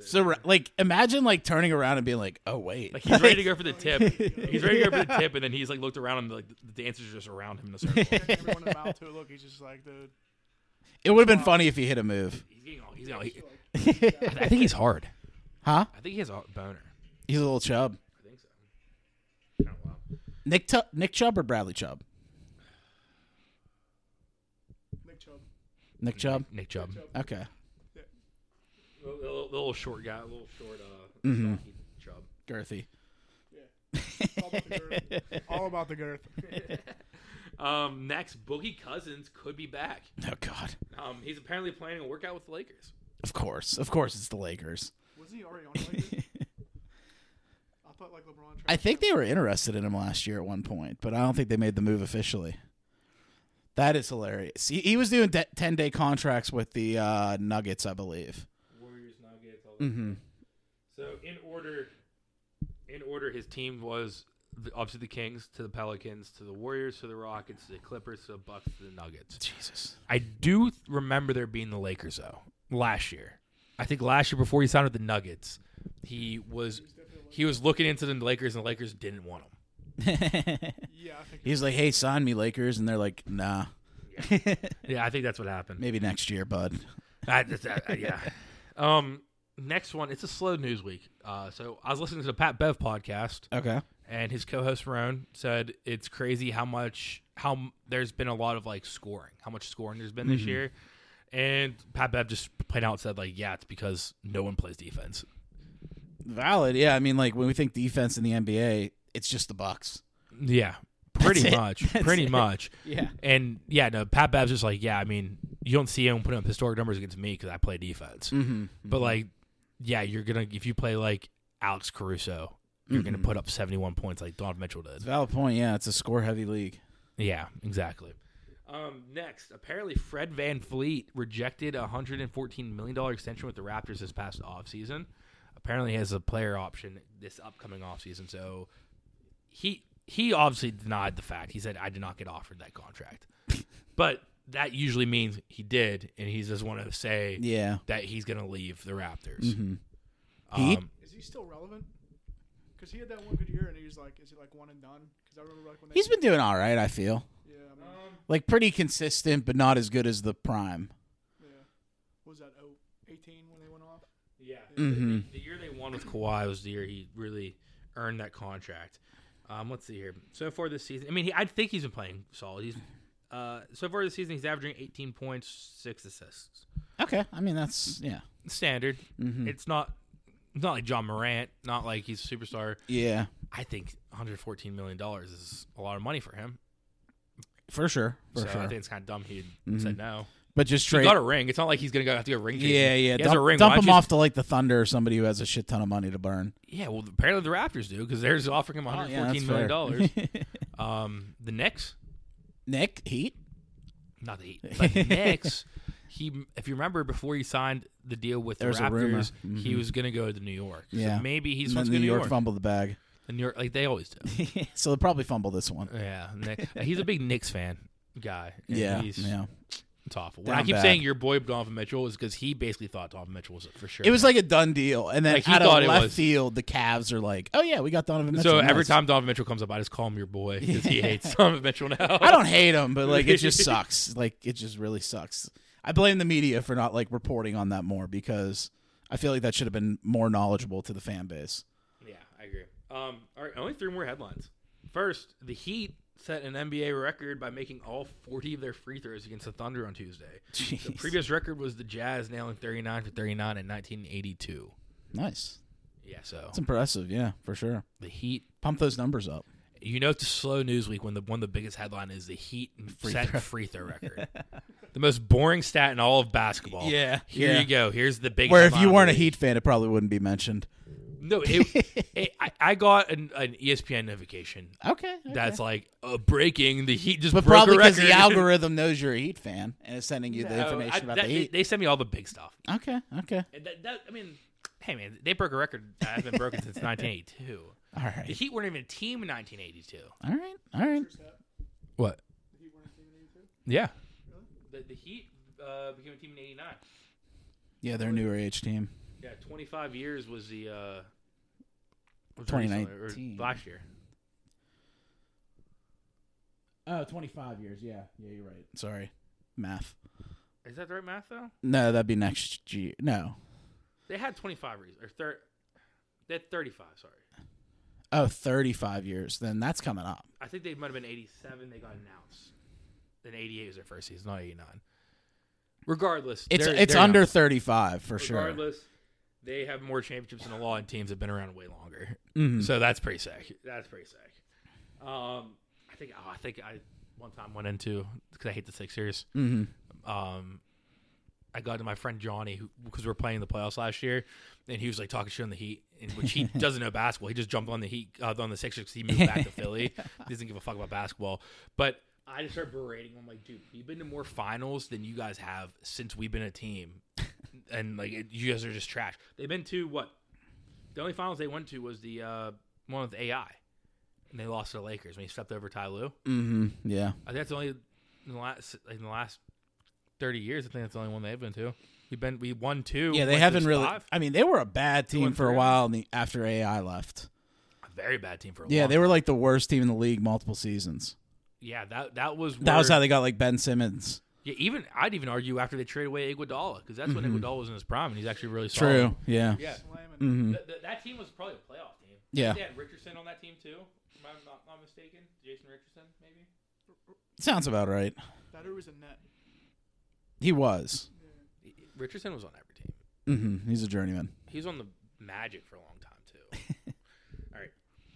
[SPEAKER 1] so like imagine like turning around and being like, "Oh wait."
[SPEAKER 2] Like he's ready to go for the tip. He's ready to go for the tip, and then he's like looked around and like the dancers are just around him in a circle.
[SPEAKER 3] Everyone in the mouth too. Look, he's just like, dude.
[SPEAKER 1] it would have been funny if he hit a move.
[SPEAKER 2] He's getting all. He's getting all he, I think he's hard.
[SPEAKER 1] Huh?
[SPEAKER 2] I think he has a boner.
[SPEAKER 1] He's a little chub.
[SPEAKER 2] I think so. Oh, wow.
[SPEAKER 1] Nick Tu Nick Chubb or Bradley Chubb?
[SPEAKER 3] Nick Chubb.
[SPEAKER 1] Nick Chubb.
[SPEAKER 2] Nick Chubb,
[SPEAKER 1] Okay.
[SPEAKER 2] the little, the little short guy, little short, uh, stocky Chubb.
[SPEAKER 1] Girthy.
[SPEAKER 3] All about the girth. All about the girth.
[SPEAKER 2] Um, next, Boogie Cousins could be back.
[SPEAKER 1] Oh god.
[SPEAKER 2] Um, he's apparently planning a workout with the Lakers.
[SPEAKER 1] Of course. Of course it's the Lakers.
[SPEAKER 3] Was he already on? Like, I thought thought like LeBron. Tried
[SPEAKER 1] I think they were interested in him last year at one point, but I don't think they made the move officially. That is hilarious. He, he was doing de- 10 day contracts with the uh, Nuggets, I believe.
[SPEAKER 2] Warriors, Nuggets, all that.
[SPEAKER 1] Mm-hmm.
[SPEAKER 2] So in order, in order, his team was the, obviously the Kings to the Pelicans to the Warriors to the Rockets to the Clippers to the Bucks to the Nuggets.
[SPEAKER 1] Jesus.
[SPEAKER 2] I do th- remember there being the Lakers though last year. I think last year before he signed with the Nuggets, he was he was looking into the Lakers and the Lakers didn't want him.
[SPEAKER 3] Yeah, I think.
[SPEAKER 1] He's like, hey, sign me, Lakers. And they're like, nah.
[SPEAKER 2] Yeah, I think that's what happened.
[SPEAKER 1] Maybe next year, bud.
[SPEAKER 2] I, that's- I- yeah. Um, next one, it's a slow news week. Uh, so I was listening to the Pat Bev podcast.
[SPEAKER 1] Okay.
[SPEAKER 2] and his co-host Roan said it's crazy how much how m- there's been a lot of like scoring, how much scoring there's been
[SPEAKER 1] Mm-hmm.
[SPEAKER 2] this year. And Pat Bev just plain out said like, yeah, it's because no one plays defense.
[SPEAKER 1] Valid. Yeah. I mean, like, when we think defense in the NBA, it's just the Bucks.
[SPEAKER 2] Yeah, pretty
[SPEAKER 1] That's it.
[SPEAKER 2] much,
[SPEAKER 1] That's
[SPEAKER 2] pretty
[SPEAKER 1] it.
[SPEAKER 2] much.
[SPEAKER 1] Yeah.
[SPEAKER 2] And yeah, no, Pat Bev's just like, yeah, I mean, you don't see him putting up historic numbers against me because I play defense.
[SPEAKER 1] Mm-hmm.
[SPEAKER 2] But like, yeah, you're gonna if you play like Alex Caruso, you're
[SPEAKER 1] Mm-hmm.
[SPEAKER 2] gonna put up 71 points like Don Mitchell did.
[SPEAKER 1] It's a valid point. Yeah. It's a score heavy league.
[SPEAKER 2] Yeah, exactly. Um, next, apparently Fred Van Fleet rejected a hundred and fourteen million dollar extension with the Raptors this past offseason. Apparently he has a player option this upcoming offseason, so he he obviously denied the fact. He said, I did not get offered that contract. but that usually means he did, and he just want to say
[SPEAKER 1] Yeah.
[SPEAKER 2] that he's gonna leave the Raptors.
[SPEAKER 1] Mm-hmm. He-
[SPEAKER 2] Um,
[SPEAKER 3] Is he still relevant? Because he had that one good year, and he was like, is he like one and done? Because I remember like when they.
[SPEAKER 1] He's been doing all right, I feel.
[SPEAKER 3] Yeah, I mean,
[SPEAKER 1] Like, pretty consistent, but not as good as the prime.
[SPEAKER 3] yeah. What was that oh, 18 when they went off?
[SPEAKER 2] Yeah.
[SPEAKER 1] Mhm.
[SPEAKER 2] The, the year they won with Kawhi was the year he really earned that contract. Um, let's see here. So far this season, I mean, he, I think he's been playing solid. He's uh, so far this season, he's averaging 18 points, six assists.
[SPEAKER 1] Okay. I mean, that's, yeah.
[SPEAKER 2] Standard.
[SPEAKER 1] Mm-hmm.
[SPEAKER 2] It's not. It's not like John Morant. Not like he's a superstar.
[SPEAKER 1] Yeah.
[SPEAKER 2] I think 114 million dollars is a lot of money for him.
[SPEAKER 1] For sure. For
[SPEAKER 2] so I
[SPEAKER 1] sure.
[SPEAKER 2] think it's kind of dumb he
[SPEAKER 1] Mhm.
[SPEAKER 2] said no.
[SPEAKER 1] But just
[SPEAKER 2] He
[SPEAKER 1] trade.
[SPEAKER 2] got a ring. It's not like he's gonna go have to go ring. chasing.
[SPEAKER 1] Yeah, yeah.
[SPEAKER 2] He has
[SPEAKER 1] dump
[SPEAKER 2] a ring.
[SPEAKER 1] dump
[SPEAKER 2] Why don't
[SPEAKER 1] him
[SPEAKER 2] you-
[SPEAKER 1] off to like the Thunder or somebody who has a shit ton of money to burn.
[SPEAKER 2] Yeah, well, apparently the Raptors do because they're just offering
[SPEAKER 1] Oh,
[SPEAKER 2] him 114 million dollars.
[SPEAKER 1] dollars.
[SPEAKER 2] Um, the Knicks,
[SPEAKER 1] Nick Heat.
[SPEAKER 2] not the Heat, but the Knicks. He, if you remember, before he signed the deal with the
[SPEAKER 1] There was a rumor.
[SPEAKER 2] Raptors, he
[SPEAKER 1] Mhm.
[SPEAKER 2] was going to go to New York. So
[SPEAKER 1] Yeah.
[SPEAKER 2] maybe he's
[SPEAKER 1] And then
[SPEAKER 2] going
[SPEAKER 1] New
[SPEAKER 2] to New York.
[SPEAKER 1] fumbled the bag,
[SPEAKER 2] The New York, like they always do.
[SPEAKER 1] so they'll probably fumble this one.
[SPEAKER 2] Yeah, Knick- he's a big Knicks fan guy. and
[SPEAKER 1] Yeah,
[SPEAKER 2] he's,
[SPEAKER 1] yeah.
[SPEAKER 2] it's awful. When I
[SPEAKER 1] Down
[SPEAKER 2] keep
[SPEAKER 1] bad.
[SPEAKER 2] saying your boy Donovan Mitchell is because he basically thought Donovan Mitchell was it for sure.
[SPEAKER 1] It was like a done deal, and then
[SPEAKER 2] Like, he
[SPEAKER 1] out
[SPEAKER 2] thought
[SPEAKER 1] of
[SPEAKER 2] it
[SPEAKER 1] left
[SPEAKER 2] was.
[SPEAKER 1] field, the Cavs are like, "Oh yeah, we got Donovan Mitchell."
[SPEAKER 2] so every
[SPEAKER 1] Nice.
[SPEAKER 2] time Donovan Mitchell comes up, I just call him your boy because he hates Donovan Mitchell now.
[SPEAKER 1] I don't hate him, but like it just sucks. Like it just really sucks. I blame the media for not like reporting on that more because I feel like that should have been more knowledgeable to the fan base.
[SPEAKER 2] Yeah, I agree. Um, all right, only three more headlines. First, the Heat set an NBA record by making all 40 of their free throws against the Thunder on Tuesday. The
[SPEAKER 1] Jeez.
[SPEAKER 2] previous record was the Jazz nailing 39 for 39 in 1982.
[SPEAKER 1] nice,
[SPEAKER 2] Yeah, so
[SPEAKER 1] it's impressive. Yeah, for sure.
[SPEAKER 2] the Heat.
[SPEAKER 1] Pump those numbers up.
[SPEAKER 2] You know, it's a slow news week when the one of the biggest headline is the Heat
[SPEAKER 1] Free
[SPEAKER 2] set
[SPEAKER 1] throw.
[SPEAKER 2] free throw record. the most boring stat in all of basketball.
[SPEAKER 1] Yeah,
[SPEAKER 2] Here
[SPEAKER 1] yeah.
[SPEAKER 2] you go. Here's the big.
[SPEAKER 1] Where if
[SPEAKER 2] headline
[SPEAKER 1] you
[SPEAKER 2] of
[SPEAKER 1] weren't a
[SPEAKER 2] the week.
[SPEAKER 1] Heat fan, it probably wouldn't be mentioned.
[SPEAKER 2] no, it, it, I, I got an, an E ESPN notification
[SPEAKER 1] Okay,
[SPEAKER 2] that's like uh, breaking. The Heat just
[SPEAKER 1] but
[SPEAKER 2] broke
[SPEAKER 1] probably
[SPEAKER 2] a
[SPEAKER 1] because the
[SPEAKER 2] record.
[SPEAKER 1] algorithm knows you're a Heat fan and is sending you the
[SPEAKER 2] No,
[SPEAKER 1] information
[SPEAKER 2] Oh, I-
[SPEAKER 1] about
[SPEAKER 2] that-
[SPEAKER 1] the Heat.
[SPEAKER 2] They, they send me all the big stuff.
[SPEAKER 1] okay, okay,
[SPEAKER 2] And that, that- I mean, hey man, they broke a record that has been broken since 1982.
[SPEAKER 1] all
[SPEAKER 2] The
[SPEAKER 1] right,
[SPEAKER 2] Heat weren't even a team in 1982.
[SPEAKER 1] all right, all right.
[SPEAKER 2] What?
[SPEAKER 3] He weren't a team in 82?
[SPEAKER 2] Yeah. The, the Heat uh, became a team in '89.
[SPEAKER 1] Yeah, they're a newer age team.
[SPEAKER 2] Yeah, 25 years was the. Uh, was recently, or
[SPEAKER 1] 2019.
[SPEAKER 2] last year.
[SPEAKER 1] Oh, 25 years. Yeah, yeah, you're right. Sorry, math.
[SPEAKER 2] Is that the right math though?
[SPEAKER 1] No, that'd be next year. No.
[SPEAKER 2] They had 25 reasons, or thir- they had 35. Sorry,
[SPEAKER 1] Oh, 35 years. Then that's coming up.
[SPEAKER 2] I think they might have been 87. They got announced. Then 88 was their first season, not 89. Regardless,
[SPEAKER 1] It's
[SPEAKER 2] they're-
[SPEAKER 1] it's
[SPEAKER 2] they're
[SPEAKER 1] under
[SPEAKER 2] young.
[SPEAKER 1] 35 for sure.
[SPEAKER 2] Regardless, they have more championships than a lot of teams that have been around way longer.
[SPEAKER 1] Mhm.
[SPEAKER 2] So that's pretty sick. That's pretty sick. Um, I think. Oh, I think I one time went into because I hate the Sixers.
[SPEAKER 1] Mm-hmm.
[SPEAKER 2] Um, I got to my friend Johnny who because we were playing in the playoffs last year, and he was like talking shit on the Heat, and which he doesn't know basketball. He just jumped on the Heat uh, on the Sixers 'cause he moved back to Philly. He doesn't give a fuck about basketball, but. I just started berating him. I'm like, dude, we've been to more finals than you guys have since we've been a team, and like it, you guys are just trash. They've been to what? The only finals they went to was the uh, one with AI, and they lost to the Lakers when he stepped over Ty Lue.
[SPEAKER 1] Mm-hmm. Yeah.
[SPEAKER 2] I think that's the only in the last like, in the last thirty years. I think that's the only one they've been to. We've been we won two.
[SPEAKER 1] Yeah, they
[SPEAKER 2] went to
[SPEAKER 1] haven't really.
[SPEAKER 2] five.
[SPEAKER 1] I mean, they were a bad team
[SPEAKER 2] went
[SPEAKER 1] for a
[SPEAKER 2] through.
[SPEAKER 1] while and the, after AI left.
[SPEAKER 2] A very bad team for a
[SPEAKER 1] Yeah,
[SPEAKER 2] long
[SPEAKER 1] they were
[SPEAKER 2] time.
[SPEAKER 1] like the worst team in the league multiple seasons.
[SPEAKER 2] yeah that that was
[SPEAKER 1] That was
[SPEAKER 2] where-
[SPEAKER 1] how they got like Ben Simmons.
[SPEAKER 2] yeah even I'd even argue after they traded away Iguodala because that's when Iguodala was in his prime and he's actually really solid.
[SPEAKER 1] Mm-hmm. True. Yeah.
[SPEAKER 2] Yeah,
[SPEAKER 3] Slamming.
[SPEAKER 1] hmm
[SPEAKER 2] Th- th- that team was probably a playoff team.
[SPEAKER 1] Yeah.
[SPEAKER 2] they had Richardson on that team too. If I'm not, not mistaken, Jason Richardson maybe.
[SPEAKER 1] Sounds about right.
[SPEAKER 3] That or was a net.
[SPEAKER 1] He was.
[SPEAKER 2] Richardson was on every team.
[SPEAKER 1] hmm He's a journeyman.
[SPEAKER 2] He was on the Magic for a long time too. All right,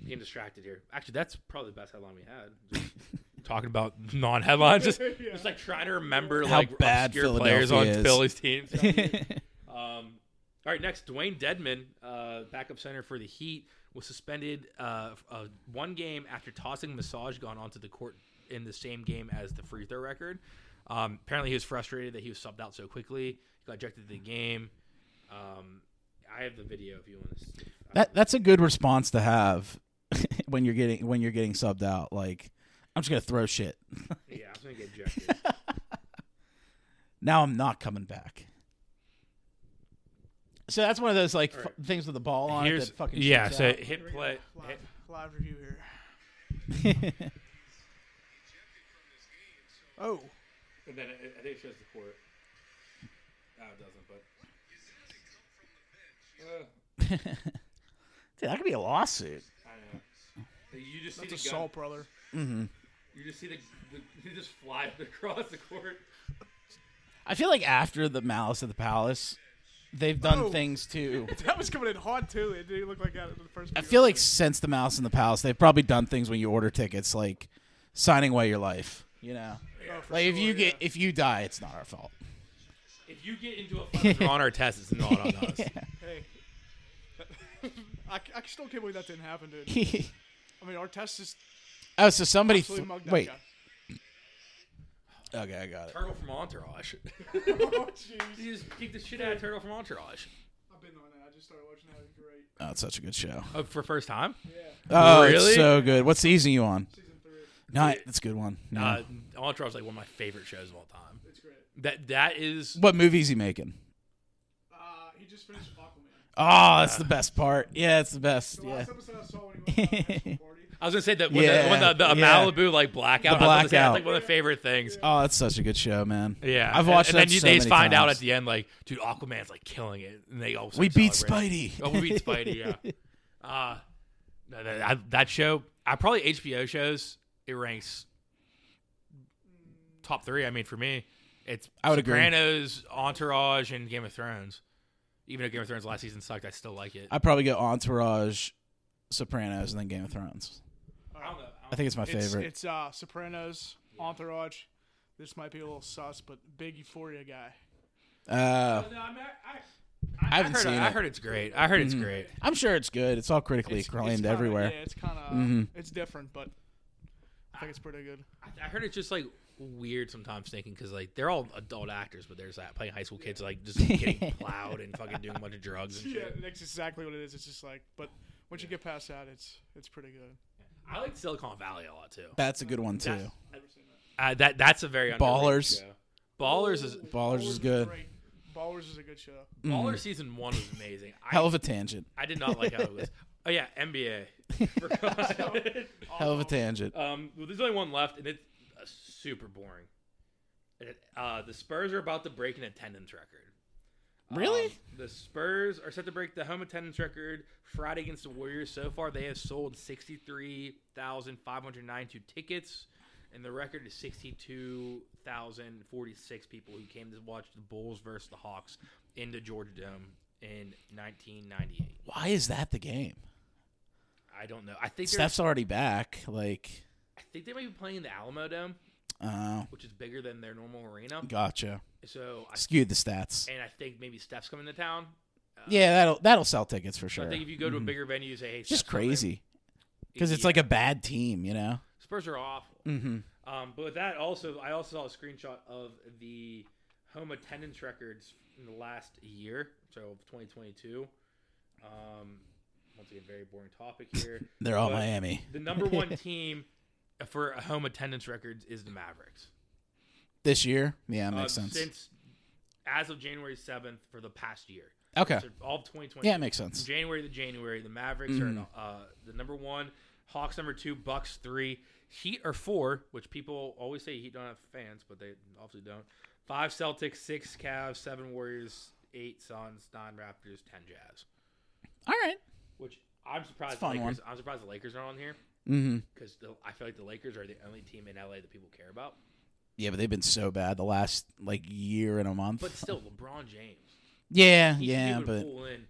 [SPEAKER 2] getting distracted here. Actually, that's probably the best headline we had. Just talking about non-headlines, just, just like trying to remember
[SPEAKER 1] How
[SPEAKER 2] like
[SPEAKER 1] bad
[SPEAKER 2] obscure players on
[SPEAKER 1] Philadelphia is.
[SPEAKER 2] Philly's teams.
[SPEAKER 1] yeah.
[SPEAKER 2] Um, all right, next, Dwayne Dedman, uh, backup center for the Heat, was suspended uh, f- uh, one game after tossing massage gun onto the court in the same game as the free throw record. Um, apparently, he was frustrated that he was subbed out so quickly. He got ejected the game. Um, I have the video if you uh, want to. See.
[SPEAKER 1] That that's a good response to have when you're getting when you're getting subbed out. Like, I'm just gonna throw shit.
[SPEAKER 2] yeah, I was gonna get ejected.
[SPEAKER 1] now I'm not coming back. So that's one of those like
[SPEAKER 2] All right.
[SPEAKER 1] f- things with the ball on it
[SPEAKER 2] Here's
[SPEAKER 1] that fucking
[SPEAKER 2] yeah.
[SPEAKER 1] shoots
[SPEAKER 2] So
[SPEAKER 1] out.
[SPEAKER 2] hit
[SPEAKER 3] Here we go.
[SPEAKER 2] play.
[SPEAKER 3] Live,
[SPEAKER 2] hit-
[SPEAKER 3] live review here. Oh,
[SPEAKER 2] and then it, I think it shows the court. No, it doesn't. But Uh,
[SPEAKER 1] Dude, that could be a lawsuit.
[SPEAKER 2] I know. You just see
[SPEAKER 3] that's
[SPEAKER 2] the gun.
[SPEAKER 3] assault, brother.
[SPEAKER 2] You just see the, the you just fly across the court.
[SPEAKER 1] I feel like after the Malice of the Palace, they've done
[SPEAKER 3] Oh.
[SPEAKER 1] things too.
[SPEAKER 3] That was coming in hot too. It didn't look like that in the first.
[SPEAKER 1] I feel like since the Malice in the Palace, they've probably done things when you order tickets, like signing away your life. You know,
[SPEAKER 3] Oh,
[SPEAKER 1] like if you get if you die, it's not our fault.
[SPEAKER 2] If you get into a fight on our test, it's not on us.
[SPEAKER 3] Hey. I, c- I still can't believe that didn't happen, dude.
[SPEAKER 1] oh,
[SPEAKER 3] I mean, our test is
[SPEAKER 1] so somebody
[SPEAKER 3] absolutely
[SPEAKER 1] fl-
[SPEAKER 3] mugged that
[SPEAKER 1] wait.
[SPEAKER 3] guy.
[SPEAKER 1] Okay, I got it.
[SPEAKER 2] Turtle from Entourage.
[SPEAKER 3] Oh, jeez.
[SPEAKER 2] you just kick the shit out of Turtle from Entourage.
[SPEAKER 3] I've been on that. I just started watching that. It was great.
[SPEAKER 1] Oh, it's such a good show.
[SPEAKER 2] Oh, for first time,
[SPEAKER 3] Yeah,
[SPEAKER 1] Oh, it's
[SPEAKER 2] Really?
[SPEAKER 1] so good. What season you on?
[SPEAKER 3] season three.
[SPEAKER 1] No, that's a good one. Yeah.
[SPEAKER 2] uh, Entourage is like one of my favorite shows of all time.
[SPEAKER 3] It's great.
[SPEAKER 2] That that is
[SPEAKER 1] what movies he making?
[SPEAKER 3] Uh, he just finished Aquaman.
[SPEAKER 1] Oh, that's the best part. Yeah, it's the best.
[SPEAKER 3] The
[SPEAKER 1] Yeah.
[SPEAKER 3] last episode I saw when he went to the bachelor party.
[SPEAKER 2] I was gonna say that when
[SPEAKER 1] Yeah,
[SPEAKER 2] the, when the, the
[SPEAKER 1] yeah.
[SPEAKER 2] Malibu like blackout,
[SPEAKER 1] The
[SPEAKER 2] I was gonna say,
[SPEAKER 1] blackout.
[SPEAKER 2] that's like one of my favorite things.
[SPEAKER 1] Oh, that's such a good show, man.
[SPEAKER 2] Yeah,
[SPEAKER 1] I've watched
[SPEAKER 2] and, and
[SPEAKER 1] that
[SPEAKER 2] then you-
[SPEAKER 1] so
[SPEAKER 2] they
[SPEAKER 1] many
[SPEAKER 2] find out
[SPEAKER 1] times.
[SPEAKER 2] at the end, like, dude, Aquaman's like killing it, and they all
[SPEAKER 1] We
[SPEAKER 2] start
[SPEAKER 1] beat
[SPEAKER 2] celebrating.
[SPEAKER 1] Spidey.
[SPEAKER 2] Oh, we beat Spidey. Yeah, uh, no, that, I, that show, I probably HBO shows. It ranks top three. I mean, for me, it's
[SPEAKER 1] I would agree.
[SPEAKER 2] Sopranos, Entourage, and Game of Thrones. Even though Game of Thrones last season sucked, I still like it.
[SPEAKER 1] I probably go Entourage, Sopranos, and then Game of Thrones.
[SPEAKER 2] I don't know. I
[SPEAKER 1] I
[SPEAKER 2] don't-
[SPEAKER 1] think it's my
[SPEAKER 3] It's,
[SPEAKER 1] favorite.
[SPEAKER 3] it's uh, Sopranos, Entourage. This might be a little sus, but big Euphoria guy.
[SPEAKER 1] uh,
[SPEAKER 2] No, I mean, I- I-
[SPEAKER 1] I haven't
[SPEAKER 2] heard,
[SPEAKER 1] seen
[SPEAKER 2] I
[SPEAKER 1] it. Mm-hmm.
[SPEAKER 2] heard it's great. I heard it's great.
[SPEAKER 1] I'm sure it's good. It's all critically
[SPEAKER 3] It's,
[SPEAKER 1] acclaimed
[SPEAKER 3] it's kinda,
[SPEAKER 1] everywhere. Mm-hmm.
[SPEAKER 3] Yeah, it's kind of it's different, but I think it's pretty good.
[SPEAKER 2] I- I heard it's just like weird sometimes thinking because like they're all adult actors, but there's that playing high school kids like just getting plowed and fucking doing a bunch of drugs and
[SPEAKER 3] Yeah,
[SPEAKER 2] shit.
[SPEAKER 3] that's exactly what it is. It's just like, but once you get past that, it's it's pretty good.
[SPEAKER 2] I like Silicon Valley a lot too.
[SPEAKER 1] That's a good one too.
[SPEAKER 2] That's- Uh, that that's a very underrated
[SPEAKER 1] Ballers.
[SPEAKER 2] show. Ballers is
[SPEAKER 1] Ballers is good.
[SPEAKER 3] great. Ballers is a good show.
[SPEAKER 2] Ballers season one was amazing.
[SPEAKER 1] Mm. Hell
[SPEAKER 2] I,
[SPEAKER 1] of a tangent.
[SPEAKER 2] I did not like how it was. Oh yeah, NBA.
[SPEAKER 1] Hell of a tangent.
[SPEAKER 2] um, well, there's only one left, and it's uh, super boring. It- uh, the Spurs are about to break an attendance record.
[SPEAKER 1] Really?
[SPEAKER 2] Um, the Spurs are set to break the home attendance record Friday against the Warriors. So far, they have sold 63,592 tickets, and the record is 62,046 people who came to watch the Bulls versus the Hawks in the Georgia Dome in 1998.
[SPEAKER 1] Why is that the game?
[SPEAKER 2] I don't know. I think they're-
[SPEAKER 1] Steph's already back. Like,
[SPEAKER 2] I think they might be playing in the Alamo Dome.
[SPEAKER 1] Oh,
[SPEAKER 2] which is bigger than their normal arena.
[SPEAKER 1] gotcha.
[SPEAKER 2] So, I,
[SPEAKER 1] Skewed the stats.
[SPEAKER 2] and I think maybe Steph's coming to town.
[SPEAKER 1] Yeah, that'll that'll sell tickets for
[SPEAKER 2] So
[SPEAKER 1] sure.
[SPEAKER 2] I think if you go to a
[SPEAKER 1] Mhm.
[SPEAKER 2] bigger venue, you say, "Hey,
[SPEAKER 1] It's just
[SPEAKER 2] Steph's coming."
[SPEAKER 1] crazy because it's like a bad team, you know.
[SPEAKER 2] Spurs are awful.
[SPEAKER 1] Mm-hmm.
[SPEAKER 2] Um, but with that, also I also saw a screenshot of the home attendance records in the last year, so of 2022. Um, once again, very boring topic here.
[SPEAKER 1] They're all
[SPEAKER 2] But-
[SPEAKER 1] Miami.
[SPEAKER 2] the number one team for home attendance records is the Mavericks.
[SPEAKER 1] This year, yeah,
[SPEAKER 2] Uh,
[SPEAKER 1] makes sense.
[SPEAKER 2] Since as of January 7th for the past year,
[SPEAKER 1] Okay,
[SPEAKER 2] so all of 2020.
[SPEAKER 1] yeah, it makes sense.
[SPEAKER 2] From January to January, the Mavericks
[SPEAKER 1] Mm-hmm.
[SPEAKER 2] are uh, the number one, Hawks number two, Bucks three, Heat are four, which people always say Heat don't have fans, but they obviously don't. Five Celtics, six Cavs, seven Warriors, eight Suns, nine Raptors, ten Jazz.
[SPEAKER 1] All right.
[SPEAKER 2] Which I'm surprised.
[SPEAKER 1] It's a
[SPEAKER 2] The
[SPEAKER 1] fun
[SPEAKER 2] Lakers, I'm surprised the Lakers aren't on here
[SPEAKER 1] Mm-hmm.
[SPEAKER 2] because I feel like the Lakers are the only team in LA that people care about.
[SPEAKER 1] Yeah, but they've been so bad the last like year and a month.
[SPEAKER 2] But still, LeBron James.
[SPEAKER 1] yeah,
[SPEAKER 2] he- he
[SPEAKER 1] yeah,
[SPEAKER 2] would
[SPEAKER 1] but Mm-hmm.
[SPEAKER 2] pull in.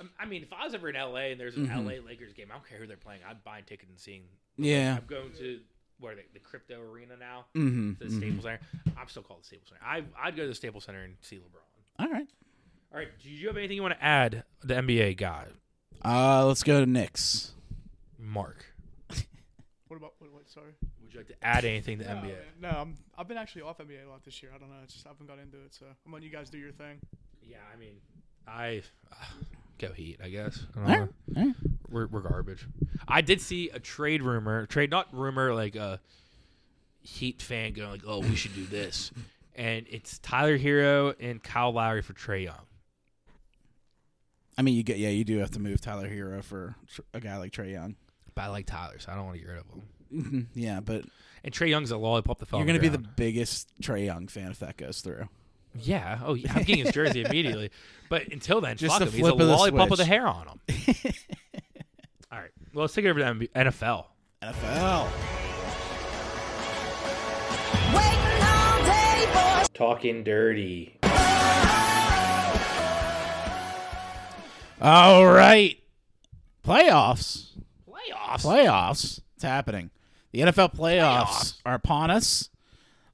[SPEAKER 2] um, I- I mean, if I was ever in LA and there's an LA Lakers game, I don't care who they're playing. I'd buy a ticket and seeing.
[SPEAKER 1] Yeah.
[SPEAKER 2] I'm going to where are they, the crypto arena now,
[SPEAKER 1] mm-hmm,
[SPEAKER 2] the Staples Center. I'm still called the Staples Center. I I'd go to the Staples Center and see LeBron.
[SPEAKER 1] All right.
[SPEAKER 2] All right, do you have anything you want to add? The NBA guy,
[SPEAKER 1] Uh, let's go to Knicks.
[SPEAKER 2] Mark.
[SPEAKER 3] What about what? what sorry.
[SPEAKER 2] Would you like to add anything to
[SPEAKER 3] No,
[SPEAKER 2] NBA?
[SPEAKER 3] man, no, I'm, I've been actually off NBA a lot this year. I don't know. It's just I haven't got into it. So I'm letting you guys do your thing.
[SPEAKER 2] Yeah, I mean, I go Heat. I guess. I don't
[SPEAKER 1] All
[SPEAKER 2] know.
[SPEAKER 1] right. All right.
[SPEAKER 2] We're, we're garbage. I did see a trade rumor, trade not rumor, like a Heat fan going like, "Oh, we should do this," and it's Tyler Hero and Kyle Lowry for Trey Young.
[SPEAKER 1] I mean, you get yeah, you do have to move Tyler Hero for tr- a guy like Trey Young.
[SPEAKER 2] But I like Tyler, so I don't want to get rid of him.
[SPEAKER 1] Mhm, yeah, but
[SPEAKER 2] And Trey Young's a lollipop. The
[SPEAKER 1] you're gonna be the biggest Trey Young fan if that goes through.
[SPEAKER 2] yeah. Oh, yeah, I'm getting his jersey immediately. But until then,
[SPEAKER 1] Just
[SPEAKER 2] fuck
[SPEAKER 1] the
[SPEAKER 2] him. He's a
[SPEAKER 1] flip of the
[SPEAKER 2] lollipop with a
[SPEAKER 1] switch.
[SPEAKER 2] hair on him. All right. Well, let's take it over to the NFL.
[SPEAKER 1] NFL.
[SPEAKER 4] Waiting all day, boys.
[SPEAKER 2] Talking dirty.
[SPEAKER 1] All right. Playoffs.
[SPEAKER 2] Playoffs.
[SPEAKER 1] Playoffs. It's happening. The NFL playoffs,
[SPEAKER 2] Playoffs.
[SPEAKER 1] are upon us.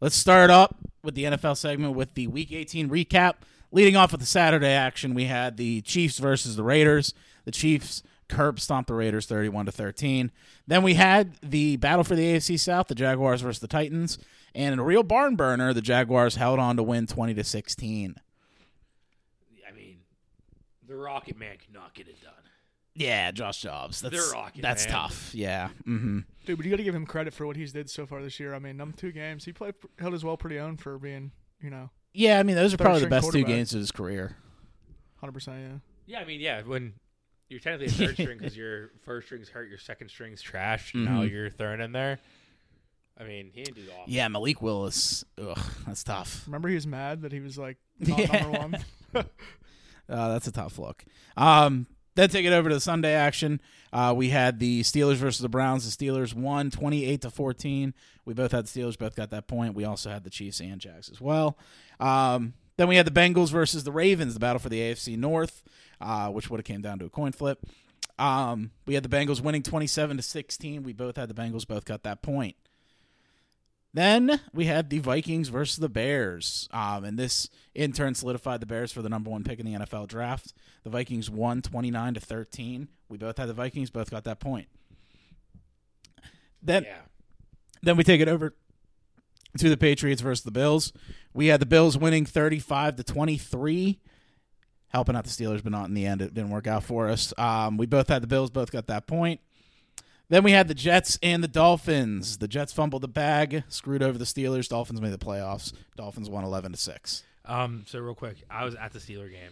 [SPEAKER 1] Let's start up with the NFL segment with the Week 18 recap. Leading off with the Saturday action, we had the Chiefs versus the Raiders. The Chiefs curb stomped the Raiders 31 to 13. Then we had the battle for the AFC South, the Jaguars versus the Titans, and in a real barn burner, the Jaguars held on to win 20 to 16.
[SPEAKER 2] I mean, the Rocket Man cannot get it done.
[SPEAKER 1] Yeah, Josh Jobs. That's
[SPEAKER 2] They're rocking,
[SPEAKER 1] that's
[SPEAKER 2] man.
[SPEAKER 1] tough. Yeah. Mm-hmm.
[SPEAKER 3] Dude, but you got to give him credit for what he's did so far this year. I mean, them two games, he played held his well pretty own for being, you know,
[SPEAKER 1] Yeah, I mean those are
[SPEAKER 3] Third
[SPEAKER 1] probably the
[SPEAKER 3] string
[SPEAKER 1] best two
[SPEAKER 3] quarterback.
[SPEAKER 1] games of his career.
[SPEAKER 3] 100. percent Yeah.
[SPEAKER 2] Yeah, I mean, yeah, when you're technically a third string because your first string's hurt, your second string's trash, and now
[SPEAKER 1] Mhm.
[SPEAKER 2] you're thrown in there. I mean, he didn't do awful.
[SPEAKER 1] Yeah, Malik Willis. Ugh, that's tough.
[SPEAKER 3] Remember, he was mad that he was like not number one.
[SPEAKER 1] Uh, that's a tough look. Um, then take it over to the Sunday action. Uh, we had the Steelers versus the Browns. The Steelers won 28 to 14. We both had the Steelers, both got that point. We also had the Chiefs and Jags as well. Um, then we had the Bengals versus the Ravens, the battle for the AFC North, uh, which would have came down to a coin flip. Um, we had the Bengals winning 27 to 16. We both had the Bengals, both got that point. Then we had the Vikings versus the Bears. Um, and this in turn solidified the Bears for the number one pick in the NFL draft. The Vikings won 29 to 13. We both had the Vikings, both got that point. Then,
[SPEAKER 2] Yeah.
[SPEAKER 1] then we take it over to the Patriots versus the Bills. We had the Bills winning 35 to 23, helping out the Steelers, but not in the end. It didn't work out for us. Um, we both had the Bills, both got that point. Then we had the Jets and the Dolphins. The Jets fumbled the bag, screwed over the Steelers. Dolphins made the playoffs. Dolphins won 11 to 6.
[SPEAKER 2] Um. So real quick, I was at the Steeler game,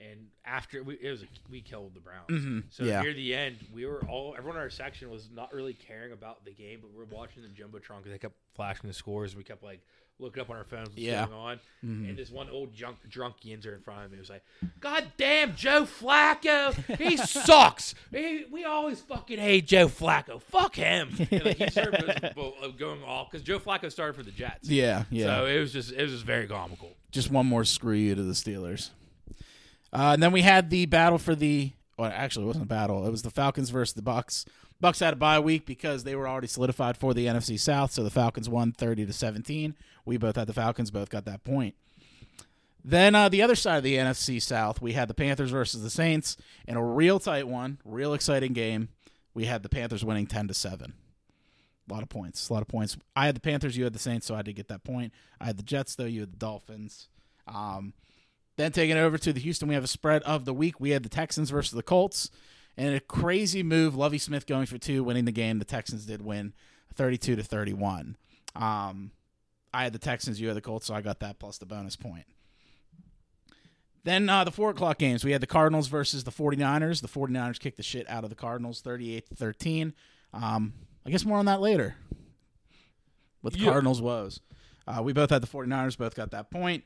[SPEAKER 2] and after we it was we killed the Browns. So
[SPEAKER 1] Mm-hmm. yeah.
[SPEAKER 2] near the end, we were all everyone in our section was not really caring about the game, but we were watching the jumbotron because they kept flashing the scores, and we kept like looking up on our phones what's
[SPEAKER 1] Yeah. Mm-hmm.
[SPEAKER 2] going on. And this one old junk drunk yinzer in front of me was like, "God damn, Joe Flacco, he sucks. He, we always fucking hate Joe Flacco. Fuck him." And like he started was going off because Joe Flacco started for the Jets.
[SPEAKER 1] Yeah, yeah.
[SPEAKER 2] So it was just it was just very comical.
[SPEAKER 1] just one more screw you to the Steelers. Uh, and then we had the battle for the. Well, actually, it wasn't a battle. It was the Falcons versus the Bucks. Bucks had a bye week because they were already solidified for the NFC South. So the Falcons won 30 to 17. We both had the Falcons, both got that point. Then uh, the other side of the NFC South, we had the Panthers versus the Saints in a real tight one, real exciting game. We had the Panthers winning 10 to 7. A lot of points. A lot of points. I had the Panthers, you had the Saints, so I did get that point. I had the Jets, though, you had the Dolphins. Um, then taking it over to the Houston, we have a spread of the week. We had the Texans versus the Colts. And a crazy move, Lovey Smith going for two, winning the game. The Texans did win 32 to 31. Um, I had the Texans, you had the Colts, so I got that plus the bonus point. Then uh, the four o'clock games. We had the Cardinals versus the 49ers. The 49ers kicked the shit out of the Cardinals 38 to 13. Um, I guess more on that later with the
[SPEAKER 2] Yeah.
[SPEAKER 1] Cardinals woes. Uh, we both had the 49ers, both got that point.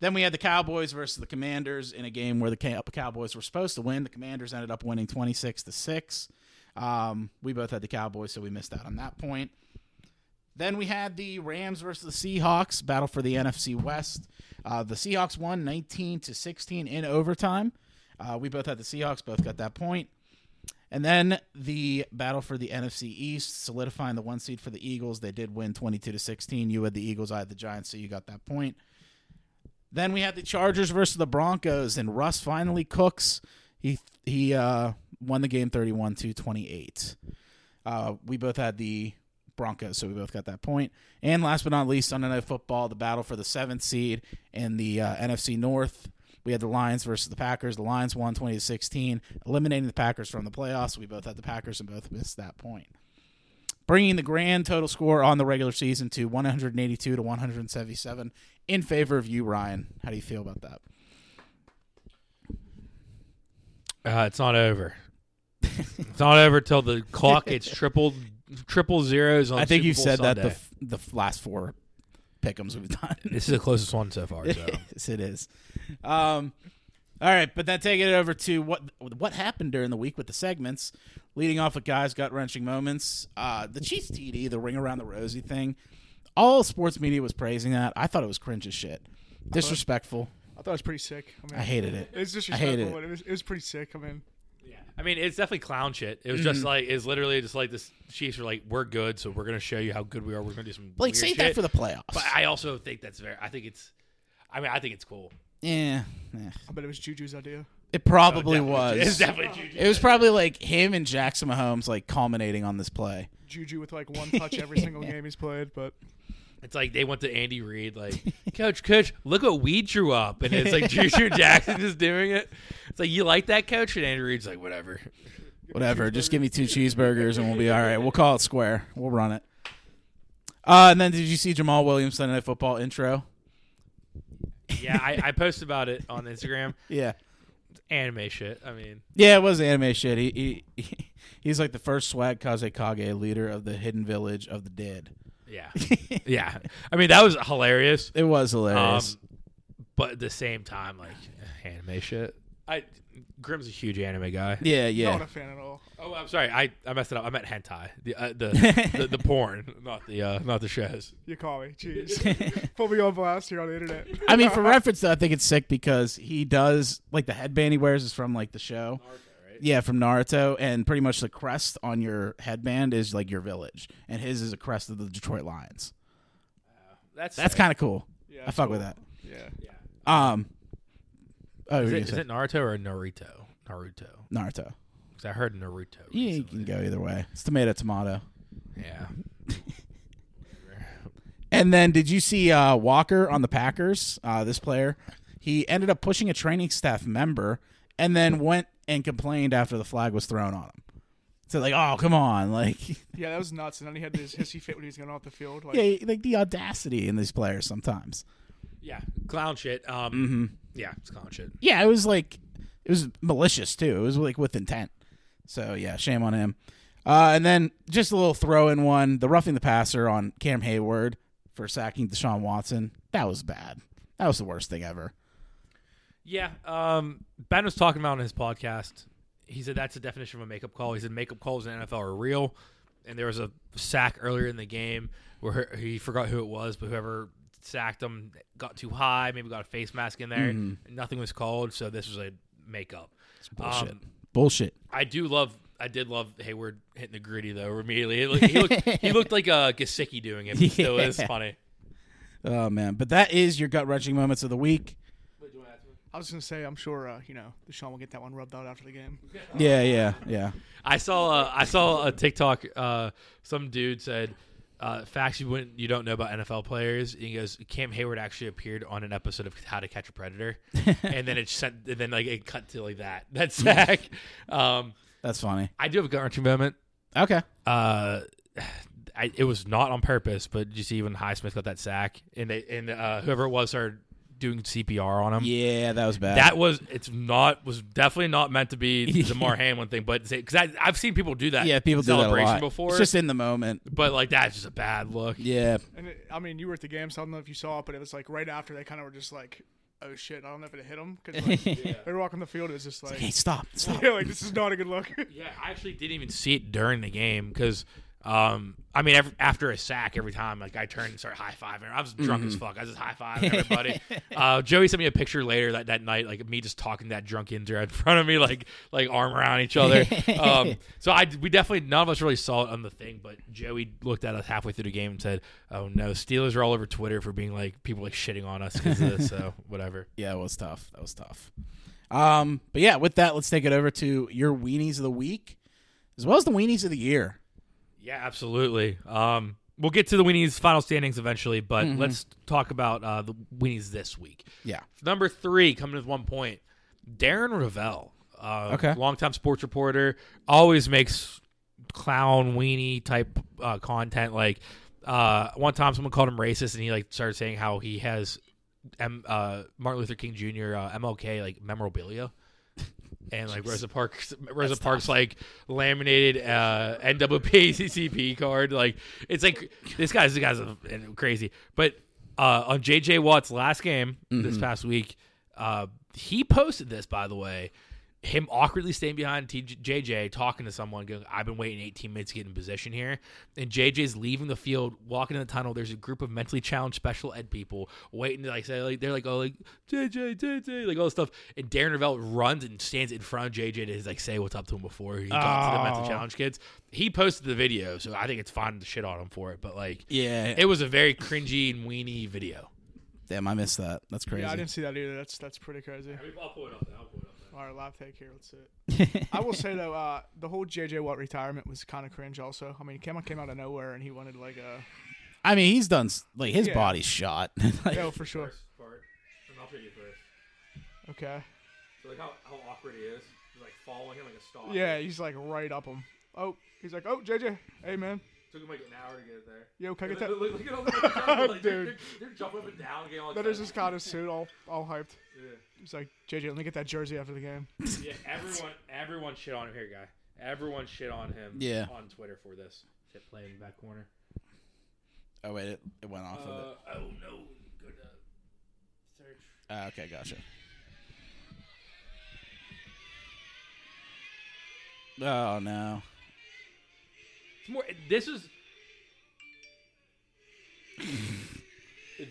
[SPEAKER 1] Then we had the Cowboys versus the Commanders in a game where the Cow- Cowboys were supposed to win. The Commanders ended up winning 26 to 6. Um, we both had the Cowboys, so we missed out on that point. Then we had the Rams versus the Seahawks battle for the NFC West. Uh, the Seahawks won 19 to 16 in overtime. Uh, we both had the Seahawks, both got that point. And then the battle for the NFC East, solidifying the one seed for the Eagles. They did win 22 to 16. You had the Eagles, I had the Giants, so you got that point. Then we had the Chargers versus the Broncos, and Russ finally cooks. He he uh, won the game 31 to 28. Uh, we both had the Broncos, so we both got that point. And last but not least, Sunday Night Football, the battle for the seventh seed in the uh, NFC North. We had the Lions versus the Packers. The Lions won 20 to 16, eliminating the Packers from the playoffs. We both had the Packers and both missed that point. Bringing the grand total score on the regular season to 182 to 177 in favor of you, Ryan. How do you feel about that?
[SPEAKER 2] Uh, it's not over. it's not over till the clock hits triple triple zeros on.
[SPEAKER 1] I think
[SPEAKER 2] Super
[SPEAKER 1] you've
[SPEAKER 2] Bowl
[SPEAKER 1] said that the,
[SPEAKER 2] Sunday.
[SPEAKER 1] f- the f- last four pickums we've done.
[SPEAKER 2] this is the closest one so far. So.
[SPEAKER 1] yes, it is. Um, all right, but then taking it over to what what happened during the week with the segments, leading off with guys gut wrenching moments, uh, the Chiefs TD, the ring around the rosy thing. All sports media was praising that. I thought it was cringe as shit, disrespectful.
[SPEAKER 3] I thought it was pretty sick. I, mean,
[SPEAKER 1] I hated it.
[SPEAKER 3] It's
[SPEAKER 1] I hated
[SPEAKER 3] disrespectful.
[SPEAKER 1] it.
[SPEAKER 3] but It was, it was pretty sick. I mean,
[SPEAKER 2] I mean, it's definitely clown shit. It was just
[SPEAKER 1] Mm.
[SPEAKER 2] like it's literally just like this. Chiefs are like, we're good, so we're gonna show you how good we are. We're gonna do some
[SPEAKER 1] Like
[SPEAKER 2] weird
[SPEAKER 1] save
[SPEAKER 2] shit."
[SPEAKER 1] that for the playoffs.
[SPEAKER 2] But I also think that's very. I think it's. I mean, I think it's cool.
[SPEAKER 1] yeah, eh.
[SPEAKER 3] I bet it was Juju's idea.
[SPEAKER 1] it probably
[SPEAKER 2] Oh, Definitely-
[SPEAKER 1] was.
[SPEAKER 2] It's definitely Juju.
[SPEAKER 1] it was probably like him and Jackson Mahomes like culminating on this play.
[SPEAKER 3] Juju with like one touch every single game he's played, but
[SPEAKER 2] It's like they went to Andy Reid, like, Coach, Coach, look what we drew up, and it's like Juju Jackson just doing it. It's like you like that, Coach, and Andy Reid's like, whatever.
[SPEAKER 1] Whatever. Just give me two cheeseburgers and we'll be all right. We'll call it square. We'll run it. Uh, and then did you see Jamal Williams Sunday Night Football intro?
[SPEAKER 2] Yeah, I, I post about it on Instagram.
[SPEAKER 1] Yeah.
[SPEAKER 2] Anime shit. I mean,
[SPEAKER 1] Yeah, it was anime shit. He, he, he he's like the first swag Kazekage leader of the hidden village of the dead.
[SPEAKER 2] yeah, yeah. I mean, that was hilarious.
[SPEAKER 1] It was
[SPEAKER 2] Um,
[SPEAKER 1] hilarious.
[SPEAKER 2] but at the same time, like eh, anime shit. I Grimm's a huge anime guy.
[SPEAKER 1] yeah,
[SPEAKER 3] not
[SPEAKER 1] yeah.
[SPEAKER 3] a fan at all.
[SPEAKER 2] Oh, I'm sorry, I, I messed it up. I meant hentai, the uh, the, the the porn, not the uh, not the shows.
[SPEAKER 3] You call me. Jeez. Put me on blast here on the internet.
[SPEAKER 1] I mean, for reference though, I think it's sick because he does like the headband he wears is from like the show. Yeah, from Naruto, and pretty much the crest on your headband is like your village, and his is a crest of the Detroit Lions.
[SPEAKER 2] That's uh,
[SPEAKER 1] That's kind of cool.
[SPEAKER 3] Yeah,
[SPEAKER 1] I
[SPEAKER 3] that's
[SPEAKER 1] fuck
[SPEAKER 3] cool.
[SPEAKER 1] with that.
[SPEAKER 3] Yeah.
[SPEAKER 1] Um, oh,
[SPEAKER 2] Is
[SPEAKER 1] you
[SPEAKER 2] it,
[SPEAKER 1] gonna
[SPEAKER 2] is
[SPEAKER 1] say
[SPEAKER 2] it Naruto or Naruto? Naruto.
[SPEAKER 1] Naruto.
[SPEAKER 2] Because I heard Naruto.
[SPEAKER 1] Yeah, you
[SPEAKER 2] recently.
[SPEAKER 1] can go either way. It's tomato, tomato.
[SPEAKER 2] Yeah.
[SPEAKER 1] And then, did you see uh, Walker on the Packers? Uh, this player, he ended up pushing a training staff member, and then went and complained after the flag was thrown on him. So like, oh come on, like,
[SPEAKER 3] Yeah, that was nuts. And then he had this hissy fit when he was going off the field. Like,
[SPEAKER 1] yeah, like the audacity in these players sometimes.
[SPEAKER 2] Yeah. Clown shit. Um.
[SPEAKER 1] Mm-hmm.
[SPEAKER 2] Yeah, it's clown shit.
[SPEAKER 1] Yeah, it was like it was malicious too. It was like with intent. So yeah, shame on him. Uh, and then just a little throw in one, the roughing the passer on Cam Hayward for sacking Deshaun Watson. That was bad. That was the worst thing ever.
[SPEAKER 2] Yeah. Um. Ben was talking about on his podcast. He said that's the definition of a makeup call. He said makeup calls in the NFL are real. And there was a sack earlier in the game where he forgot who it was, but whoever sacked him got too high, maybe got a face mask in there.
[SPEAKER 1] Mm-hmm.
[SPEAKER 2] Nothing was called, so this was a makeup.
[SPEAKER 1] Bullshit.
[SPEAKER 2] Um,
[SPEAKER 1] Bullshit.
[SPEAKER 2] I do love I did love Hayward hitting the gritty though immediately. He looked he looked, he looked like a Gasicki doing it. So it was
[SPEAKER 1] Yeah.
[SPEAKER 2] funny.
[SPEAKER 1] Oh man, but that is your gut wrenching moments of the week.
[SPEAKER 3] I was gonna say, I'm sure uh, you know Deshaun will get that one rubbed out after the game.
[SPEAKER 1] Yeah, yeah, yeah.
[SPEAKER 2] I saw uh, I saw a TikTok. Uh, some dude said uh, facts you wouldn't you don't know about NFL players. And he goes, Cam Hayward actually appeared on an episode of How to Catch a Predator, and then it sent and then like it cut to like that. That's Zach. um,
[SPEAKER 1] That's funny.
[SPEAKER 2] I do have a gut wrenching moment.
[SPEAKER 1] Okay.
[SPEAKER 2] Uh, I, it was not on purpose, but did you see when Highsmith got that sack and they and uh, whoever it was started doing CPR on him.
[SPEAKER 1] Yeah, that was bad.
[SPEAKER 2] That was it's not was definitely not meant to be the Damar Hamlin thing, but because I've seen people do that.
[SPEAKER 1] yeah, people do that a
[SPEAKER 2] celebration
[SPEAKER 1] lot.
[SPEAKER 2] before.
[SPEAKER 1] It's just in the moment.
[SPEAKER 2] But like that's just a bad look.
[SPEAKER 1] Yeah,
[SPEAKER 3] And it, I mean, you were at the game, so I don't know if you saw it, but it was like right after they kind of were just like, "Oh shit!" I don't know if it hit them because like, they were walking the field. It was just like,
[SPEAKER 1] Hey, stop, stop.
[SPEAKER 3] yeah, like this is not a good look.
[SPEAKER 2] Yeah, I actually didn't even see it during the game because, um, I mean, ev after a sack, every time like I turned and started high fiving. I was drunk as fuck. I was just high fiving everybody. uh, Joey sent me a picture later that, that night, like me just talking to that drunk Indra in front of me, like like arm around each other. um, so I we definitely none of us really saw it on the thing, but Joey looked at us halfway through the game and said, "Oh no, Steelers are all over Twitter for being like people like shitting on us because of this." So whatever.
[SPEAKER 1] yeah, it was tough. That was tough. Um, but yeah, with that, let's take it over to your weenies of the week, as well as the weenies of the year.
[SPEAKER 2] Yeah, absolutely. Um, we'll get to the Weenies final standings eventually, but let's talk about uh, the Weenies this week.
[SPEAKER 1] Yeah.
[SPEAKER 2] Number three, coming with one point, Darren Ravel. Uh,
[SPEAKER 1] Okay.
[SPEAKER 2] Longtime sports reporter, always makes clown weenie type uh, content. Like uh, one time, someone called him racist, and he like started saying how he has M- uh, Martin Luther King Jr. Uh, MLK like memorabilia. And like Rosa Parks, Rosa Parks like laminated uh, NAACP card. Like it's like this guy's this guy's a, crazy. But uh, on JJ Watt's last game this past week, uh, he posted this by the way. Him awkwardly staying behind T- JJ, talking to someone, going, "I've been waiting 18 minutes to get in position here." And JJ's leaving the field, walking in the tunnel. There's a group of mentally challenged special ed people waiting to like say, like they're like, "Oh, like JJ, JJ," like all this stuff. And Darren Ravel runs and stands in front of JJ to like say what's up to him before he got to the mental
[SPEAKER 1] Oh.
[SPEAKER 2] challenge kids. He posted the video, so I think it's fine to shit on him for it. But like,
[SPEAKER 1] Yeah,
[SPEAKER 2] it was a very cringy and weenie video.
[SPEAKER 1] damn, I missed that. That's crazy.
[SPEAKER 3] Yeah, I didn't see that either. That's that's pretty crazy.
[SPEAKER 2] I'll pull it up. I'll pull it up.
[SPEAKER 3] All right, live take here. Let's see. it. I will say though, uh, the whole JJ Watt retirement was kind of cringe. Also, I mean, Kemba came out of nowhere and he wanted like a
[SPEAKER 1] I mean, he's done s- like his
[SPEAKER 3] Yeah.
[SPEAKER 1] body's shot. Like,
[SPEAKER 3] yeah, for sure.
[SPEAKER 2] part, and I'll show you first.
[SPEAKER 3] Okay,
[SPEAKER 2] So like how, how awkward he is. He's like following him like a stalker.
[SPEAKER 3] yeah, he's like right up him. Oh, he's like, oh JJ, hey man,
[SPEAKER 2] Took him like an hour to get there.
[SPEAKER 3] yo, can I get
[SPEAKER 2] Look-
[SPEAKER 3] that?
[SPEAKER 2] look- look at all the- like, they're-
[SPEAKER 3] Dude.
[SPEAKER 2] They're, they're jumping up and down. Getting all
[SPEAKER 3] That is
[SPEAKER 2] excited.
[SPEAKER 3] his kind of suit, all all hyped.
[SPEAKER 2] Yeah.
[SPEAKER 3] He's like, JJ, let me get that jersey after the game.
[SPEAKER 2] Yeah, everyone, everyone shit on him here, guy. Everyone shit on him.
[SPEAKER 1] Yeah.
[SPEAKER 2] On Twitter for this. Shit, play in the back corner.
[SPEAKER 1] Oh wait, it, it went off
[SPEAKER 2] Uh,
[SPEAKER 1] of it.
[SPEAKER 2] oh no, go to search.
[SPEAKER 1] Ah, okay, gotcha. Oh no.
[SPEAKER 2] It's more. This is.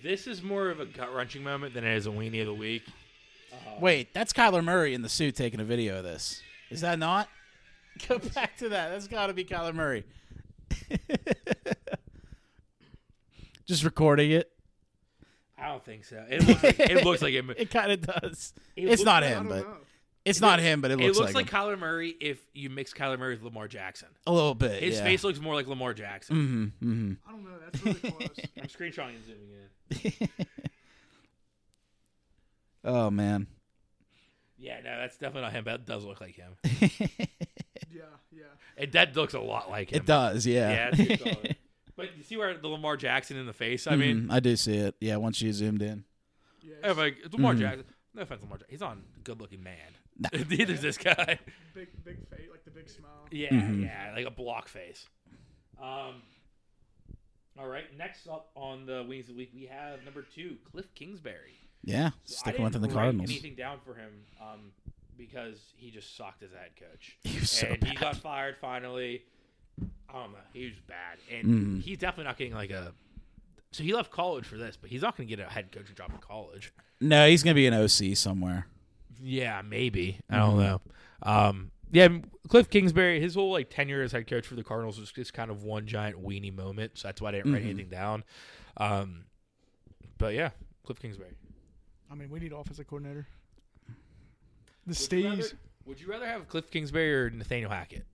[SPEAKER 2] this is more of a gut wrenching moment than it is a weenie of the week.
[SPEAKER 1] Wait, that's Kyler Murray in the suit taking a video of this. Is that not? Go back to that. That's got to be Kyler Murray. Just recording it.
[SPEAKER 2] I don't think so. It looks like it looks like it.
[SPEAKER 1] It kind of does. it's
[SPEAKER 2] looks-
[SPEAKER 1] not
[SPEAKER 3] I
[SPEAKER 1] him,
[SPEAKER 3] don't
[SPEAKER 1] but
[SPEAKER 3] know.
[SPEAKER 1] it's not him, but it
[SPEAKER 2] It
[SPEAKER 1] looks,
[SPEAKER 2] looks
[SPEAKER 1] like,
[SPEAKER 2] like Kyler Murray if you mix Kyler Murray with Lamar Jackson.
[SPEAKER 1] him. a little bit.
[SPEAKER 2] His
[SPEAKER 1] yeah.
[SPEAKER 2] face looks more like Lamar Jackson.
[SPEAKER 1] Mm-hmm, mm-hmm.
[SPEAKER 3] I don't know. That's really close.
[SPEAKER 2] I'm screenshotting and zooming in.
[SPEAKER 1] Oh man.
[SPEAKER 2] Yeah, no, that's definitely not him. But it does look like him.
[SPEAKER 3] yeah, yeah.
[SPEAKER 2] It that looks a lot like him.
[SPEAKER 1] It does.
[SPEAKER 2] Yeah,
[SPEAKER 1] Yeah.
[SPEAKER 2] it's good color. but you see where the Lamar Jackson in the face? I mean,
[SPEAKER 1] Mm, I do see it. Yeah, once you zoomed in.
[SPEAKER 3] yeah
[SPEAKER 2] if
[SPEAKER 1] Mm-hmm.
[SPEAKER 3] it's
[SPEAKER 2] I- it's Lamar Jackson. No offense, Lamar Jackson. He's on good-looking man. Neither's this guy.
[SPEAKER 3] big, big fate, like the big smile.
[SPEAKER 2] Yeah,
[SPEAKER 1] Mm-hmm.
[SPEAKER 2] yeah, like a block face. Um. All right, next up on the Wings of the Week, we have number two, Cliff Kingsbury.
[SPEAKER 1] Yeah,
[SPEAKER 2] So I
[SPEAKER 1] sticking with
[SPEAKER 2] didn't
[SPEAKER 1] the
[SPEAKER 2] write
[SPEAKER 1] Cardinals.
[SPEAKER 2] Anything down for him? Um, because he just sucked as a head coach.
[SPEAKER 1] He was so
[SPEAKER 2] and he
[SPEAKER 1] bad.
[SPEAKER 2] got fired finally. I don't know. He was bad, and
[SPEAKER 1] Mm.
[SPEAKER 2] he's definitely not getting like a. So he left college for this, but he's not going to get a head coaching job in college.
[SPEAKER 1] No, he's gonna be an OC somewhere. Mm.
[SPEAKER 2] Yeah, maybe. I don't know. Um, yeah, Cliff Kingsbury, his whole like tenure as head coach for the Cardinals was just kind of one giant weenie moment. So that's why I didn't
[SPEAKER 1] Mm-hmm.
[SPEAKER 2] write anything down. Um, but yeah, Cliff Kingsbury.
[SPEAKER 3] I mean, we need offensive coordinator. The Stees.
[SPEAKER 2] Would you rather have Cliff Kingsbury or Nathaniel Hackett?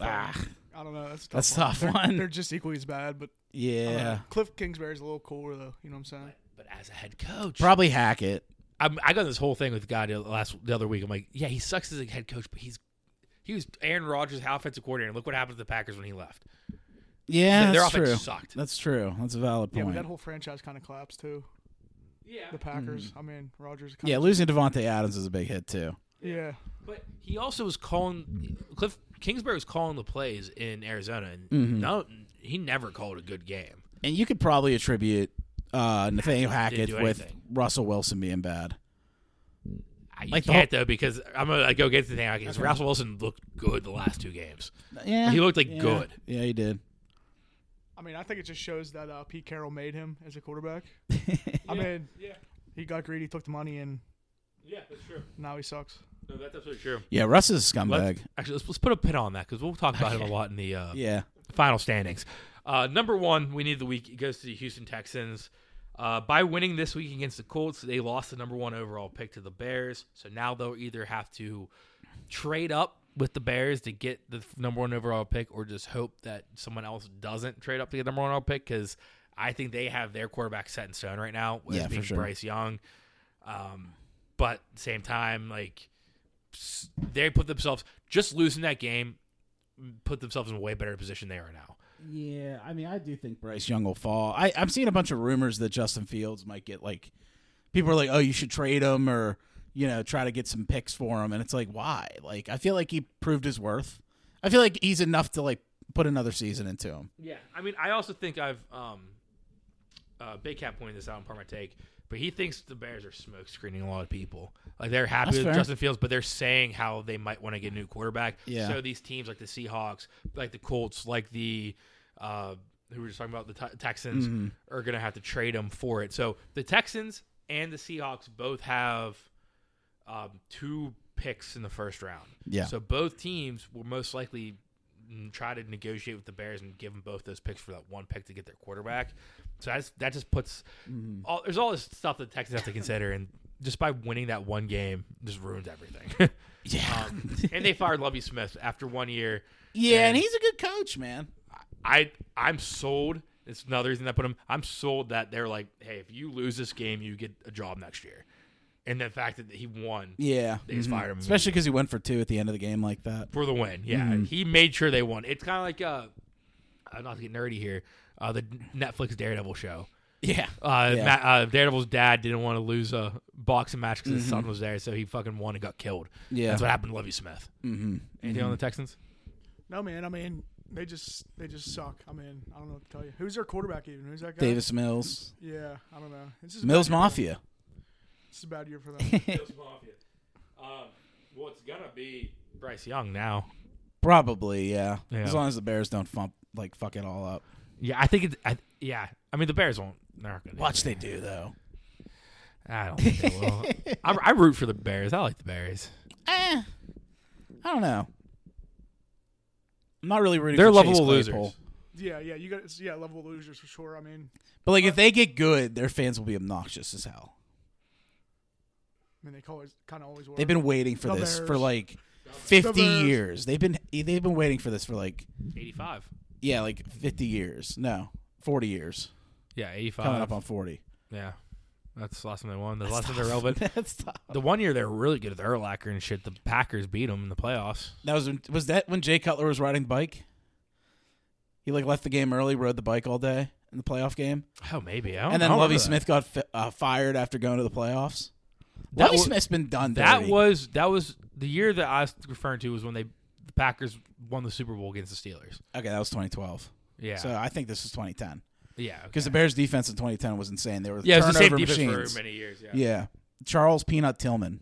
[SPEAKER 1] Ah,
[SPEAKER 3] I don't know. That's a tough.
[SPEAKER 1] that's a
[SPEAKER 3] one.
[SPEAKER 1] tough one.
[SPEAKER 3] They're just equally as bad, but I don't know.
[SPEAKER 1] yeah,
[SPEAKER 3] Cliff Kingsbury's a little cooler though. You know what I'm saying?
[SPEAKER 2] But as a head coach,
[SPEAKER 1] probably hack it.
[SPEAKER 2] I'm, I got this whole thing with God last the other week. I'm like, yeah, he sucks as a head coach, but he's he was Aaron Rodgers' offensive coordinator. and Look what happened to the Packers when he left.
[SPEAKER 1] Yeah,
[SPEAKER 2] Their
[SPEAKER 1] that's
[SPEAKER 2] offense
[SPEAKER 1] true.
[SPEAKER 2] sucked.
[SPEAKER 1] That's true. That's a valid
[SPEAKER 3] Yeah,
[SPEAKER 1] point.
[SPEAKER 3] but that whole franchise kind of collapsed too.
[SPEAKER 2] Yeah,
[SPEAKER 3] The Packers.
[SPEAKER 1] Mm.
[SPEAKER 3] I mean, Rogers.
[SPEAKER 1] yeah, losing Devonte Adams is a big hit too.
[SPEAKER 3] yeah.
[SPEAKER 2] But he also was calling Cliff Kingsbury was calling the plays in Arizona, and
[SPEAKER 1] Mm-hmm.
[SPEAKER 2] no, he never called a good game.
[SPEAKER 1] And you could probably attribute uh, Nathaniel Hackett
[SPEAKER 2] do
[SPEAKER 1] with
[SPEAKER 2] anything.
[SPEAKER 1] Russell Wilson being bad.
[SPEAKER 2] I, you
[SPEAKER 1] Like the
[SPEAKER 2] can't though because I'm gonna like, go against the thing because Russell Wilson looked good the last two games.
[SPEAKER 1] Yeah,
[SPEAKER 2] He looked, like,
[SPEAKER 1] yeah.
[SPEAKER 2] good.
[SPEAKER 1] Yeah, he did.
[SPEAKER 3] I mean, I think it just shows that uh, Pete Carroll made him as a quarterback. I mean,
[SPEAKER 2] Yeah.
[SPEAKER 3] he got greedy, took the money, and
[SPEAKER 2] Yeah, that's true.
[SPEAKER 3] now he sucks.
[SPEAKER 2] No, that's absolutely true.
[SPEAKER 1] Yeah, Russ is a scumbag.
[SPEAKER 2] Let's, actually, let's, let's put a pin on that because we'll talk about him a lot in the uh,
[SPEAKER 1] Yeah,
[SPEAKER 2] final standings. Uh, number one, we need the week. It goes to the Houston Texans. Uh, by winning this week against the Colts, they lost the number one overall pick to the Bears. So now they'll either have to trade up with the Bears to get the f- number one overall pick or just hope that someone else doesn't trade up to get the number one overall pick because I think they have their quarterback set in stone right now, as
[SPEAKER 1] Yeah, for
[SPEAKER 2] being
[SPEAKER 1] sure.
[SPEAKER 2] Bryce Young. Um, but same time, like s- they put themselves just losing that game put themselves in a way better position they are now.
[SPEAKER 1] yeah. I mean, I do think Bryce Young will fall. I, I'm seeing a bunch of rumors that Justin Fields might get like people are like, oh, you should trade him or you know try to get some picks for him, and it's like, why? Like, I feel like he proved his worth. I feel like he's enough to like put another season into him.
[SPEAKER 2] Yeah, I mean, I also think I've um, uh, Big Cat pointed this out in part of my take, but he thinks the Bears are smoke screening a lot of people. Like they're happy
[SPEAKER 1] That's
[SPEAKER 2] with
[SPEAKER 1] fair.
[SPEAKER 2] Justin Fields, but they're saying how they might want to get a new quarterback.
[SPEAKER 1] Yeah.
[SPEAKER 2] So these teams like the Seahawks, like the Colts, like the uh, who we were just talking about the Te- Texans
[SPEAKER 1] Mm-hmm.
[SPEAKER 2] are going to have to trade him for it. So the Texans and the Seahawks both have um, two picks in the first round.
[SPEAKER 1] Yeah.
[SPEAKER 2] So both teams will most likely n- try to negotiate with the Bears and give them both those picks for that one pick to get their quarterback. So that's, that just puts
[SPEAKER 1] Mm-hmm.
[SPEAKER 2] all there's all this stuff that the Texans have to consider, and just by winning that one game, just ruins everything.
[SPEAKER 1] Yeah,
[SPEAKER 2] um, and they fired Lovey Smith after one year.
[SPEAKER 1] yeah, and he's a good coach, man.
[SPEAKER 2] I I'm sold. It's another reason I put him. I'm sold that they're like, hey, if you lose this game, you get a job next year. And the fact that he won
[SPEAKER 1] Yeah,
[SPEAKER 2] They just
[SPEAKER 1] Mhm.
[SPEAKER 2] fired him.
[SPEAKER 1] especially because he went for two at the end of the game like that.
[SPEAKER 2] for the win. Yeah,
[SPEAKER 1] Mm-hmm.
[SPEAKER 2] he made sure they won. It's kind of like uh, uh, not to get nerdy here, uh, the Netflix Daredevil show.
[SPEAKER 1] Yeah,
[SPEAKER 2] Uh,
[SPEAKER 1] Yeah.
[SPEAKER 2] Ma- uh, Daredevil's dad didn't want to lose a boxing match because his son was there, so he fucking won and got killed.
[SPEAKER 1] Mm-hmm. Yeah.
[SPEAKER 2] that's what happened to Lovey Smith. Mm-hmm. Anything on the Texans?
[SPEAKER 3] No, man. I mean, they just they just suck. I mean, I don't know what to tell you. Who's their quarterback even? Who's that guy?
[SPEAKER 1] Davis Mills,
[SPEAKER 3] Yeah, I don't know. This is a
[SPEAKER 1] Mills
[SPEAKER 3] bad
[SPEAKER 1] Mafia.
[SPEAKER 3] year for them. This is a bad year for them.
[SPEAKER 2] Um, well, it's gonna be Bryce Young now.
[SPEAKER 1] Probably, yeah.
[SPEAKER 2] Yeah.
[SPEAKER 1] As long as the Bears don't fump, like fuck it all up.
[SPEAKER 2] Yeah, I think it's. I, yeah, I mean the Bears won't. They're not gonna do
[SPEAKER 1] Watch
[SPEAKER 2] that.
[SPEAKER 1] they do though.
[SPEAKER 2] I don't think they will. I, I root for the Bears. I like the Bears.
[SPEAKER 1] Eh, I don't know. I'm not really rooting.
[SPEAKER 2] They're
[SPEAKER 1] for Chase
[SPEAKER 2] lovable
[SPEAKER 1] Claypool.
[SPEAKER 2] losers.
[SPEAKER 3] yeah, yeah. You got yeah, level losers for sure. I mean,
[SPEAKER 1] but like if they get good, their fans will be obnoxious as hell.
[SPEAKER 3] I mean they always kind of always were.
[SPEAKER 1] They've been waiting for
[SPEAKER 3] The
[SPEAKER 1] this for
[SPEAKER 3] Bears.
[SPEAKER 1] like 50
[SPEAKER 3] The Bears.
[SPEAKER 1] years. They've been they've been waiting for this for like
[SPEAKER 2] Eighty-five.
[SPEAKER 1] yeah, like 50 years. No, 40 years.
[SPEAKER 2] Yeah, eighty-five.
[SPEAKER 1] Coming up on 40.
[SPEAKER 2] Yeah. That's the last time they won. The last time they're relevant.
[SPEAKER 1] That's tough.
[SPEAKER 2] The one year they were really good with Erlacher and shit. The Packers beat them in the playoffs.
[SPEAKER 1] That was was that when Jay Cutler was riding the bike? He like left the game early, rode the bike all day in the playoff game.
[SPEAKER 2] Oh, maybe. I
[SPEAKER 1] and
[SPEAKER 2] don't, I
[SPEAKER 1] then
[SPEAKER 2] don't
[SPEAKER 1] Lovey
[SPEAKER 2] remember that.
[SPEAKER 1] Smith got fi- uh, fired after going to the playoffs.
[SPEAKER 2] That
[SPEAKER 1] Lovey
[SPEAKER 2] wa-
[SPEAKER 1] Smith's been done.
[SPEAKER 2] That
[SPEAKER 1] dirty.
[SPEAKER 2] was that was the year that I was referring to was when they the Packers won the Super Bowl against the Steelers.
[SPEAKER 1] okay. That was 2012.
[SPEAKER 2] Yeah.
[SPEAKER 1] So I think this is 2010
[SPEAKER 2] yeah.
[SPEAKER 1] because
[SPEAKER 2] okay.
[SPEAKER 1] the Bears' defense in 2010 was insane. They were
[SPEAKER 2] yeah, it was the same
[SPEAKER 1] turnover
[SPEAKER 2] defense
[SPEAKER 1] machines.
[SPEAKER 2] for many years. Yeah.
[SPEAKER 1] yeah. Charles Peanut Tillman.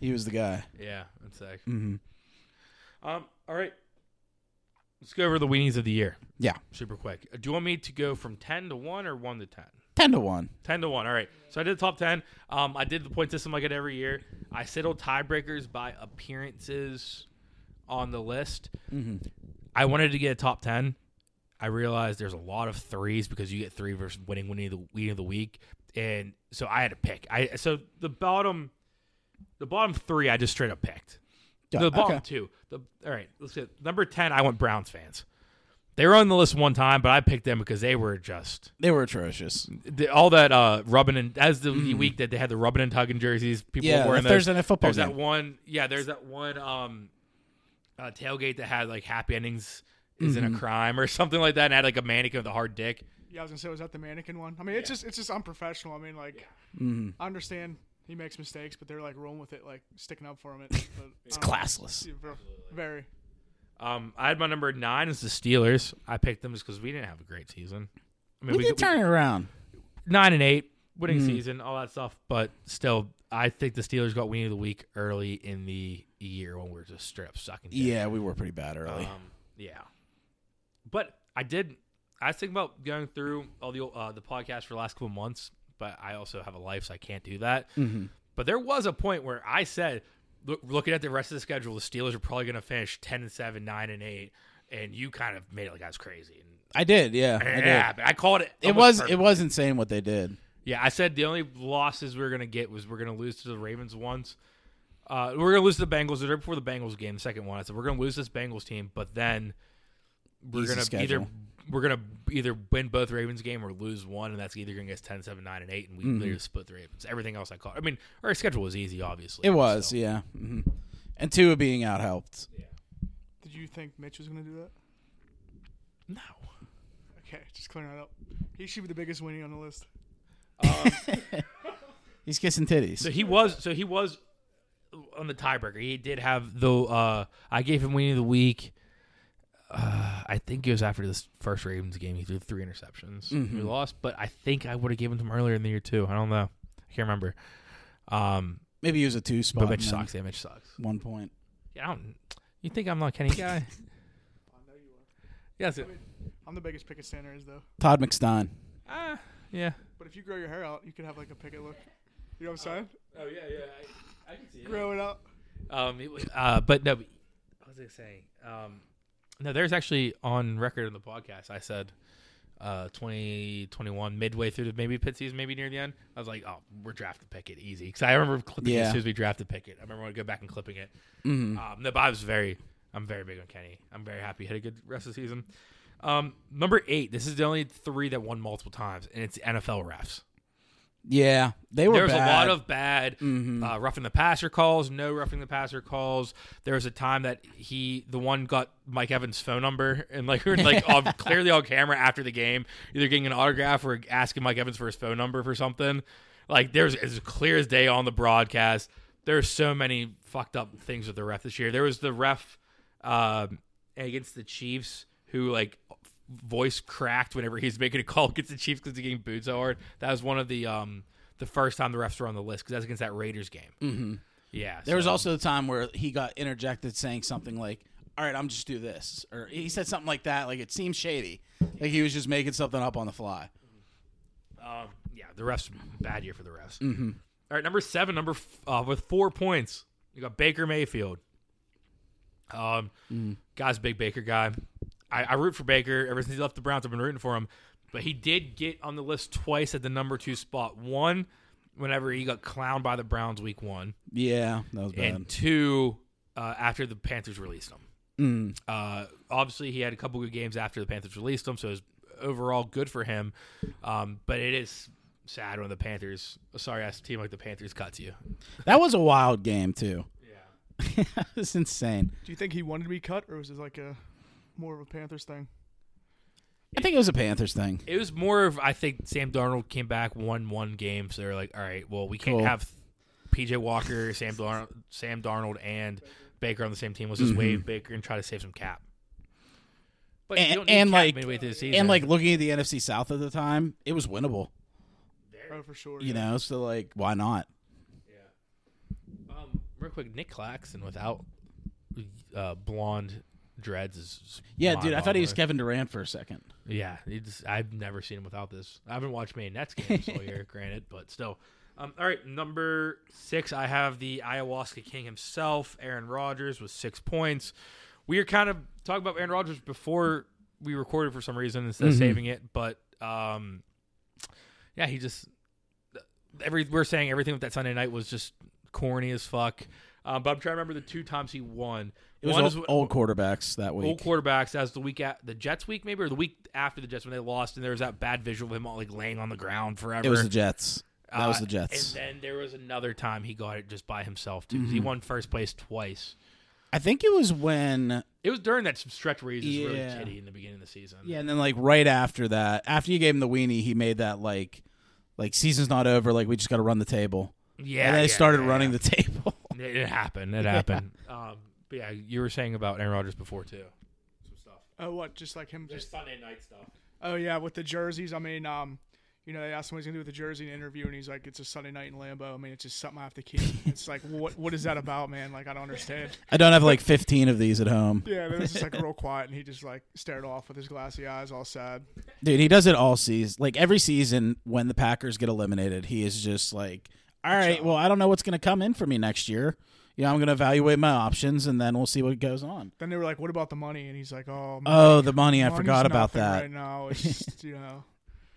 [SPEAKER 1] he was the guy.
[SPEAKER 2] Yeah, that's sick.
[SPEAKER 1] hmm
[SPEAKER 2] Um. All right. Let's go over the weenies of the year,
[SPEAKER 1] Yeah,
[SPEAKER 2] super quick. Do you want me to go from ten to one or one to ten?
[SPEAKER 1] ten to one.
[SPEAKER 2] 10 to 1. All right. So I did the top 10. Um, I did the point system like I did every year. I settled tiebreakers by appearances on the list. I wanted to get a top 10. I realized there's a lot of threes because you get three versus winning winning of the week of the week. And so I had to pick. I so the bottom the bottom three I just straight up picked.
[SPEAKER 1] Yeah,
[SPEAKER 2] the bottom
[SPEAKER 1] okay.
[SPEAKER 2] two. The all right, let's get number ten, I went Browns fans. They were on the list one time, but I picked them because they were just
[SPEAKER 1] They were atrocious.
[SPEAKER 2] the, all that uh, rubbing and as the week that they had the rubbing and tugging jerseys, people
[SPEAKER 1] Mm. Yeah,
[SPEAKER 2] were
[SPEAKER 1] the
[SPEAKER 2] wearing those.
[SPEAKER 1] Thursday night football
[SPEAKER 2] There's that
[SPEAKER 1] game.
[SPEAKER 2] one, yeah. There's that one um, uh, tailgate that had like happy endings isn't
[SPEAKER 1] Mm-hmm.
[SPEAKER 2] a crime or something like that, and had like a mannequin with a hard dick.
[SPEAKER 3] Yeah, I was gonna say, was that the mannequin one? I mean, it's just it's just unprofessional. I mean, like,
[SPEAKER 1] Mm-hmm.
[SPEAKER 3] I understand he makes mistakes, but they're like rolling with it, like sticking up for him. It, but, it's
[SPEAKER 1] Classless.
[SPEAKER 3] Very.
[SPEAKER 2] Um, I had my number nine is the Steelers. I picked them just because we didn't have a great season. I mean,
[SPEAKER 1] We did turn Mm. it around.
[SPEAKER 2] nine and eight, winning season, all that stuff. But still, I think the Steelers got winning of the week early in the year when we were just straight up sucking. dick.
[SPEAKER 1] Yeah, Uh, we were pretty bad early.
[SPEAKER 2] Um, yeah, but I did. I was thinking about going through all the uh, the podcast for the last couple months, but I also have a life, so I can't do that.
[SPEAKER 1] Mm-hmm.
[SPEAKER 2] But there was a point where I said, look, looking at the rest of the schedule, the Steelers are probably going to finish ten and seven, nine and eight, and you kind of made it like I was crazy.
[SPEAKER 1] I did. Yeah, I
[SPEAKER 2] And
[SPEAKER 1] did.
[SPEAKER 2] yeah, but I called it.
[SPEAKER 1] It
[SPEAKER 2] almost
[SPEAKER 1] was
[SPEAKER 2] perfectly.
[SPEAKER 1] it was insane what they did.
[SPEAKER 2] Yeah, I said the only losses we are gonna get was we're gonna lose to the Ravens once. Uh, we're gonna lose to the Bengals the day before the Bengals game, the second one. I said we're gonna lose this Bengals team, but then we're
[SPEAKER 1] Easy
[SPEAKER 2] gonna either
[SPEAKER 1] schedule.
[SPEAKER 2] we're gonna either win both Ravens game or lose one, and that's either gonna get us 10, 7, 9, and eight, and we
[SPEAKER 1] Mm-hmm.
[SPEAKER 2] literally split the Ravens. Everything else I called. I mean, our schedule was easy, obviously.
[SPEAKER 1] It was,
[SPEAKER 2] so.
[SPEAKER 1] yeah. hmm And Tua being out helped.
[SPEAKER 3] Did you think Mitch was gonna do that?
[SPEAKER 2] No.
[SPEAKER 3] Okay, just clearing that up. He should be the biggest winning on the list.
[SPEAKER 1] He's kissing titties.
[SPEAKER 2] So he was. So he was on the tiebreaker. He did have though. Uh, I gave him winning of the week. Uh, I think it was after this first Ravens game. He threw three interceptions. We lost, but I think I would have given him earlier in the year too. I don't know. I can't remember. Um,
[SPEAKER 1] Maybe he was a two
[SPEAKER 2] but
[SPEAKER 1] spot.
[SPEAKER 2] Mitch
[SPEAKER 1] and then
[SPEAKER 2] sucks. Yeah, Mitch sucks.
[SPEAKER 1] One point.
[SPEAKER 2] Yeah, I don't. You think I'm not a Kenny guy? Yes. it-
[SPEAKER 3] I'm the biggest picket standard is though.
[SPEAKER 1] Todd McStein.
[SPEAKER 2] Ah, yeah.
[SPEAKER 3] But if you grow your hair out, you could have like a picket look. You know what I'm saying?
[SPEAKER 2] Oh yeah, yeah. I, I can see it.
[SPEAKER 3] Grow it out.
[SPEAKER 2] Um, it was, uh, but no, but- what was I saying? Um, no, there's actually on record in the podcast. I said, uh, 2021, midway through the maybe pit season, maybe near the end. I was like, oh, we're drafting Pickett easy because I remember clipping it as
[SPEAKER 1] Yeah.
[SPEAKER 2] soon as we drafted Pickett. I remember when I go back and clipping it. Um, no, but I was very, I'm very big on Kenny. I'm very happy he had a good rest of the season. Um, number eight. This is the only three that won multiple times, and it's NFL refs.
[SPEAKER 1] Yeah, they were.
[SPEAKER 2] There was
[SPEAKER 1] bad. Mm-hmm.
[SPEAKER 2] a lot of bad uh, roughing the passer calls, no roughing the passer calls. There was a time that he, the one, got Mike Evans' phone number and like, we were, like on, clearly on camera after the game, either getting an autograph or asking Mike Evans for his phone number for something. Like there's as clear as day on the broadcast. There's so many fucked up things with the ref this year. There was the ref um, against the Chiefs who like voice cracked whenever he's making a call against the Chiefs because he's getting booed so hard. That was one of the um the first time the refs were on the list because that's against that Raiders game. Mm-hmm. Yeah,
[SPEAKER 1] There was
[SPEAKER 2] so-
[SPEAKER 1] also a time where he got interjected saying something like, "All right, I'm just do this," or he said something like that. Like it seemed shady. Like he was just making something up on the fly.
[SPEAKER 2] um, yeah the refs bad year for the refs. Mm-hmm. right, number seven, number f- uh, with four points, you got Baker Mayfield. Um, guy's a big Baker guy. I, I root for Baker ever since he left the Browns. I've been rooting for him, but he did get on the list twice at the number two spot. One, whenever he got clowned by the Browns week one.
[SPEAKER 1] Yeah, that was bad.
[SPEAKER 2] and two uh, after the Panthers released him.
[SPEAKER 1] Mm.
[SPEAKER 2] Uh, obviously, he had a couple good games after the Panthers released him, so it was overall good for him. Um, but it is sad when the Panthers, a sorry ass team like the Panthers, cuts you.
[SPEAKER 1] that was a wild game too. Yeah, it was insane.
[SPEAKER 3] Do you think he wanted to be cut, or was it like a more of a Panthers thing?
[SPEAKER 1] I think it was a Panthers thing.
[SPEAKER 2] It was more of I think Sam Darnold came back won one game, so they're like, all right, well we can't
[SPEAKER 1] Cool.
[SPEAKER 2] have PJ Walker, Sam Darnold, Sam Darnold, and Baker on the same team. Let's
[SPEAKER 1] Mm-hmm.
[SPEAKER 2] just waive Baker and try to save some cap. But you
[SPEAKER 1] And-
[SPEAKER 2] don't need
[SPEAKER 1] and,
[SPEAKER 2] cap
[SPEAKER 1] like-
[SPEAKER 2] midway through the season.
[SPEAKER 1] And like looking at the NFC South at the time, it was winnable.
[SPEAKER 3] Oh, for sure.
[SPEAKER 1] You know, so like, why not?
[SPEAKER 2] Um, real quick, Nick Claxton without uh, blonde dreads is
[SPEAKER 1] Yeah, dude, I thought he was
[SPEAKER 2] mind-boggling.
[SPEAKER 1] Kevin Durant for a second.
[SPEAKER 2] Yeah, it's, I've never seen him without this. I haven't watched many Nets games all year, granted, but still. Um, all right, number six, I have the ayahuasca king himself, Aaron Rodgers, with six points. We were kind of talking about Aaron Rodgers before we recorded for some reason instead
[SPEAKER 1] Mm-hmm.
[SPEAKER 2] of saving it, but um, yeah, he just every we're saying everything with that Sunday night was just corny as fuck. Um, but I'm trying to remember the two times he won.
[SPEAKER 1] It was
[SPEAKER 2] One
[SPEAKER 1] old,
[SPEAKER 2] is when-
[SPEAKER 1] old quarterbacks that week.
[SPEAKER 2] old quarterbacks as the week at the Jets week maybe or the week after the Jets when they lost and there was that bad visual of him all like laying on the ground forever.
[SPEAKER 1] it was the Jets. That
[SPEAKER 2] Uh,
[SPEAKER 1] was the Jets. Mm-hmm.
[SPEAKER 2] And then there was another time he got it just by himself too. 'cause He won first place twice.
[SPEAKER 1] I think it was when
[SPEAKER 2] It was during that stretch where he was just really
[SPEAKER 1] Yeah.
[SPEAKER 2] shitty in the beginning of the season.
[SPEAKER 1] Yeah, and then like right after that, after you gave him the weenie, he made that like like season's not over, like we just gotta run the table.
[SPEAKER 2] yeah.
[SPEAKER 1] and then
[SPEAKER 2] yeah,
[SPEAKER 1] they started
[SPEAKER 2] yeah,
[SPEAKER 1] running the table.
[SPEAKER 2] yeah. It, it happened. It happened. Um, but yeah, you were saying about Aaron Rodgers before too. Some stuff.
[SPEAKER 3] Oh, what? Just like him, just
[SPEAKER 2] Just Sunday night stuff.
[SPEAKER 3] Oh yeah, with the jerseys. I mean, um, you know, they asked him what he's gonna do with the jersey in an interview, and he's like, "It's a Sunday night in Lambo." I mean, it's just something I have to keep. it's like, what what is that about, man? Like, I don't understand.
[SPEAKER 1] I don't have like fifteen of these at home.
[SPEAKER 3] Yeah, it was just like real quiet, and he just like stared off with his glassy eyes, all sad.
[SPEAKER 1] Dude, he does it all season. Like every season when the Packers get eliminated, he is just like, All right, well, I don't know what's gonna come in for me next year. You know, I'm gonna evaluate my options and then we'll see what goes on.
[SPEAKER 3] Then they were like, "What about the money?" And he's like, "Oh, man,
[SPEAKER 1] Oh, the money, I
[SPEAKER 3] money's
[SPEAKER 1] forgot about
[SPEAKER 3] nothing
[SPEAKER 1] that.
[SPEAKER 3] Right now, it's just, you know,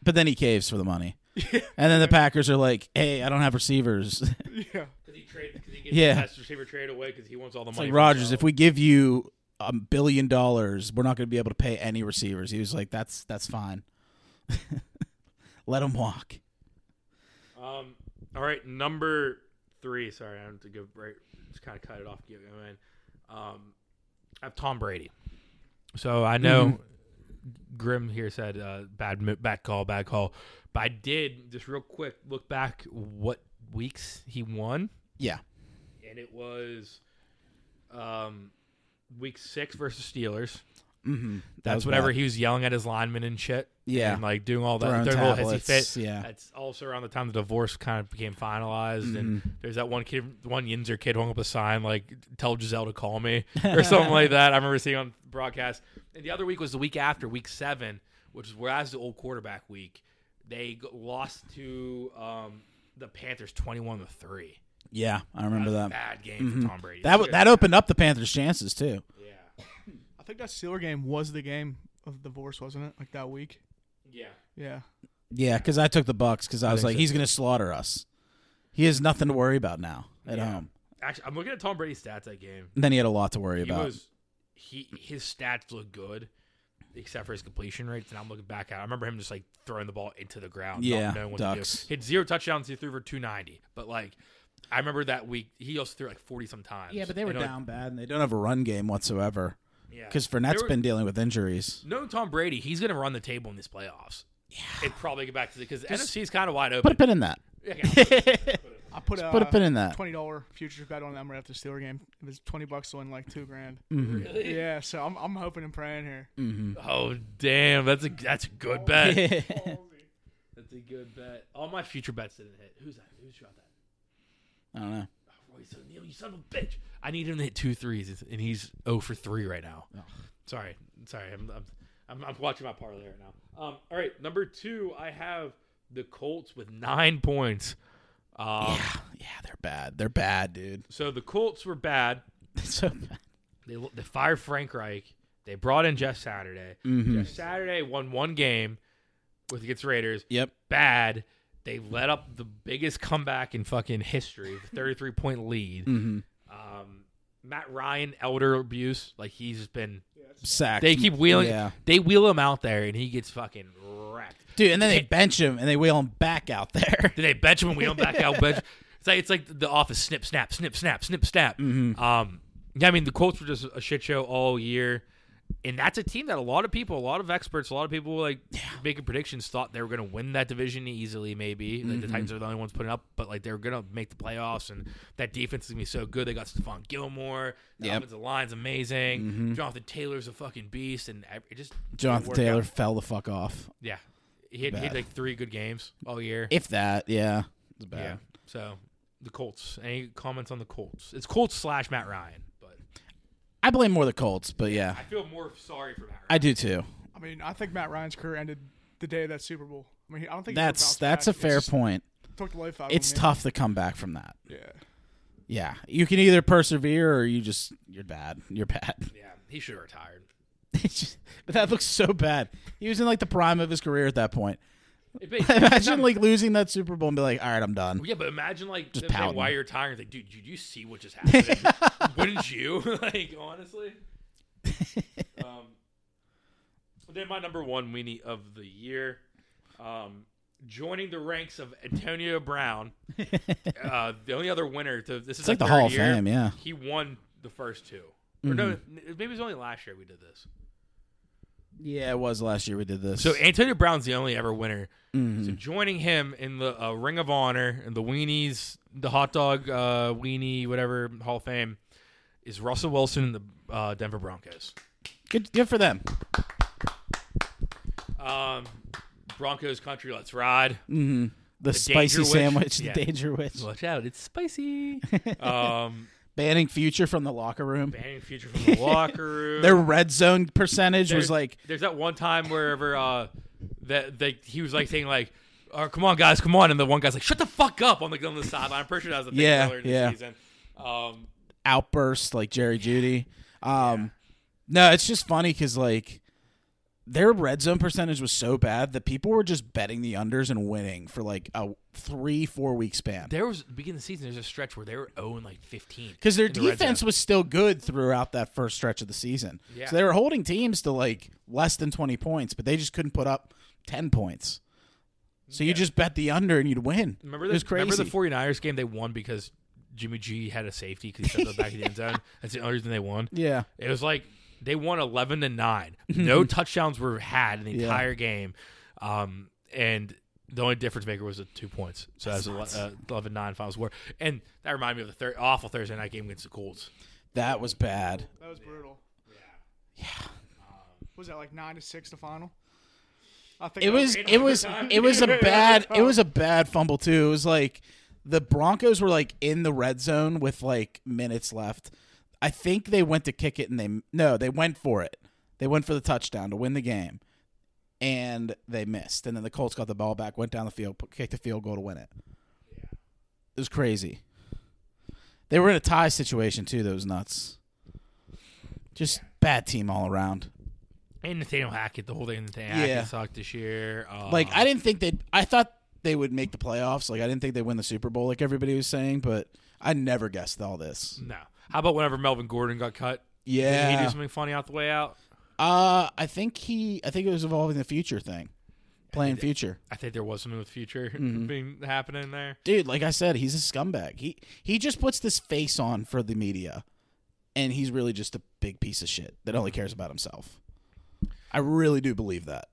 [SPEAKER 1] But then he caves for the money. and then the Packers are like, Hey, I don't have receivers.
[SPEAKER 3] yeah,
[SPEAKER 2] Because he traded. Because he gave
[SPEAKER 1] Yeah.
[SPEAKER 2] the best receiver trade away because he wants all the
[SPEAKER 1] It's
[SPEAKER 2] money.
[SPEAKER 1] like
[SPEAKER 2] for
[SPEAKER 1] Rogers,
[SPEAKER 2] himself.
[SPEAKER 1] if we give you a billion dollars, we're not going to be able to pay any receivers. He was like, "That's that's fine. Let him walk."
[SPEAKER 2] Um. All right, number three. Sorry, I have to go right. Just kind of cut it off. Give it in. Um, I have Tom Brady. So I know Grim here said uh, bad mo- bad call, bad call. But I did just real quick look back what weeks he won,
[SPEAKER 1] Yeah,
[SPEAKER 2] and it was um week six versus Steelers.
[SPEAKER 1] mm-hmm.
[SPEAKER 2] That's whenever he was yelling at his linemen and shit.
[SPEAKER 1] Yeah.
[SPEAKER 2] And like doing all that.
[SPEAKER 1] Throwing
[SPEAKER 2] Throwing little hissy
[SPEAKER 1] tablets,
[SPEAKER 2] fit.
[SPEAKER 1] yeah.
[SPEAKER 2] That's also around the time the divorce kind of became finalized.
[SPEAKER 1] Mm-hmm.
[SPEAKER 2] And there's that one kid, one Yinzer kid hung up a sign like, tell Giselle to call me or something like that. I remember seeing on broadcast. And the other week was the week after, week seven, which is whereas the old quarterback week, they g- lost to um, the Panthers 21 to 3.
[SPEAKER 1] Yeah, I remember
[SPEAKER 2] That's a
[SPEAKER 1] that. Mm-hmm.
[SPEAKER 2] Bad game for Tom Brady.
[SPEAKER 1] That wa- that opened up the Panthers' chances too.
[SPEAKER 2] Yeah.
[SPEAKER 3] I think that Steeler game was the game of divorce, wasn't it? Like that week.
[SPEAKER 2] Yeah.
[SPEAKER 3] Yeah,
[SPEAKER 1] Yeah, because I took the Bucks because I was
[SPEAKER 2] think
[SPEAKER 1] like,
[SPEAKER 2] so.
[SPEAKER 1] "He's going to slaughter us. He has nothing to worry about now at
[SPEAKER 2] Yeah.
[SPEAKER 1] home."
[SPEAKER 2] Actually, I'm looking at Tom Brady's stats that game.
[SPEAKER 1] And then he had a lot to worry
[SPEAKER 2] he
[SPEAKER 1] about.
[SPEAKER 2] was he his stats look good except for his completion rates and i'm looking back at it. i remember him just like throwing the ball into the ground
[SPEAKER 1] Yeah,
[SPEAKER 2] not knowing what
[SPEAKER 1] Ducks.
[SPEAKER 2] to do hit zero touchdowns he threw for 290 but like i remember that week he also threw like 40 sometimes
[SPEAKER 1] yeah, but they were
[SPEAKER 2] And, like,
[SPEAKER 1] down bad, and they don't have a run game whatsoever.
[SPEAKER 2] yeah.
[SPEAKER 1] Because
[SPEAKER 2] They
[SPEAKER 1] Fournette's
[SPEAKER 2] were-
[SPEAKER 1] been dealing with injuries.
[SPEAKER 2] no tom brady he's gonna run the table in these playoffs yeah it'd probably get back to the because nfc is kind of wide
[SPEAKER 1] Put
[SPEAKER 2] open
[SPEAKER 1] a pin in that.
[SPEAKER 3] I put uh,
[SPEAKER 1] put
[SPEAKER 2] Uh,
[SPEAKER 1] a pin in that.
[SPEAKER 3] twenty dollar future bet on them right after the Steeler game. It was twenty bucks to win like two grand.
[SPEAKER 1] Mm-hmm.
[SPEAKER 3] Yeah, so I'm I'm hoping and praying here.
[SPEAKER 1] Mm.
[SPEAKER 2] oh damn that's a that's a
[SPEAKER 1] Oh,
[SPEAKER 2] good bet that's a good bet all my future bets didn't hit who's that who shot that
[SPEAKER 1] I don't know.
[SPEAKER 2] Royce O'Neal, you son of a bitch. I need him to hit two threes, and he's 0 for 3 right now. Sorry. Sorry. I'm, I'm, I'm, I'm watching my parlay right now. Um, all right. Number two, I have the Colts with nine points. Um,
[SPEAKER 1] Yeah, they're bad. They're bad, dude.
[SPEAKER 2] So the Colts were bad.
[SPEAKER 1] so bad.
[SPEAKER 2] They, they fired Frank Reich. They brought in Jeff Saturday. Jeff Saturday won one game with against Raiders.
[SPEAKER 1] Yep.
[SPEAKER 2] Bad. They let up the biggest comeback in fucking history, 33 point lead. Um, Matt Ryan, elder abuse. Like he's just been.
[SPEAKER 1] Sacked.
[SPEAKER 2] They keep wheeling.
[SPEAKER 1] Yeah.
[SPEAKER 2] They wheel him out there, and he gets fucking wrecked.
[SPEAKER 1] Dude, and then they bench him and they wheel him back out there.
[SPEAKER 2] Then they bench him and wheel him back out. Bench. It's like it's like the office. Snip, snap, snip, snap, snip, snap.
[SPEAKER 1] Mm-hmm.
[SPEAKER 2] Um, yeah, I mean the Colts were just a shit show all year, and that's a team that a lot of people, a lot of experts, a lot of people like making predictions thought they were going to win that division easily. Maybe like
[SPEAKER 1] Mm-hmm.
[SPEAKER 2] the Titans are the only ones putting up, but like they were going to make the playoffs, and that defense is going to be so good. They got Stephon Gilmore. The
[SPEAKER 1] Yep. Mm-hmm.
[SPEAKER 2] offensive line's amazing. Jonathan Taylor's a fucking beast, and ev- it just didn't
[SPEAKER 1] Jonathan
[SPEAKER 2] work out.
[SPEAKER 1] Taylor fell the fuck off.
[SPEAKER 2] Yeah, he had, he had
[SPEAKER 1] Bad.
[SPEAKER 2] like three good games all year.
[SPEAKER 1] If that, yeah. It's bad.
[SPEAKER 2] Yeah. So the Colts. Any comments on the Colts? It's Colts slash Matt Ryan, but
[SPEAKER 1] I blame more the Colts, but yeah,
[SPEAKER 2] I feel more sorry for Matt.
[SPEAKER 1] I do too.
[SPEAKER 3] I mean, I think Matt Ryan's career ended the day of that Super Bowl. I mean, I don't think he ever
[SPEAKER 1] That's
[SPEAKER 3] bounced
[SPEAKER 1] that's
[SPEAKER 3] back.
[SPEAKER 1] a
[SPEAKER 3] It
[SPEAKER 1] fair
[SPEAKER 3] just
[SPEAKER 1] point.
[SPEAKER 3] Took the life out of
[SPEAKER 1] It's
[SPEAKER 3] him,
[SPEAKER 1] tough to come back from that.
[SPEAKER 3] man. Yeah.
[SPEAKER 1] Yeah, you can either persevere or you just you're bad. You're bad.
[SPEAKER 2] yeah, he should have retired.
[SPEAKER 1] It's just- but that looks so bad. He was in like the prime of his career at that point.
[SPEAKER 2] It- but-
[SPEAKER 1] Imagine like losing that Super Bowl and be like, all right, I'm done.
[SPEAKER 2] Yeah, but imagine like
[SPEAKER 1] Just
[SPEAKER 2] them saying
[SPEAKER 1] pouting.
[SPEAKER 2] why you're retiring. It's Like, dude, did you see what just happened? Wouldn't you? like, honestly. um, then my number one weenie of the year, um, joining the ranks of Antonio Brown, uh, the only other winner to this is
[SPEAKER 1] like the
[SPEAKER 2] third
[SPEAKER 1] Hall of
[SPEAKER 2] year.
[SPEAKER 1] Fame, yeah. Mm-hmm.
[SPEAKER 2] he won the first two. Or no, maybe it was only last year we did this.
[SPEAKER 1] Yeah, it was last year we did this.
[SPEAKER 2] So eh, Antonio Brown's the only ever winner. So
[SPEAKER 1] Mm-hmm.
[SPEAKER 2] joining him in the uh, Ring of Honor and the Weenies, the hot dog uh, weenie, whatever Hall of Fame, is Russell Wilson and the uh, Denver Broncos.
[SPEAKER 1] good, good for them.
[SPEAKER 2] Um, Broncos country, let's ride.
[SPEAKER 1] Mm. The, spicy
[SPEAKER 2] Danger Witch.
[SPEAKER 1] sandwich,
[SPEAKER 2] Yeah.
[SPEAKER 1] the Danger Witch,
[SPEAKER 2] Watch out, it's spicy. um,
[SPEAKER 1] banning future from the locker room.
[SPEAKER 2] banning future from the locker room.
[SPEAKER 1] Their red zone percentage was
[SPEAKER 2] There's-
[SPEAKER 1] like
[SPEAKER 2] there's that one time wherever uh that they he was like saying like oh, come on guys come on and the one guy's like shut the fuck up on the on the sideline I'm pretty sure that was the thing
[SPEAKER 1] Yeah,
[SPEAKER 2] earlier in
[SPEAKER 1] yeah.
[SPEAKER 2] the season um
[SPEAKER 1] outbursts, like Jerry Judy. Um, No, it's just funny because like their red zone percentage was so bad that people were just betting the unders and winning for like a three four week span.
[SPEAKER 2] there was beginning of the season there's a stretch where they were 0 and like 15
[SPEAKER 1] because their
[SPEAKER 2] in the red
[SPEAKER 1] defense
[SPEAKER 2] zone.
[SPEAKER 1] was still good throughout that first stretch of the season.
[SPEAKER 2] Yeah.
[SPEAKER 1] So they were holding teams to like less than 20 points, but they just couldn't put up 10 points. So you just bet the under and you'd win.
[SPEAKER 2] remember
[SPEAKER 1] it
[SPEAKER 2] the,
[SPEAKER 1] was crazy.
[SPEAKER 2] remember the 49ers game they won because Jimmy G had a safety because he stepped up back in the end zone that's the only reason they won
[SPEAKER 1] yeah.
[SPEAKER 2] It was like they won eleven to nine. No touchdowns were had in the
[SPEAKER 1] Yeah.
[SPEAKER 2] entire game, um, and the only difference maker was the two points. So that was ele- uh, 11-9 final score. And that reminded me of the thir- awful Thursday night game against the Colts.
[SPEAKER 1] That was bad.
[SPEAKER 3] That was brutal. Yeah. Yeah. Was that like nine to six the final? I think
[SPEAKER 1] It
[SPEAKER 3] that
[SPEAKER 1] was it was it was a bad it was a bad fumble too. It was like the Broncos were like in the red zone with like minutes left. I think they went to kick it and they no, they went for it. They went for the touchdown to win the game. And they missed. And then the Colts got the ball back, went down the field, put- kicked the field goal to win it. It was crazy. They were in a tie situation too, that was nuts. Just bad team all around.
[SPEAKER 2] And Nathaniel Hackett, the whole thing. Nathaniel
[SPEAKER 1] Yeah.
[SPEAKER 2] Hackett sucked this year. Uh,
[SPEAKER 1] Like I didn't think they. I thought they would make the playoffs. Like I didn't think they would win the Super Bowl, like everybody was saying. But I never guessed all this.
[SPEAKER 2] no. How about whenever Melvin Gordon got cut? Did he
[SPEAKER 1] Yeah.
[SPEAKER 2] do something funny out the way out?
[SPEAKER 1] Uh, I think he. I think it was evolving the future thing, playing future.
[SPEAKER 2] I think there was something with future
[SPEAKER 1] Mm-hmm.
[SPEAKER 2] being happening there.
[SPEAKER 1] Dude, like I said, he's a scumbag. He he just puts this face on for the media, and he's really just a big piece of shit that only cares about himself. I really do believe that.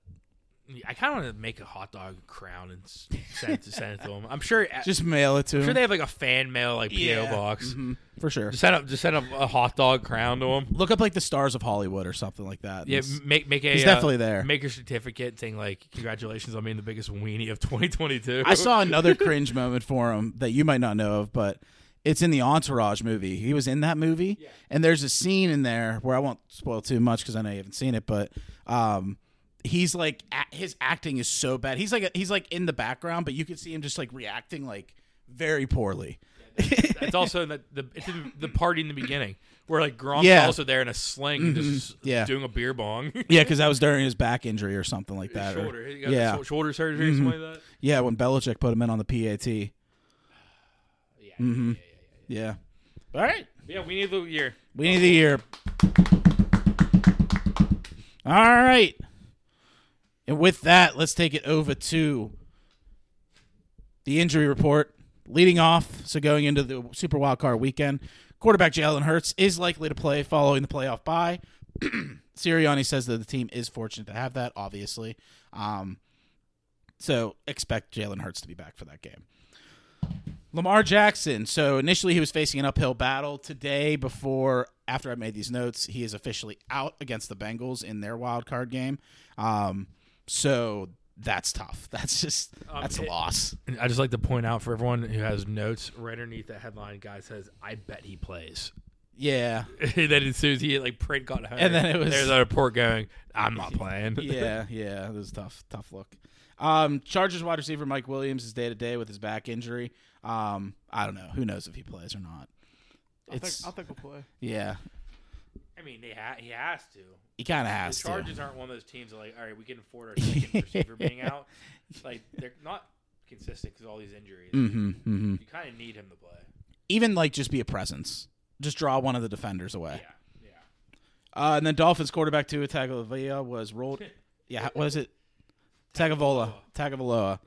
[SPEAKER 2] I kind of want to make a hot dog crown and s- send it, send it to him. I'm sure
[SPEAKER 1] Just mail it to
[SPEAKER 2] I'm
[SPEAKER 1] him
[SPEAKER 2] sure they have like a fan mail like PO
[SPEAKER 1] Yeah.
[SPEAKER 2] box.
[SPEAKER 1] for sure.
[SPEAKER 2] Just send up, just send up a hot dog crown to them.
[SPEAKER 1] Look up like the stars of Hollywood or something like that.
[SPEAKER 2] Yeah,
[SPEAKER 1] It's-
[SPEAKER 2] make make a
[SPEAKER 1] he's
[SPEAKER 2] uh,
[SPEAKER 1] definitely there.
[SPEAKER 2] Make a certificate saying like, "Congratulations on being the biggest weenie of 2022."
[SPEAKER 1] I saw another cringe moment for him that you might not know of, but it's in the Entourage movie. He was in that movie, and there's a scene in there where I won't spoil too much because I know you haven't seen it, but um, he's like a- his acting is so bad. He's like he's like in the background, but you can see him just like reacting like very poorly.
[SPEAKER 2] It's also in the the, it's in the party in the beginning where like Gronk's
[SPEAKER 1] Yeah. Mm-hmm.
[SPEAKER 2] also there in a sling, just
[SPEAKER 1] Yeah.
[SPEAKER 2] doing a beer bong.
[SPEAKER 1] Yeah, because that was during his back injury or something like that. or-
[SPEAKER 2] shoulder, He got
[SPEAKER 1] yeah, Mm-hmm.
[SPEAKER 2] shou- shoulder surgery, or something like that.
[SPEAKER 1] yeah, when Belichick put him in on the PAT. Yeah. yeah, Mm-hmm. yeah. All right.
[SPEAKER 2] But yeah, we need the year.
[SPEAKER 1] We need the year. All right. And with that, let's take it over to the injury report. Leading off, so going into the Super Wild Card weekend, quarterback Jalen Hurts is likely to play following the playoff bye. Sirianni says that the team is fortunate to have that, obviously. Um, so expect Jalen Hurts to be back for that game. Lamar Jackson. So initially he was facing an uphill battle today before after I made these notes, he is officially out against the Bengals in their wild card game. Um, so that's tough. That's just that's a
[SPEAKER 2] it-
[SPEAKER 1] loss.
[SPEAKER 2] And I just like to point out for everyone who has notes right underneath that headline, guy says, "I bet he plays."
[SPEAKER 1] Yeah.
[SPEAKER 2] and then as soon as he like print got home,
[SPEAKER 1] And then it was-
[SPEAKER 2] there's a report going, I'm not playing.
[SPEAKER 1] yeah, yeah, it was a tough, tough look. Um, Chargers wide receiver Mike Williams is day to day with his back injury. Um, I don't know. Who knows if he plays or not?
[SPEAKER 3] I think,
[SPEAKER 1] It's
[SPEAKER 3] I think we'll play.
[SPEAKER 1] yeah,
[SPEAKER 2] I mean, they ha- he has to.
[SPEAKER 1] he kind of
[SPEAKER 2] The
[SPEAKER 1] has to.
[SPEAKER 2] Chargers aren't one of those teams that like, all right, we can afford our second receiver being out. Like they're not consistent because all these injuries.
[SPEAKER 1] Mm-hmm, mm-hmm.
[SPEAKER 2] You kind of need him to play.
[SPEAKER 1] Even like just be a presence. Just draw one of the defenders away.
[SPEAKER 2] Yeah, yeah.
[SPEAKER 1] Uh, and then Dolphins quarterback Tua Tagovailoa was ruled. Yeah, what is it? Tagovailoa. Tagovailoa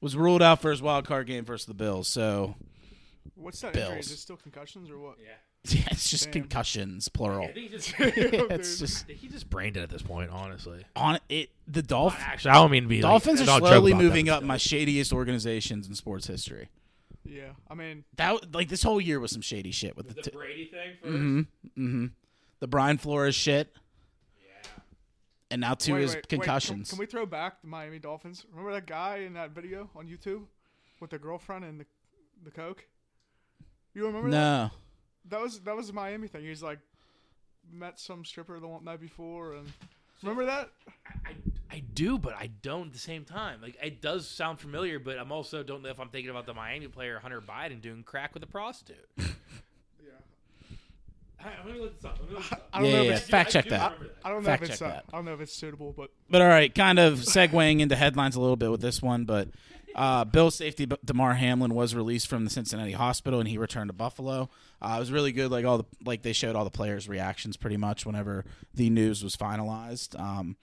[SPEAKER 1] was ruled out for his wild card game versus the Bills. So
[SPEAKER 3] What's that injury?
[SPEAKER 1] Bills.
[SPEAKER 3] Is it still concussions or what?
[SPEAKER 2] Yeah.
[SPEAKER 1] yeah, it's just
[SPEAKER 3] Damn.
[SPEAKER 1] concussions plural.
[SPEAKER 2] I think he just
[SPEAKER 1] it's
[SPEAKER 3] Dude.
[SPEAKER 1] just
[SPEAKER 2] he just brained it at this point. Honestly,
[SPEAKER 1] on it. The Dolphins.
[SPEAKER 2] actually, I don't mean to be.
[SPEAKER 1] Dolphins
[SPEAKER 2] like,
[SPEAKER 1] are
[SPEAKER 2] I'll joke
[SPEAKER 1] slowly
[SPEAKER 2] about that,
[SPEAKER 1] moving
[SPEAKER 2] but
[SPEAKER 1] up
[SPEAKER 2] still.
[SPEAKER 1] my shadiest organizations in sports history.
[SPEAKER 3] Yeah. I mean,
[SPEAKER 1] That like this whole year was some shady shit with the
[SPEAKER 2] the
[SPEAKER 1] t-
[SPEAKER 2] Brady thing. 1st
[SPEAKER 1] mhm. the Brian Flores shit,
[SPEAKER 2] Yeah.
[SPEAKER 1] and now two
[SPEAKER 3] wait,
[SPEAKER 1] is
[SPEAKER 3] wait, wait, can-
[SPEAKER 1] concussions.
[SPEAKER 3] can, we throw back the Miami Dolphins? Remember that guy in that video on YouTube with the girlfriend and the the coke? You remember that?
[SPEAKER 1] no,
[SPEAKER 3] That was that was the Miami thing. He's like met some stripper the one night before, and remember that?
[SPEAKER 2] I, I do, but I don't at the same time. Like it does sound familiar, but I'm also don't know if I'm thinking about the Miami player Hunter Biden doing crack with a prostitute.
[SPEAKER 3] Yeah.
[SPEAKER 2] I, I'm gonna look this up. I'm gonna look this up.
[SPEAKER 3] I don't
[SPEAKER 1] Yeah,
[SPEAKER 3] know
[SPEAKER 1] yeah,
[SPEAKER 3] if it's
[SPEAKER 1] fact
[SPEAKER 2] I
[SPEAKER 1] check
[SPEAKER 2] do
[SPEAKER 1] that.
[SPEAKER 2] remember
[SPEAKER 3] I don't know
[SPEAKER 1] Fact
[SPEAKER 3] if it's
[SPEAKER 1] check
[SPEAKER 3] uh,
[SPEAKER 1] that.
[SPEAKER 3] I don't know if it's suitable, but
[SPEAKER 1] but all right, kind of segueing into headlines a little bit with this one, but uh, Bill safety B- Damar Hamlin was released from the Cincinnati hospital and he returned to Buffalo. Uh, it was really good, like all the like they showed all the players' reactions pretty much whenever the news was finalized. Um,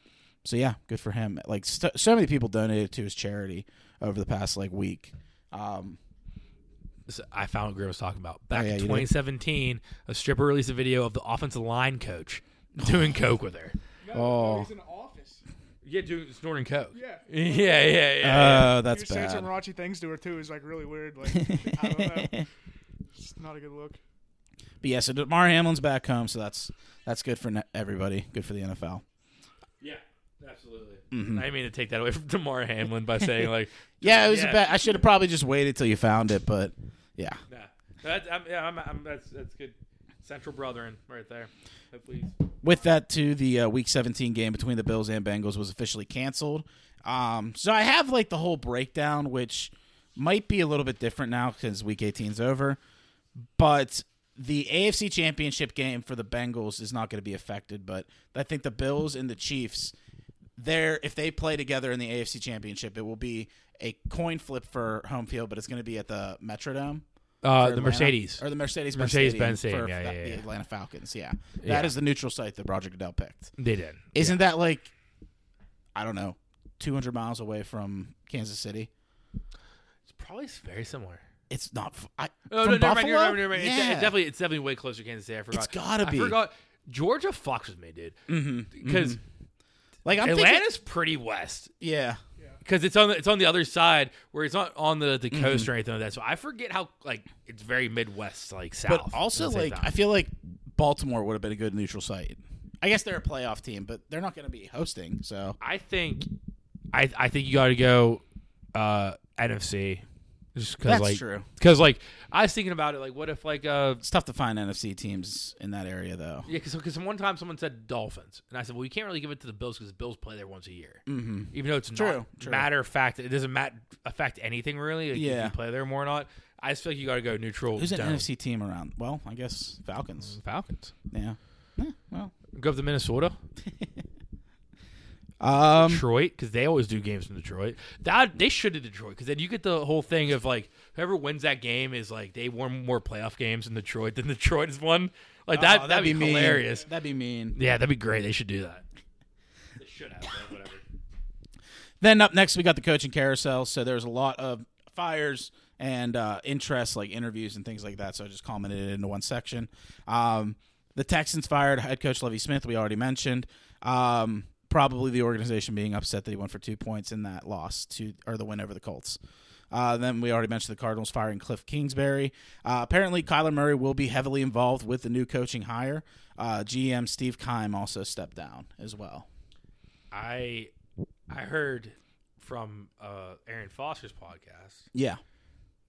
[SPEAKER 1] so yeah, good for him. Like st- so many people donated to his charity over the past like week. Um,
[SPEAKER 2] This- I found what Greer was talking about. Back
[SPEAKER 1] Oh, yeah,
[SPEAKER 2] in
[SPEAKER 1] you did.
[SPEAKER 2] 2017, a stripper released a video of the offensive line coach doing coke with her.
[SPEAKER 3] no,
[SPEAKER 1] Oh.
[SPEAKER 3] he's in the office.
[SPEAKER 2] Yeah, doing snorting coke.
[SPEAKER 3] Yeah.
[SPEAKER 2] yeah, yeah, yeah.
[SPEAKER 1] Oh,
[SPEAKER 2] yeah.
[SPEAKER 3] He
[SPEAKER 1] that's
[SPEAKER 3] was saying some
[SPEAKER 1] bad.
[SPEAKER 3] raunchy things to her too. Is like really weird. Like I don't know. It's not a good look.
[SPEAKER 1] But yeah, so Damar Hamlin's back home, so that's that's good for ne- everybody. Good for the NFL.
[SPEAKER 2] Yeah, Absolutely. I didn't mean to take that away from Damar Hamlin by saying like,
[SPEAKER 1] Mm-hmm. Yeah, it was
[SPEAKER 2] Yeah.
[SPEAKER 1] a bad. I should have probably just waited till you found it, but yeah.
[SPEAKER 2] nah. That, I'm, yeah, I'm, I'm, that's that's good. Central Brethren right there. Hopefully, he's-
[SPEAKER 1] With that, too, the uh, Week 17 game between the Bills and Bengals was officially canceled. Um, so I have like the whole breakdown, which might be a little bit different now because Week 18 is over. But the AFC Championship game for the Bengals is not going to be affected. But I think the Bills and the Chiefs, there, if they play together in the AFC Championship, it will be a coin flip for home field, but it's going to be at the Metrodome.
[SPEAKER 2] Uh,
[SPEAKER 1] for
[SPEAKER 2] the
[SPEAKER 1] Atlanta-
[SPEAKER 2] Mercedes.
[SPEAKER 1] or the Mercedes
[SPEAKER 2] Mercedes-Benz
[SPEAKER 1] Stadium
[SPEAKER 2] Stadium,
[SPEAKER 1] for
[SPEAKER 2] yeah,
[SPEAKER 1] the
[SPEAKER 2] yeah, yeah.
[SPEAKER 1] Atlanta Falcons. Yeah, that is
[SPEAKER 2] Yeah.
[SPEAKER 1] the neutral site that Roger Goodell picked.
[SPEAKER 2] They did.
[SPEAKER 1] Isn't that like I don't know, 200 miles away from Kansas City?
[SPEAKER 2] It's probably very similar.
[SPEAKER 1] It's not f- I,
[SPEAKER 2] Oh,
[SPEAKER 1] from
[SPEAKER 2] no, never mind,
[SPEAKER 1] Buffalo.
[SPEAKER 2] never mind, never mind. It's,
[SPEAKER 1] Yeah.
[SPEAKER 2] it's definitely, it's definitely way closer to Kansas City. I forgot.
[SPEAKER 1] It's gotta be.
[SPEAKER 2] I forgot. Georgia fucks with me, dude.
[SPEAKER 1] Mm-hmm.
[SPEAKER 2] Because
[SPEAKER 1] like I'm thinking-
[SPEAKER 2] Atlanta's pretty west.
[SPEAKER 1] yeah,
[SPEAKER 2] Because it's on the, it's on the other side where it's not on the, the
[SPEAKER 1] Mm-hmm.
[SPEAKER 2] coast or anything like that. So I forget how like it's very Midwest, like south.
[SPEAKER 1] but
[SPEAKER 2] at the
[SPEAKER 1] also
[SPEAKER 2] same
[SPEAKER 1] like
[SPEAKER 2] time.
[SPEAKER 1] I feel like Baltimore would have been a good neutral site. I guess they're a playoff team, but they're not going to be hosting. So
[SPEAKER 2] I think I I think you got to go uh, NFC. Just because
[SPEAKER 1] That's
[SPEAKER 2] like
[SPEAKER 1] true.
[SPEAKER 2] because like I was thinking about it like what if like uh
[SPEAKER 1] it's tough to find NFC teams in that area, though.
[SPEAKER 2] Yeah, because one time someone said Dolphins, and I said, "Well, you can't really give it to the Bills because the Bills play there once a year, mm-hmm. even though it's
[SPEAKER 1] True,
[SPEAKER 2] not
[SPEAKER 1] true.
[SPEAKER 2] matter of fact. It doesn't mat- affect anything really. Like, if
[SPEAKER 1] Yeah.
[SPEAKER 2] you play there more or not. I just feel like you got to go neutral.
[SPEAKER 1] Who's an
[SPEAKER 2] down.
[SPEAKER 1] NFC team around? Well, I guess Falcons.
[SPEAKER 2] Falcons?
[SPEAKER 1] Yeah. Yeah, well,
[SPEAKER 2] Go up to Minnesota,
[SPEAKER 1] um,
[SPEAKER 2] Detroit, because they always do games in Detroit. That they should do Detroit because then you get the whole thing of like whoever wins that game is like they won more playoff games in Detroit than Detroit has won. Like that,
[SPEAKER 1] Oh,
[SPEAKER 2] that'd, be,
[SPEAKER 1] mean.
[SPEAKER 2] hilarious.
[SPEAKER 1] That'd be mean.
[SPEAKER 2] Yeah, that'd be great. They should do that. They should have but whatever.
[SPEAKER 1] Then up next, we got the coaching carousel. So there's a lot of fires and uh, interests, like interviews and things like that. So I just commented it into one section. Um, the Texans fired head coach Levy Smith. We already mentioned. Um, probably the organization being upset that he went for two points in that loss to or the win over the Colts. Uh, then we already mentioned the Cardinals firing Cliff Kingsbury. Uh, apparently, Kyler Murray will be heavily involved with the new coaching hire. Uh, GM Steve Keim also stepped down as well.
[SPEAKER 2] I I heard from uh, Aaron Foster's podcast
[SPEAKER 1] Yeah.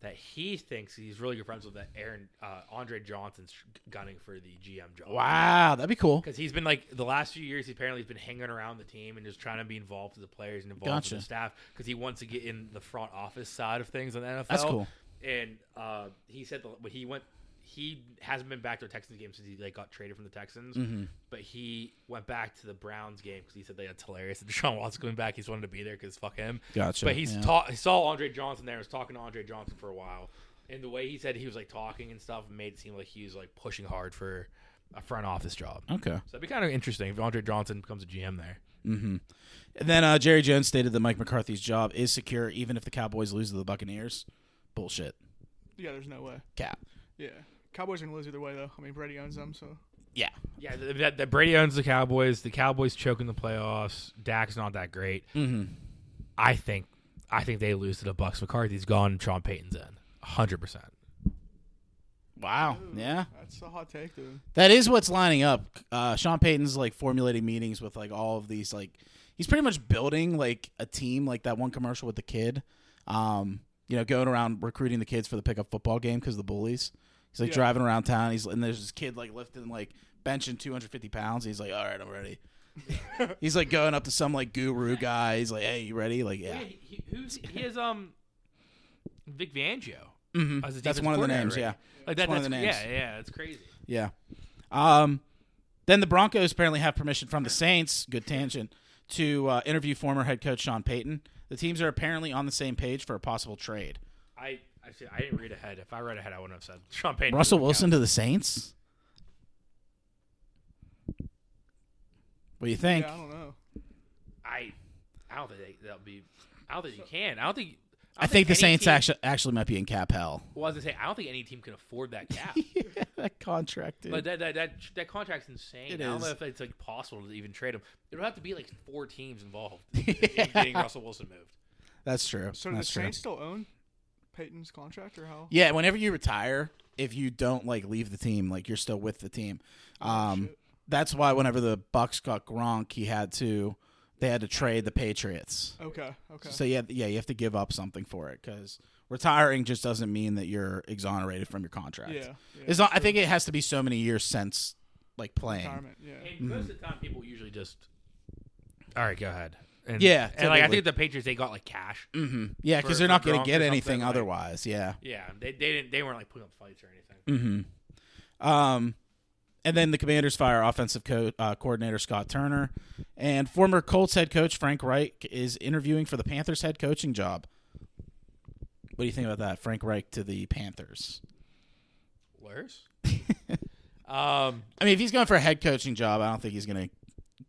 [SPEAKER 2] that he thinks he's really good friends with that Aaron uh, Andre Johnson's gunning for the GM job.
[SPEAKER 1] Wow, that'd be cool.
[SPEAKER 2] Because he's been like the last few years, he apparently has been hanging around the team and just trying to be involved with the players and involved
[SPEAKER 1] Gotcha.
[SPEAKER 2] with the staff because he wants to get in the front office side of things in the NFL.
[SPEAKER 1] cool.
[SPEAKER 2] And uh, he said the, when he went, he hasn't been back to a Texans game since he like got traded from the Texans.
[SPEAKER 1] Mm-hmm.
[SPEAKER 2] But he went back to the Browns game because he said they that's hilarious. And Deshaun Watson coming back, he's wanted to be there because fuck him.
[SPEAKER 1] Gotcha,
[SPEAKER 2] But he's
[SPEAKER 1] yeah.
[SPEAKER 2] ta- he saw Andre Johnson there. and Was talking to Andre Johnson for a while, and the way he said he was like talking and stuff made it seem like he was like pushing hard for a front office job.
[SPEAKER 1] Okay.
[SPEAKER 2] So that'd be kind of interesting if Andre Johnson becomes a GM there.
[SPEAKER 1] And then uh, Jerry Jones stated that Mike McCarthy's job is secure even if the Cowboys lose to the Buccaneers. Bullshit.
[SPEAKER 3] Yeah, there's no way.
[SPEAKER 1] Cap.
[SPEAKER 3] Yeah, Cowboys are gonna lose either way though. I mean, Brady owns them, so
[SPEAKER 1] Yeah.
[SPEAKER 2] Yeah, th- that, that Brady owns the Cowboys. The Cowboys choking the playoffs. Dak's not that great.
[SPEAKER 1] Mm-hmm.
[SPEAKER 2] I think, I think they lose to the Bucks. McCarthy's gone. Sean Payton's in. Hundred percent.
[SPEAKER 1] Wow. Yeah.
[SPEAKER 3] that's a hot take, dude.
[SPEAKER 1] That is what's lining up. Uh, Sean Payton's like formulating meetings with like all of these like he's pretty much building like a team like that one commercial with the kid. Um, you know, going around recruiting the kids for the pickup football game because the bullies. He's like
[SPEAKER 3] Yeah.
[SPEAKER 1] driving around town. He's and there's this kid like lifting like benching 250 pounds. he's like, all right, I'm ready. he's like going up to some like guru guy. He's like, hey, you ready? Like, yeah,
[SPEAKER 2] he, he- who's he is um Vic Fangio. as a
[SPEAKER 1] Mm-hmm. That's
[SPEAKER 2] defensive
[SPEAKER 1] one of the
[SPEAKER 2] coordinator
[SPEAKER 1] names,
[SPEAKER 2] already. like that,
[SPEAKER 1] one of
[SPEAKER 2] that's
[SPEAKER 1] the names.
[SPEAKER 2] yeah, yeah, it's crazy.
[SPEAKER 1] yeah. Um, then the Broncos apparently have permission from the Saints. Good tangent to uh, interview former head coach Sean Payton. The teams are apparently on the same page for a possible trade.
[SPEAKER 2] I I, said- I didn't read ahead. If I read ahead, I wouldn't have said Sean Payton.
[SPEAKER 1] Russell
[SPEAKER 2] doesn't
[SPEAKER 1] Wilson
[SPEAKER 2] count.
[SPEAKER 1] to the Saints. What do you think?
[SPEAKER 3] Yeah, I don't know.
[SPEAKER 2] I I don't think they- that'll be. I don't think you can. I don't think. I,
[SPEAKER 1] I think the
[SPEAKER 2] any
[SPEAKER 1] Saints
[SPEAKER 2] team-
[SPEAKER 1] actually actually might be in cap hell.
[SPEAKER 2] Well, I was gonna say I don't think any team can afford that cap.
[SPEAKER 1] that contract, dude.
[SPEAKER 2] But that, that that that contract's insane.
[SPEAKER 1] It
[SPEAKER 2] I don't
[SPEAKER 1] is.
[SPEAKER 2] know if it's like possible to even trade him. It would have to be like four teams involved in getting Russell Wilson moved.
[SPEAKER 1] That's true.
[SPEAKER 3] So do the
[SPEAKER 1] That's true.
[SPEAKER 3] Saints still own Peyton's contract, or how?
[SPEAKER 1] Yeah, whenever you retire, if you don't like leave the team, like you're still with the team. Um, that's why whenever the Bucks got Gronk, he had to they had to trade the Patriots.
[SPEAKER 3] Okay, okay.
[SPEAKER 1] So yeah, yeah, you have to give up something for it because retiring just doesn't mean that you're exonerated from your contract.
[SPEAKER 3] Yeah, yeah,
[SPEAKER 1] it's not. I think it has to be so many years since like playing.
[SPEAKER 3] Retirement, yeah.
[SPEAKER 1] Mm-hmm.
[SPEAKER 2] And most of the time, people usually just. All right, go ahead. And,
[SPEAKER 1] Yeah,
[SPEAKER 2] and like I
[SPEAKER 1] typically. Mm.
[SPEAKER 2] think the Patriots they got like cash.
[SPEAKER 1] Yeah, because
[SPEAKER 2] For-
[SPEAKER 1] they're not
[SPEAKER 2] for
[SPEAKER 1] going
[SPEAKER 2] Gronk
[SPEAKER 1] to get
[SPEAKER 2] or
[SPEAKER 1] anything
[SPEAKER 2] something, like-
[SPEAKER 1] otherwise. Yeah.
[SPEAKER 2] Yeah, they they didn't they weren't like putting up fights or anything.
[SPEAKER 1] Mm. Um, and then the Commanders fire offensive co- uh, coordinator Scott Turner, and former Colts head coach Frank Reich is interviewing for the Panthers head coaching job. What do you think about that, Frank Reich to the Panthers?
[SPEAKER 2] Worse. um,
[SPEAKER 1] I mean, if he's going for a head coaching job, I don't think he's going to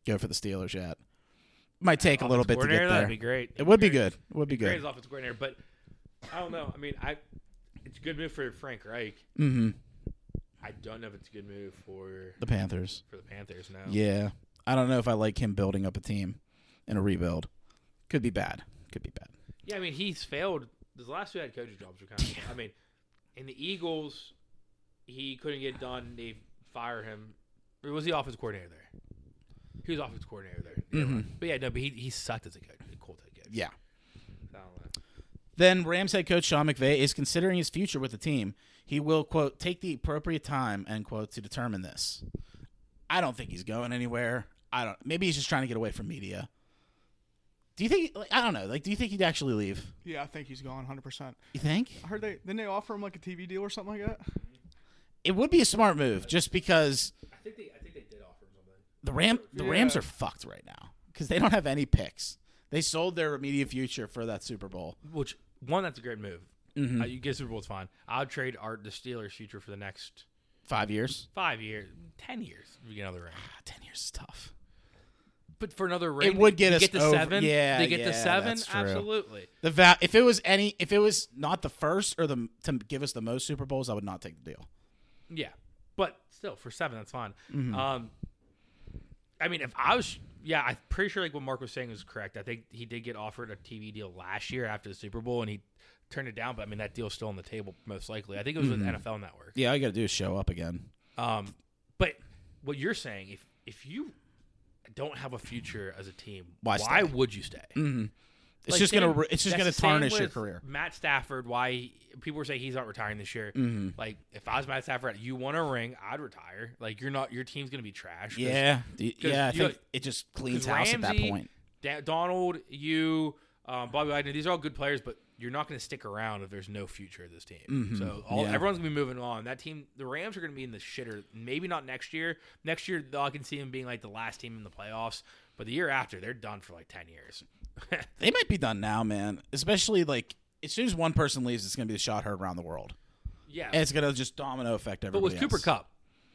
[SPEAKER 1] go for the Steelers yet. Might take a little bit to get
[SPEAKER 2] coordinator,
[SPEAKER 1] there.
[SPEAKER 2] That'd be great.
[SPEAKER 1] It would be good.
[SPEAKER 2] Great.
[SPEAKER 1] It would be
[SPEAKER 2] Great as
[SPEAKER 1] good.
[SPEAKER 2] offensive coordinator, but I don't know. I mean, I it's a good move for Frank Reich.
[SPEAKER 1] hmm
[SPEAKER 2] I don't know if it's a good move for
[SPEAKER 1] The Panthers.
[SPEAKER 2] for the Panthers now.
[SPEAKER 1] Yeah, I don't know if I like him building up a team in a rebuild. Could be bad. Could be bad.
[SPEAKER 2] Yeah, I mean, he's failed. His last two head coaching jobs were kind of. I mean, in the Eagles, he couldn't get it done. They fire him. Or was he offensive coordinator there? He was offensive coordinator there. Yeah,
[SPEAKER 1] Mm-hmm.
[SPEAKER 2] right. But yeah, no, but he, he sucked as a coach. A Colts head coach.
[SPEAKER 1] Yeah.
[SPEAKER 2] I don't know.
[SPEAKER 1] Then Rams head coach Sean McVay is considering his future with the team. He will quote take the appropriate time end quote to determine this. I don't think he's going anywhere. I don't. Maybe he's just trying to get away from media. Do you think? Like, I don't know. Like, do you think he'd actually leave?
[SPEAKER 3] Yeah, I think he's gone 100%.
[SPEAKER 1] You think
[SPEAKER 3] I heard they didn't they offer him like a TV deal or something like that.
[SPEAKER 1] it would be a smart move, just because
[SPEAKER 2] I think they I think they did offer him something.
[SPEAKER 1] the Ram the Rams
[SPEAKER 3] Yeah.
[SPEAKER 1] are fucked right now because they don't have any picks. They sold their immediate future for that Super Bowl.
[SPEAKER 2] Which one? That's a great move.
[SPEAKER 1] Mm-hmm.
[SPEAKER 2] Uh, you get Super Bowl, it's fine. I'll trade Art the Steelers' future for the next
[SPEAKER 1] Five years,
[SPEAKER 2] five years, ten years. We get another ring,
[SPEAKER 1] Ah, ten years is tough.
[SPEAKER 2] but for another ring,
[SPEAKER 1] would get
[SPEAKER 2] they
[SPEAKER 1] us
[SPEAKER 2] get to
[SPEAKER 1] over-
[SPEAKER 2] seven.
[SPEAKER 1] yeah,
[SPEAKER 2] they get
[SPEAKER 1] yeah,
[SPEAKER 2] to seven.
[SPEAKER 1] that's true.
[SPEAKER 2] Absolutely.
[SPEAKER 1] The va- if it was any if it was not the first or the to give us the most Super Bowls, I would not take the deal.
[SPEAKER 2] Yeah, but still for seven, that's fine. Um, I mean, if I was, yeah, I'm pretty sure like what Mark was saying was correct. I think he did get offered a TV deal last year after the Super Bowl, and he turned it down. But I mean, that deal's still on the table most likely. I think it was with NFL Network.
[SPEAKER 1] Yeah, all you got to do is show up again.
[SPEAKER 2] Um, but what you're saying, if if you don't have a future as a team,
[SPEAKER 1] Why
[SPEAKER 2] why
[SPEAKER 1] stay?
[SPEAKER 2] would you stay?
[SPEAKER 1] It's
[SPEAKER 2] like,
[SPEAKER 1] just
[SPEAKER 2] same-
[SPEAKER 1] gonna ru- it's just
[SPEAKER 2] that's
[SPEAKER 1] gonna
[SPEAKER 2] the same
[SPEAKER 1] tarnish your
[SPEAKER 2] with
[SPEAKER 1] career.
[SPEAKER 2] Matt Stafford, why he- people were saying he's not retiring this year.
[SPEAKER 1] Mm-hmm.
[SPEAKER 2] Like if I was Matt Stafford, you want a ring, I'd retire. Like you're not, your team's gonna be trash. 'cause
[SPEAKER 1] Yeah, D- yeah. I
[SPEAKER 2] you-
[SPEAKER 1] think it just cleans
[SPEAKER 2] 'Cause
[SPEAKER 1] house at that
[SPEAKER 2] Ramsey-
[SPEAKER 1] point.
[SPEAKER 2] Da- Donald, you, um, Bobby Wagner, these are all good players, but you're not going to stick around if there's no future of this team. So all,
[SPEAKER 1] Mm-hmm. Yeah.
[SPEAKER 2] everyone's going to be moving on. That team, the Rams are going to be in the shitter. Maybe not next year. Next year, though, I can see them being like the last team in the playoffs. But the year after, they're done for like ten years.
[SPEAKER 1] They might be done now, man. Especially like as soon as one person leaves, it's gonna be the shot heard around the world.
[SPEAKER 2] yeah,
[SPEAKER 1] And it's gonna just domino effect
[SPEAKER 2] but
[SPEAKER 1] everybody.
[SPEAKER 2] with Cooper
[SPEAKER 1] else.
[SPEAKER 2] Cup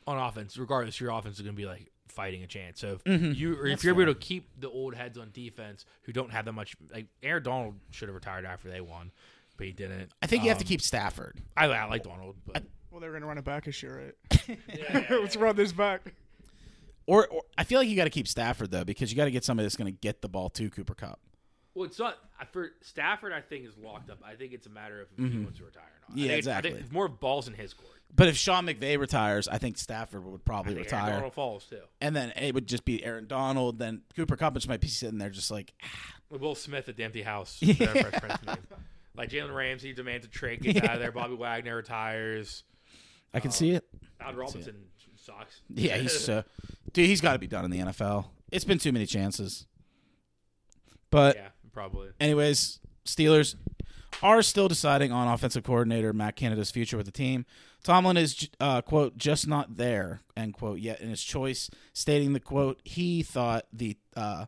[SPEAKER 2] on offense, regardless, your offense is going to be like fighting a chance. So if you or if
[SPEAKER 1] Mm-hmm. That's
[SPEAKER 2] you're
[SPEAKER 1] fair.
[SPEAKER 2] able to keep the old heads on defense who don't have that much, like Aaron Donald should have retired after they won, but he didn't.
[SPEAKER 1] I think you have to
[SPEAKER 2] Um,
[SPEAKER 1] keep Stafford.
[SPEAKER 2] I, I like Donald, but
[SPEAKER 3] Well, they were gonna run it back this year, right? Let's run this back.
[SPEAKER 1] Or, or I feel like you got to keep Stafford though, because you got to get somebody that's going to get the ball to Cooper Cup.
[SPEAKER 2] well, it's not I- for Stafford. I think is locked up. I think it's a matter of if he wants to retire or not.
[SPEAKER 1] Mm-hmm. Yeah,
[SPEAKER 2] I think it's- I
[SPEAKER 1] exactly.
[SPEAKER 2] think it's more balls in his court.
[SPEAKER 1] But if Sean McVay retires, I think Stafford would probably
[SPEAKER 2] Aaron
[SPEAKER 1] retire,
[SPEAKER 2] Donald falls too.
[SPEAKER 1] and then it would just be Aaron Donald. Then Cooper Cup just might be sitting there, just like
[SPEAKER 2] Will Smith at the empty house. for their Fresh Prince meme. Like Jalen Ramsey demands a trade gets out of there. Bobby Wagner retires.
[SPEAKER 1] I can see it.
[SPEAKER 2] Al Robinson sucks.
[SPEAKER 1] Yeah, he's uh, dude. He's got to be done in the NFL. It's been too many chances. But
[SPEAKER 2] yeah, probably.
[SPEAKER 1] anyways, Steelers are still deciding on offensive coordinator Matt Canada's future with the team. Tomlin is uh, quote just not there end quote yet in his choice, stating the quote he thought the uh,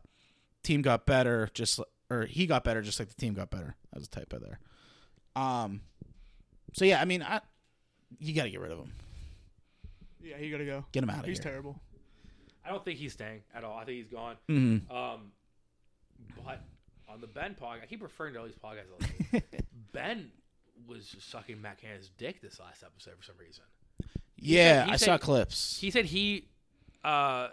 [SPEAKER 1] team got better just li- or he got better just like the team got better. That was a typo there. Um, so yeah, I mean, I you got to get rid of him,
[SPEAKER 3] Yeah, he gotta go.
[SPEAKER 1] get him out of
[SPEAKER 3] He's
[SPEAKER 1] here.
[SPEAKER 3] terrible.
[SPEAKER 2] I don't think he's staying at all. I think he's gone. Um, but on the Ben podcast, I keep referring to all these podcasts. Like, ben was sucking Matt Cannon's dick this last episode for some reason.
[SPEAKER 1] yeah,
[SPEAKER 2] said- he
[SPEAKER 1] I saw
[SPEAKER 2] said-
[SPEAKER 1] clips.
[SPEAKER 2] He said he, uh,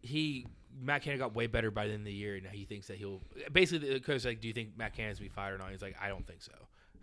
[SPEAKER 2] he Matt Cannon got way better by the end of the year, and now he thinks that he'll basically the coach like, do you think Matt Cannon's gonna be fired or not? He's like, I don't think so.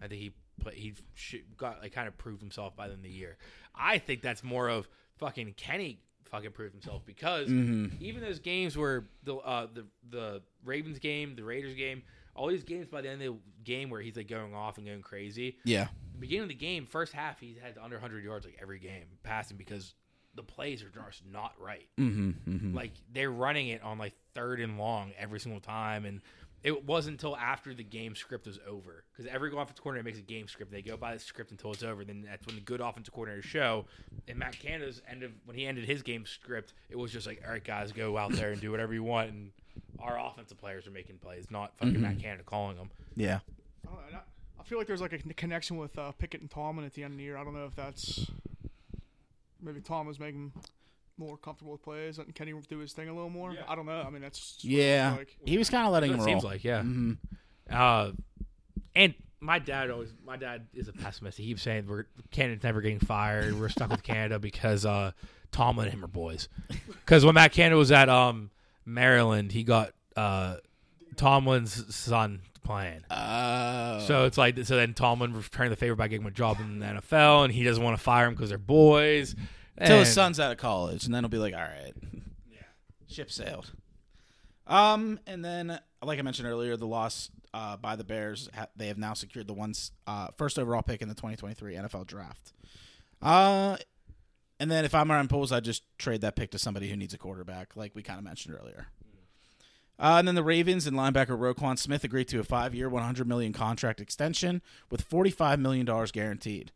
[SPEAKER 2] I think he play, he sh- got like kind of proved himself by the end of the year. I think that's more of fucking Kenny fucking proved himself because even those games where the uh, the the Ravens game, the Raiders game, all these games by the end of the game where he's like going off and going crazy,
[SPEAKER 1] yeah,
[SPEAKER 2] beginning of the game, first half, he's had under 100 yards like every game passing because the plays are just not right.
[SPEAKER 1] mm-hmm, mm-hmm.
[SPEAKER 2] Like they're running it on like third and long every single time, and it wasn't until after the game script was over because every offensive coordinator makes a game script. They go by the script until it's over. Then that's when the good offensive coordinators show. And Matt Canada's end of when he ended his game script, it was just like, all right, guys, go out there and do whatever you want. And our offensive players are making plays, not fucking Matt Canada calling them.
[SPEAKER 1] yeah.
[SPEAKER 3] I, don't know, and I- I feel like there's like a con- connection with uh, Pickett and Tomlin at the end of the year. I don't know if that's maybe Tom was making him more comfortable with plays, letting Kenny do his thing a little more. I don't know. I mean, that's just what I feel
[SPEAKER 1] Yeah,
[SPEAKER 3] Like,
[SPEAKER 1] he was kind of letting him
[SPEAKER 2] It
[SPEAKER 1] roll.
[SPEAKER 2] seems like, yeah.
[SPEAKER 1] Mm-hmm.
[SPEAKER 2] Uh, and my dad always, my dad is a pessimist. He keeps saying we're Canada's never getting fired. We're stuck with Canada because uh, Tomlin and him are boys. Because when Matt Canada was at um, Maryland, he got uh, Tomlin's son playing.
[SPEAKER 1] Oh.
[SPEAKER 2] So it's like so then Tomlin returned the favor by getting him a job in the NFL, and he doesn't want to fire him because they're boys.
[SPEAKER 1] Till his
[SPEAKER 2] And-
[SPEAKER 1] son's out of college, and then he'll be like, "All right, ship sailed." Um, and then, like I mentioned earlier, the loss uh, by the Bears, ha- they have now secured the one s- uh, first overall pick in the 2023 NFL Draft. Uh, and then if I'm Ryan Poles, I just trade that pick to somebody who needs a quarterback, like we kind of mentioned earlier. Uh, and then the Ravens and linebacker Roquan Smith agreed to a five-year, 100 million contract extension with 45 million dollars guaranteed.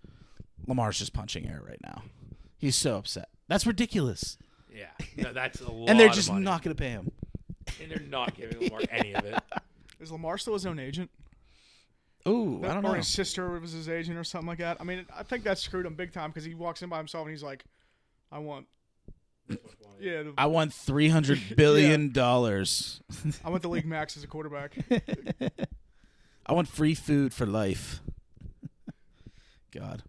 [SPEAKER 1] Lamar's just punching air right now. He's so upset. That's ridiculous.
[SPEAKER 2] yeah, no, that's a lot.
[SPEAKER 1] And they're
[SPEAKER 2] of
[SPEAKER 1] just
[SPEAKER 2] money.
[SPEAKER 1] not going to pay him.
[SPEAKER 2] and they're not giving Lamar any of it.
[SPEAKER 3] is Lamar still his own agent?
[SPEAKER 1] Ooh, I don't
[SPEAKER 3] or
[SPEAKER 1] know.
[SPEAKER 3] his sister was his agent or something like that. I mean, I think that screwed him big time because he walks in by himself and he's like, "I want, yeah, the,
[SPEAKER 1] I want three hundred billion dollars.
[SPEAKER 3] I want the league max as a quarterback."
[SPEAKER 1] I want free food for life. God.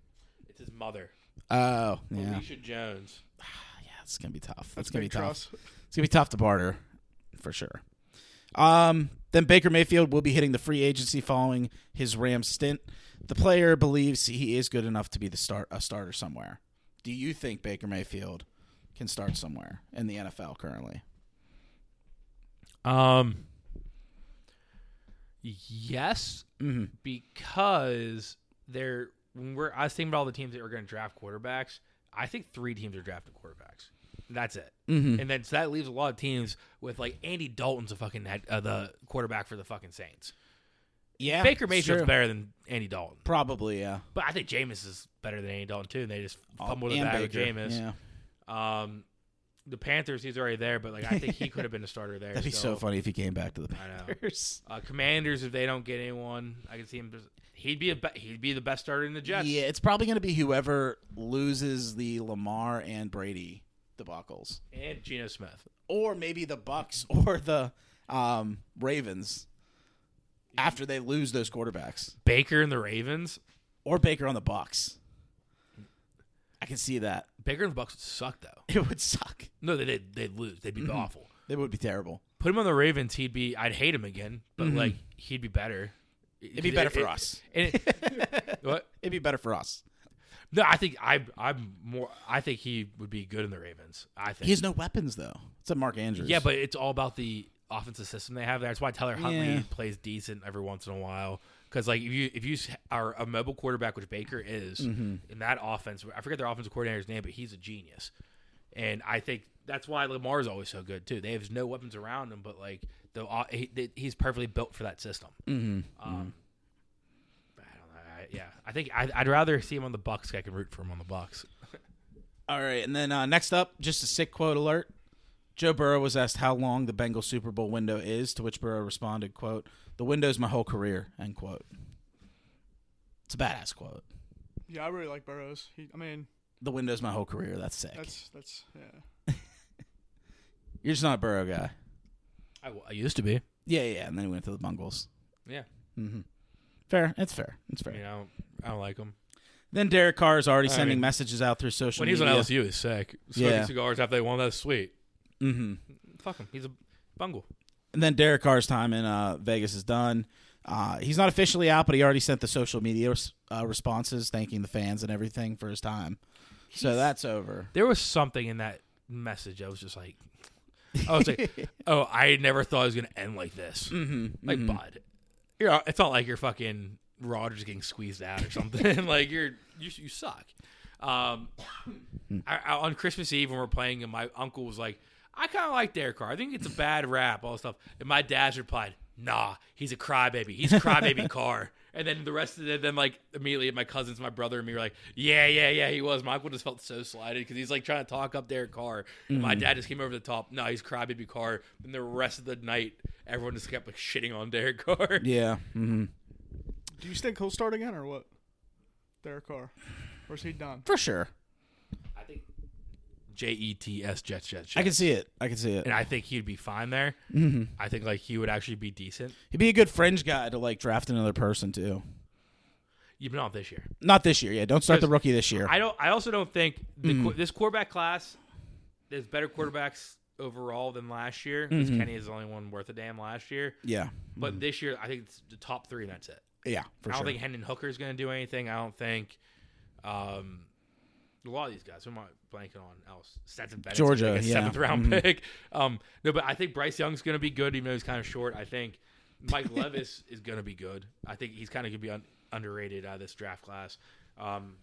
[SPEAKER 2] It's his mother,
[SPEAKER 1] Oh yeah, yeah.
[SPEAKER 2] Alicia Jones.
[SPEAKER 1] It's gonna be tough.
[SPEAKER 3] That's
[SPEAKER 1] it's gonna be
[SPEAKER 3] big
[SPEAKER 1] tough.
[SPEAKER 3] trust.
[SPEAKER 1] It's gonna be tough to barter, for sure. Um, then Baker Mayfield will be hitting the free agency following his Rams stint. The player believes he is good enough to be the start a starter somewhere. Do you think Baker Mayfield can start somewhere in the NFL currently?
[SPEAKER 2] Um. Yes,
[SPEAKER 1] Mm-hmm.
[SPEAKER 2] because they're when we're I was thinking about all the teams that are going to draft quarterbacks. I think three teams are drafting quarterbacks. That's it,
[SPEAKER 1] Mm-hmm. Mm.
[SPEAKER 2] and then so that leaves a lot of teams with like Andy Dalton's a fucking head, uh, the quarterback for the fucking Saints.
[SPEAKER 1] Yeah,
[SPEAKER 2] Baker
[SPEAKER 1] it's
[SPEAKER 2] Mayfield's
[SPEAKER 1] true.
[SPEAKER 2] better than Andy Dalton,
[SPEAKER 1] Probably, yeah.
[SPEAKER 2] but I think Jameis is better than Andy Dalton too. And they just fumbled it
[SPEAKER 1] Oh, And
[SPEAKER 2] back with
[SPEAKER 1] Baker,
[SPEAKER 2] Jameis.
[SPEAKER 1] Yeah.
[SPEAKER 2] Um, the Panthers, he's already there, but like I think he could have been a starter there.
[SPEAKER 1] That'd be so,
[SPEAKER 2] so
[SPEAKER 1] funny if he came back to the
[SPEAKER 2] I know.
[SPEAKER 1] Panthers.
[SPEAKER 2] Uh, Commanders, if they don't get anyone, I can see him. Just, he'd be a be- he'd be the best starter in the Jets.
[SPEAKER 1] Yeah, it's probably going to be whoever loses the Lamar and Brady debacles,
[SPEAKER 2] and Geno Smith.
[SPEAKER 1] or maybe the Bucks or the um, Ravens after they lose those quarterbacks,
[SPEAKER 2] Baker and the Ravens.
[SPEAKER 1] or Baker on the Bucks. I can see that.
[SPEAKER 2] Baker and the Bucks would suck though.
[SPEAKER 1] It would suck.
[SPEAKER 2] No, they did. They'd lose. They'd
[SPEAKER 1] Mm-hmm.
[SPEAKER 2] be awful.
[SPEAKER 1] It would be terrible.
[SPEAKER 2] Put him on the Ravens. He'd be. I'd hate him again, but like he'd be better.
[SPEAKER 1] It'd Mm-hmm. be better for us.
[SPEAKER 2] And it- what?
[SPEAKER 1] It'd be better for us.
[SPEAKER 2] No, I think I. I'm more. I think he would be good in the Ravens. I think
[SPEAKER 1] He has no weapons though. It's a Mark Andrews.
[SPEAKER 2] Yeah, but it's all about the offensive system they have. That's why Tyler Huntley
[SPEAKER 1] Yeah.
[SPEAKER 2] plays decent every once in a while. Because like if you if you s- are a mobile quarterback, which Baker is in that offense, I forget their offensive coordinator's name, but he's a genius. And I think that's why Lamar's always so good too. They have no weapons around him, but like the o- he, th- he's perfectly built for that system. Mm-hmm. Um, but I don't know. I, yeah, I think I'd, I'd rather see him on the Bucks. I can root for him on the Bucks.
[SPEAKER 1] All right, and then uh, next up, just a sick quote alert. Joe Burrow was asked how long the Bengals Super Bowl window is, to which Burrow responded, "quote The window's my whole career." End quote. It's a badass quote.
[SPEAKER 3] Yeah, I really like Burrows. He, I mean,
[SPEAKER 1] The window's my whole career. That's sick.
[SPEAKER 3] that's that's yeah.
[SPEAKER 1] You're just not a Burrow guy.
[SPEAKER 2] I, w- I used to be.
[SPEAKER 1] Yeah, yeah. And then he went to the Bungles.
[SPEAKER 2] Yeah,
[SPEAKER 1] Fair. It's fair. It's fair.
[SPEAKER 2] you know, I don't like him.
[SPEAKER 1] Then Derek Carr is already
[SPEAKER 2] I
[SPEAKER 1] sending
[SPEAKER 2] mean,
[SPEAKER 1] messages out through social
[SPEAKER 2] When he's
[SPEAKER 1] media.
[SPEAKER 2] on LSU, he's sick. Smoking
[SPEAKER 1] Yeah.
[SPEAKER 2] cigars after they won, that's sweet.
[SPEAKER 1] Mm-hmm.
[SPEAKER 2] Fuck him. He's a bungle.
[SPEAKER 1] And then Derek Carr's time in uh, Vegas is done. Uh, he's not officially out, but he already sent the social media res- uh, responses thanking the fans and everything for his time. So that's over.
[SPEAKER 2] There was something in that message. I was just like, I was like, oh, I never thought it was gonna end like this. Mm-hmm, like, bud, you're. It's not like you're fucking Rogers getting squeezed out or something. like you're you you suck. Um, I, I, on Christmas Eve when we're playing, and my uncle was like, I kind of like Derek Carr. I think it's a bad rap, all this stuff. And my dad's replied, Nah, he's a crybaby. He's crybaby Carr. And then the rest of the then like immediately my cousins, my brother, and me were like, yeah, yeah, yeah, he was. My uncle just felt so slighted because he's like trying to talk up Derek Carr, and my dad just came over the top. No, he's crybaby Carr. And the rest of the night, everyone just kept like shitting on Derek Carr.
[SPEAKER 1] Yeah. hmm
[SPEAKER 3] Do you think he'll start again or what? Derek Carr, or is he done?
[SPEAKER 1] For sure.
[SPEAKER 2] I think J E T S Jets Jets.
[SPEAKER 1] I
[SPEAKER 2] Jets.
[SPEAKER 1] can see it. I can see it.
[SPEAKER 2] and I think he'd be fine there. I think like he would actually be decent.
[SPEAKER 1] He'd be a good fringe guy to like draft another person too.
[SPEAKER 2] Even off this year.
[SPEAKER 1] Not this year. Yeah. Don't start the
[SPEAKER 2] Because
[SPEAKER 1] rookie this year.
[SPEAKER 2] I don't. I also don't think the, qu this quarterback class. There's better quarterbacks overall than last year. 'cause Kenny is the only one worth a damn last year.
[SPEAKER 1] yeah.
[SPEAKER 2] But this year, I think it's the top three, and that's it.
[SPEAKER 1] Yeah. For
[SPEAKER 2] I don't
[SPEAKER 1] sure.
[SPEAKER 2] think Hendon Hooker is going to do anything. I don't think um, a lot of these guys. Who am I blanking on else? Stetson Bennett's gonna be
[SPEAKER 1] Georgia,
[SPEAKER 2] like a
[SPEAKER 1] yeah. Mm-hmm.
[SPEAKER 2] seventh round pick. Um, no, but I think Bryce Young's going to be good, even though he's kind of short. I think Mike Levis is going to be good. I think he's kind of going to be un- underrated out of this draft class. Um,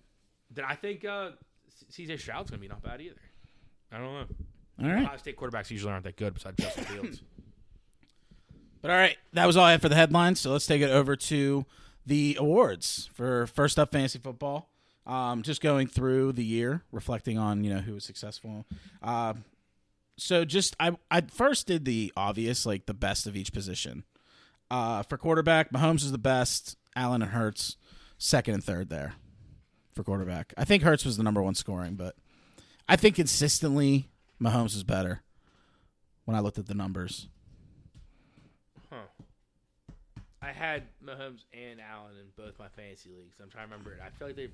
[SPEAKER 2] then I think uh, C- CJ Stroud's going to be not bad either. I don't know.
[SPEAKER 1] all right.
[SPEAKER 2] Ohio State quarterbacks usually aren't that good besides Justin Fields.
[SPEAKER 1] But all right, that was all I had for the headlines. So let's take it over to the awards for first up fantasy football. Um, just going through the year, reflecting on you know who was successful. Uh, so just I I first did the obvious like the best of each position. Uh, for quarterback, Mahomes is the best. Allen and Hurts second and third there for quarterback. I think Hurts was the number one scoring, but I think consistently Mahomes is better. When I looked at the numbers,
[SPEAKER 2] I had Mahomes and Allen in both my fantasy leagues. I'm trying to remember it. I feel like they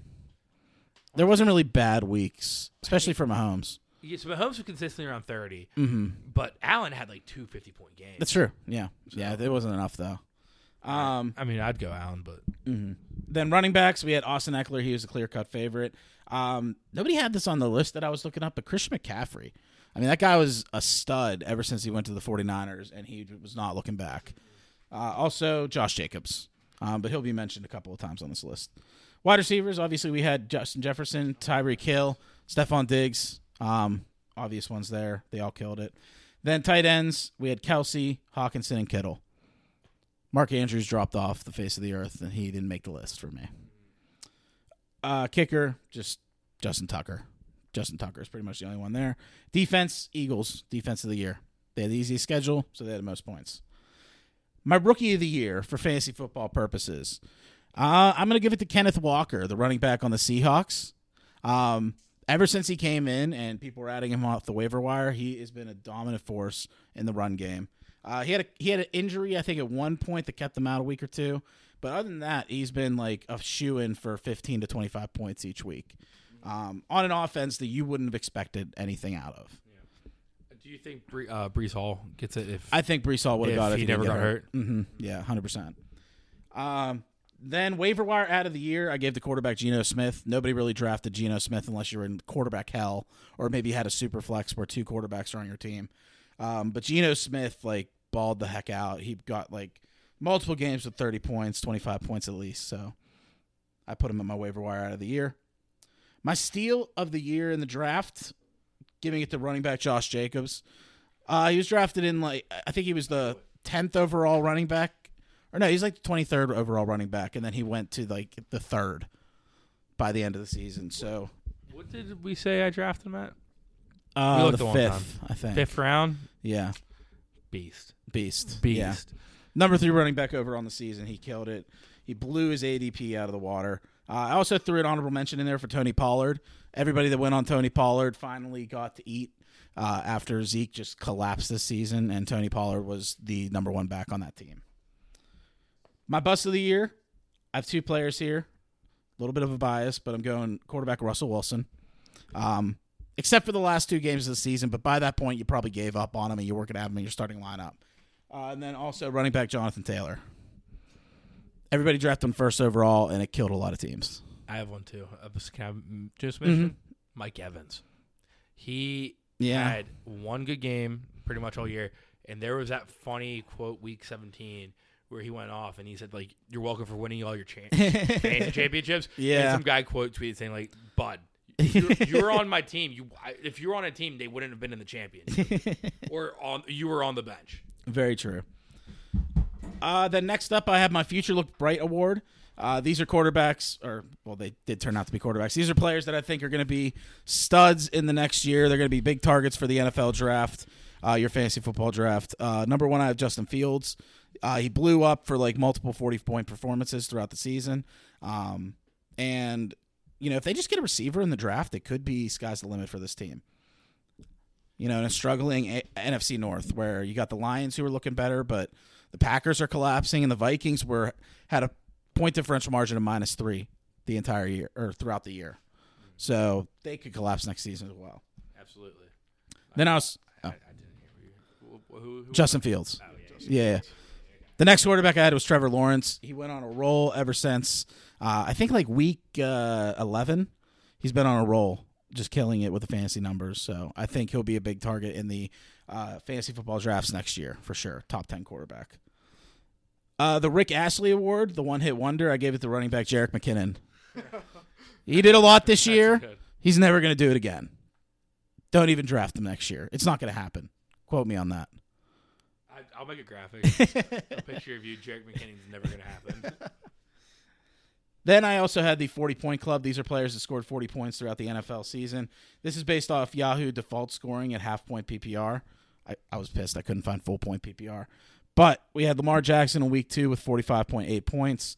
[SPEAKER 1] There wasn't really bad weeks, especially for Mahomes.
[SPEAKER 2] Yeah, so Mahomes was consistently around 30, but Allen had like two 50 point games.
[SPEAKER 1] Mm-hmm. That's true. Yeah, yeah, it wasn't enough though. Um,
[SPEAKER 2] I mean, I'd go Allen, but
[SPEAKER 1] then running backs, we had Austin Eckler. He was a clear cut favorite. Um, nobody had this on the list that I was looking up, but Christian McCaffrey. I mean, that guy was a stud ever since he went to the 49ers, and he was not looking back. Uh, also, Josh Jacobs, um, but he'll be mentioned a couple of times on this list. Wide receivers, obviously, we had Justin Jefferson, Tyreek Hill, Stephon Diggs. Um, obvious ones there. They all killed it. Then tight ends, we had Kelsey, Hawkinson, and Kittle. Mark Andrews dropped off the face of the earth, and he didn't make the list for me. Uh, kicker, just Justin Tucker. Justin Tucker is pretty much the only one there. Defense, Eagles, defense of the year. They had the easiest schedule, so they had the most points. My rookie of the year for fantasy football purposes, uh, I'm going to give it to Kenneth Walker, the running back on the Seahawks. Um, ever since he came in and people were adding him off the waiver wire, he has been a dominant force in the run game. Uh, he had a, he had an injury, I think, at one point that kept him out a week or two. But other than that, he's been like a shoe in for 15 to 25 points each week um, on an offense that you wouldn't have expected anything out of.
[SPEAKER 2] Do you think Bree, uh, Brees Hall gets it? If
[SPEAKER 1] I think Brees Hall would
[SPEAKER 2] If
[SPEAKER 1] have got it.
[SPEAKER 2] he
[SPEAKER 1] didn't
[SPEAKER 2] never
[SPEAKER 1] get
[SPEAKER 2] got
[SPEAKER 1] hmm Yeah, hundred percent. Um, then waiver wire out of the year, I gave the quarterback Geno Smith. Nobody really drafted Geno Smith unless you were in quarterback hell, or maybe you had a super flex where two quarterbacks are on your team. Um, but Geno Smith like balled the heck out. He got like multiple games with thirty points, twenty five points at least. So I put him on my waiver wire out of the year. My steal of the year in the draft, giving it to running back Josh Jacobs. Uh, he was drafted in like I think he was the tenth overall running back, or no, he's like the twenty third overall running back, and then he went to like the third by the end of the season. So
[SPEAKER 2] what did we say I drafted him at? We
[SPEAKER 1] uh,
[SPEAKER 2] looked
[SPEAKER 1] the
[SPEAKER 2] a long
[SPEAKER 1] fifth, I think.
[SPEAKER 2] Fifth round,
[SPEAKER 1] Yeah,
[SPEAKER 2] beast,
[SPEAKER 1] beast,
[SPEAKER 2] beast.
[SPEAKER 1] Yeah. Number three running back over on the season. He killed it. He blew his ADP out of the water. Uh, I also threw an honorable mention in there for Tony Pollard. Everybody that went on Tony Pollard finally got to eat uh, after Zeke just collapsed this season, and Tony Pollard was the number one back on that team. My bust of the year, I have two players here. A little bit of a bias, but I'm going quarterback Russell Wilson. Um, except for the last two games of the season, but by that point, you probably gave up on him and you weren't going to have him in your starting lineup. Uh, and then also running back Jonathan Taylor. Everybody drafted him first overall, and it killed a lot of teams.
[SPEAKER 2] I have one too. Uh, Can I m- just mention Mike Evans? He
[SPEAKER 1] Mm-hmm. Yeah.
[SPEAKER 2] had one good game pretty much all year, and there was that funny quote week seventeen where he went off and he said like, "You're welcome for winning all your cha- fantasy championships."
[SPEAKER 1] Yeah.
[SPEAKER 2] and some guy quote tweeted saying like, "Bud." you're, you're on my team. You, I- if you were on a team, they wouldn't have been in the championship, or on you were on the bench.
[SPEAKER 1] Very true. Uh, then next up, I have my Future Look Bright Award. Uh, these are quarterbacks, or well, they did turn out to be quarterbacks. These are players that I think are going to be studs in the next year. They're going to be big targets for the NFL draft, uh, your fantasy football draft. Uh, number one, I have Justin Fields. Uh, he blew up for like multiple forty-point performances throughout the season, um, and you know if they just get a receiver in the draft, it could be sky's the limit for this team you know, in a struggling A- NFC North where you got the Lions who are looking better, but the Packers are collapsing and the Vikings were had a point differential margin of minus three the entire year or throughout the year. So they could collapse next season as well.
[SPEAKER 2] Absolutely.
[SPEAKER 1] Then I was oh.
[SPEAKER 2] I, I didn't hear you. Who, who, who-
[SPEAKER 1] Justin Fields.
[SPEAKER 2] oh, yeah.
[SPEAKER 1] Yeah, yeah. The next quarterback I had was Trevor Lawrence. He went on a roll ever since uh, I think like week uh, eleven. He's been on a roll, just killing it with the fantasy numbers. So I think he'll be a big target in the uh, fantasy football drafts next year for sure. Top ten quarterback. Uh, the Rick Ashley Award, the one hit wonder, I gave it to running back Jarek McKinnon. he did a lot this year.
[SPEAKER 2] good.
[SPEAKER 1] He's never going to do it again. Don't even draft him next year. It's not going to happen. Quote me on that.
[SPEAKER 2] I, I'll make a graphic, a picture of you. Jarek McKinnon's never gonna happen.
[SPEAKER 1] Then I also had the 40 point club. These are players that scored 40 points throughout the NFL season. This is based off Yahoo default scoring at half point PPR. I, I was pissed I couldn't find full point PPR. But we had Lamar Jackson in week two with 45.8 points.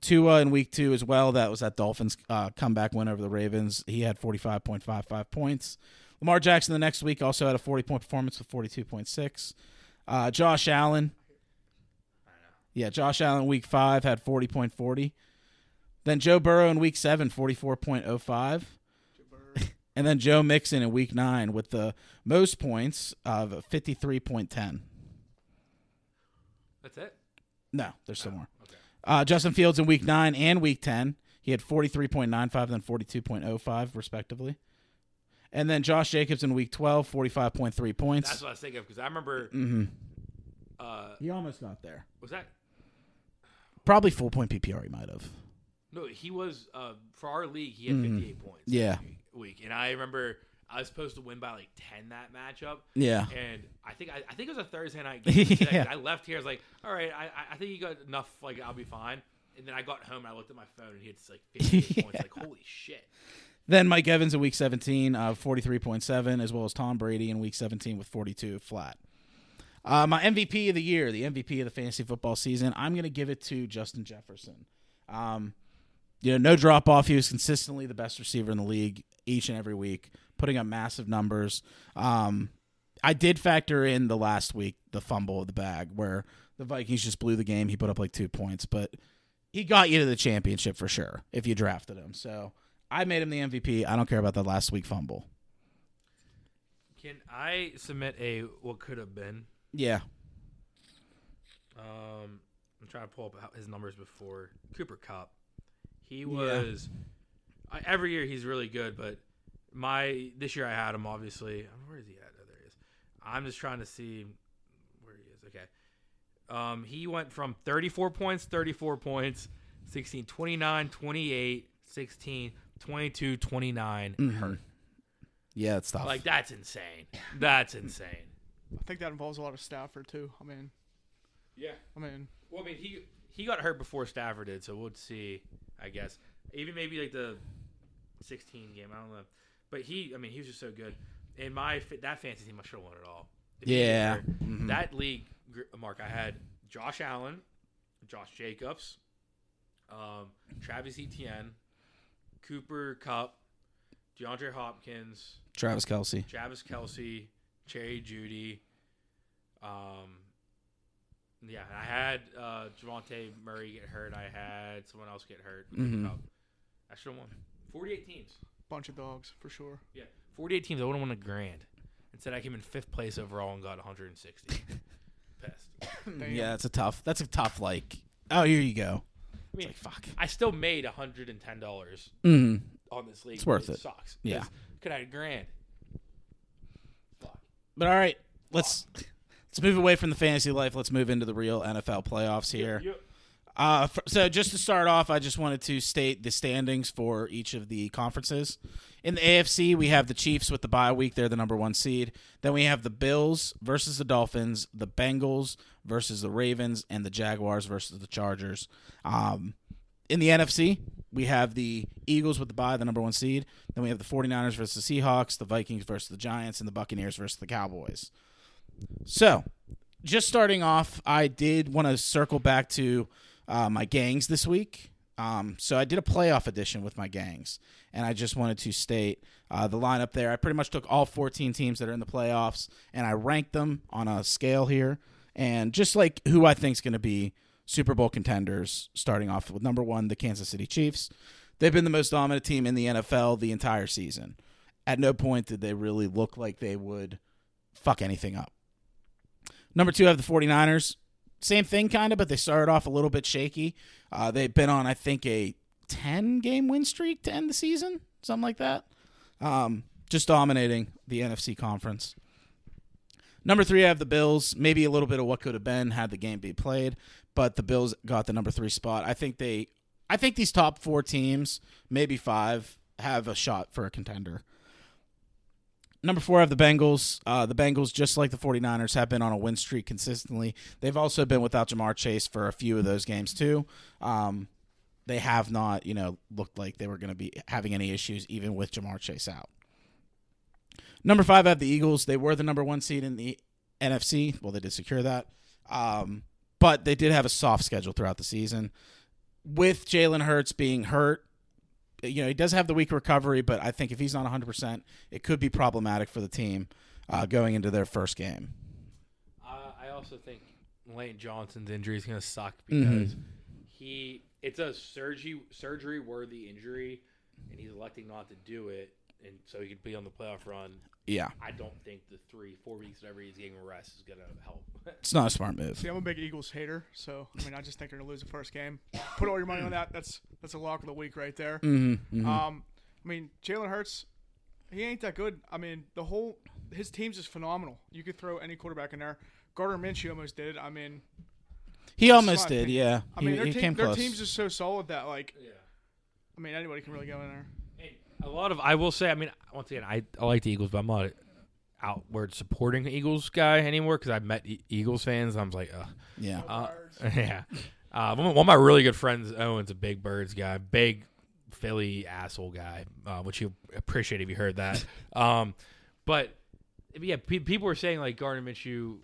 [SPEAKER 1] Tua in week two as well. That was that Dolphins uh, comeback win over the Ravens. He had 45.55 points. Lamar Jackson the next week also had a 40 point performance with 42.6. Uh, Josh Allen. Yeah, Josh Allen week five had 40.40. Then Joe Burrow in week seven, 44.05. And then Joe Mixon in week nine with the most points of 53.10.
[SPEAKER 2] That's it.
[SPEAKER 1] No, there's still more. Uh, Justin Fields in week nine and week 10. He had 43.95 and 42.05, respectively. And then Josh Jacobs in week 12, 45.3 points. Mm-hmm.
[SPEAKER 2] That's what I was thinking of because I remember. Uh,
[SPEAKER 1] you almost got there.
[SPEAKER 2] was that
[SPEAKER 1] Probably full point PPR. He might have.
[SPEAKER 2] No, he was uh, for our league. He had 58
[SPEAKER 1] Mm-hmm.
[SPEAKER 2] points.
[SPEAKER 1] Yeah.
[SPEAKER 2] that week, and I remember I was supposed to win by like 10 that matchup.
[SPEAKER 1] Yeah.
[SPEAKER 2] and I think I, I think it was a Thursday night game.
[SPEAKER 1] Yeah.
[SPEAKER 2] I left here. I was like, all right, I I- I think you got enough. Like I'll be fine. And then I got home. and I looked at my phone, and he had like 58 points. Like holy shit.
[SPEAKER 1] Then Mike Evans in week 17, uh, 43.7, as well as Tom Brady in week 17 with 42 flat. Uh, my MVP of the year, the MVP of the fantasy football season, I'm going to give it to Justin Jefferson. Um, you know, no drop off. He was consistently the best receiver in the league each and every week, putting up massive numbers. Um, I did factor in the last week the fumble of the bag where the Vikings just blew the game. He put up like two points, but he got you to the championship for sure if you drafted him. So I made him the MVP. I don't care about that last week fumble.
[SPEAKER 2] Can I submit a what could have been?
[SPEAKER 1] Yeah.
[SPEAKER 2] Um, I'm trying to pull up how- his numbers before Cooper Cup. He was I every year he's really good, but my this year I had him obviously. Um, Where is he at? Oh, there he is. I'm just trying to see where he is. Okay, um, he went from 34 points, 34 points, 16, 29, 28, 16, 22, 29. Hurt.
[SPEAKER 1] Yeah, it's tough.
[SPEAKER 2] Like that's insane. That's insane.
[SPEAKER 3] I think that involves a lot of Stafford too. I mean,
[SPEAKER 2] Yeah.
[SPEAKER 3] I mean,
[SPEAKER 2] Well, I mean, he he got hurt before Stafford did, so we'll see. I guess even maybe like the 16 game. I don't know, but he, I mean, he was just so good. In my fa- that fantasy team, I should have won it all. If he was
[SPEAKER 1] Yeah.
[SPEAKER 2] there. that league, gr- Mark. I had Josh Allen, Josh Jacobs, um, Travis Etienne, Cooper Cup, DeAndre Hopkins,
[SPEAKER 1] Travis Kelsey.
[SPEAKER 2] Travis Kelsey, Cherry Judy. Um, yeah, I had uh, Javante Murray get hurt. I had someone else get hurt.
[SPEAKER 1] Mm-hmm.
[SPEAKER 2] Oh, I should have won. 48 teams.
[SPEAKER 3] bunch of dogs for sure.
[SPEAKER 2] Yeah, 48 teams. I would have won a grand. Instead, I came in fifth place overall and got 160. Pissed.
[SPEAKER 3] Damn.
[SPEAKER 1] Yeah, that's a tough. That's a tough. Like, oh, here you go.
[SPEAKER 2] I mean,
[SPEAKER 1] Like, fuck.
[SPEAKER 2] I still made 110 dollars
[SPEAKER 1] Mm.
[SPEAKER 2] on this league.
[SPEAKER 1] It's worth it.
[SPEAKER 2] Sucks.
[SPEAKER 1] Yeah.
[SPEAKER 2] could I had a grand? Fuck.
[SPEAKER 1] But all right, let's let's move away from the fantasy life. Let's move into the real NFL playoffs here.
[SPEAKER 2] You-
[SPEAKER 1] Uh, f so just to start off, I just wanted to state the standings for each of the conferences. In the AFC, we have the Chiefs with the bye week; they're the number one seed. Then we have the Bills versus the Dolphins, the Bengals versus the Ravens, and the Jaguars versus the Chargers. Um, in the NFC, we have the Eagles with the bye, the number one seed. Then we have the 49ers versus the Seahawks, the Vikings versus the Giants, and the Buccaneers versus the Cowboys. So, just starting off, I did want to circle back to uh, my gangs this week. Um, so I did a playoff edition with my gangs, and I just wanted to state uh, the lineup there. I pretty much took all 14 teams that are in the playoffs, and I ranked them on a scale here, and just like who I think is going to be Super Bowl contenders. Starting off with number one, the Kansas City Chiefs. They've been the most dominant team in the NFL the entire season. At no point did they really look like they would fuck anything up. Number two, I have the 49ers. Same thing, kind of, but they started off a little bit shaky. Uh, they've been on, I think, a 10 game win streak to end the season, something like that. Um, just dominating the NFC conference. Number three, I have the Bills. Maybe a little bit of what could have been had the game be played, but the Bills got the number three spot. I think they, I think these top four teams, maybe five, have a shot for a contender. Number four, I have the Bengals. Uh, the Bengals, just like the 49ers, have been on a win streak consistently. They've also been without Jamar Chase for a few of those games, too. Um, they have not, you know, looked like they were going to be having any issues, even with Jamar Chase out. Number five, I have the Eagles. They were the number one seed in the NFC. Well, they did secure that. Um, but they did have a soft schedule throughout the season. With Jalen Hurts being hurt, you know, he does have the weak recovery, but I think if he's not 100%, it could be problematic for the team uh, going into their first game.
[SPEAKER 2] Uh, I also think Lane Johnson's injury is going to suck because he it's a surgery surgery worthy injury, and he's electing not to do it, and so he could be on the playoff run.
[SPEAKER 1] Yeah.
[SPEAKER 2] I don't think the three four weeks whatever he's getting rest is going to help.
[SPEAKER 1] It's not a smart move.
[SPEAKER 3] See, I'm a big Eagles hater, so I mean, I just think they're gonna lose the first game. Put all your money on that. That's that's a lock of the week right there.
[SPEAKER 1] Mm-hmm,
[SPEAKER 3] Um, I mean, Jalen Hurts, he ain't that good. I mean, the whole his team's just phenomenal. You could throw any quarterback in there. Gardner Minshew almost did. it. I mean,
[SPEAKER 1] He almost
[SPEAKER 3] my
[SPEAKER 1] did,
[SPEAKER 3] opinion.
[SPEAKER 1] yeah.
[SPEAKER 3] I mean,
[SPEAKER 1] he,
[SPEAKER 3] their,
[SPEAKER 1] he
[SPEAKER 3] team,
[SPEAKER 1] came
[SPEAKER 3] their
[SPEAKER 1] close.
[SPEAKER 3] team's just so solid that like, I mean, anybody can really go in there.
[SPEAKER 2] A lot of I will say, I mean, once again, I, I like the Eagles, but I'm not an outward supporting Eagles guy anymore because I met e- Eagles fans. I was like, Ugh.
[SPEAKER 1] yeah.
[SPEAKER 2] Uh, yeah. Uh, one, of- one of my really good friends, Owen's a big birds guy, big Philly asshole guy, uh, which you appreciate if you heard that. um, but yeah, pe- people were saying like Gardner Minshew,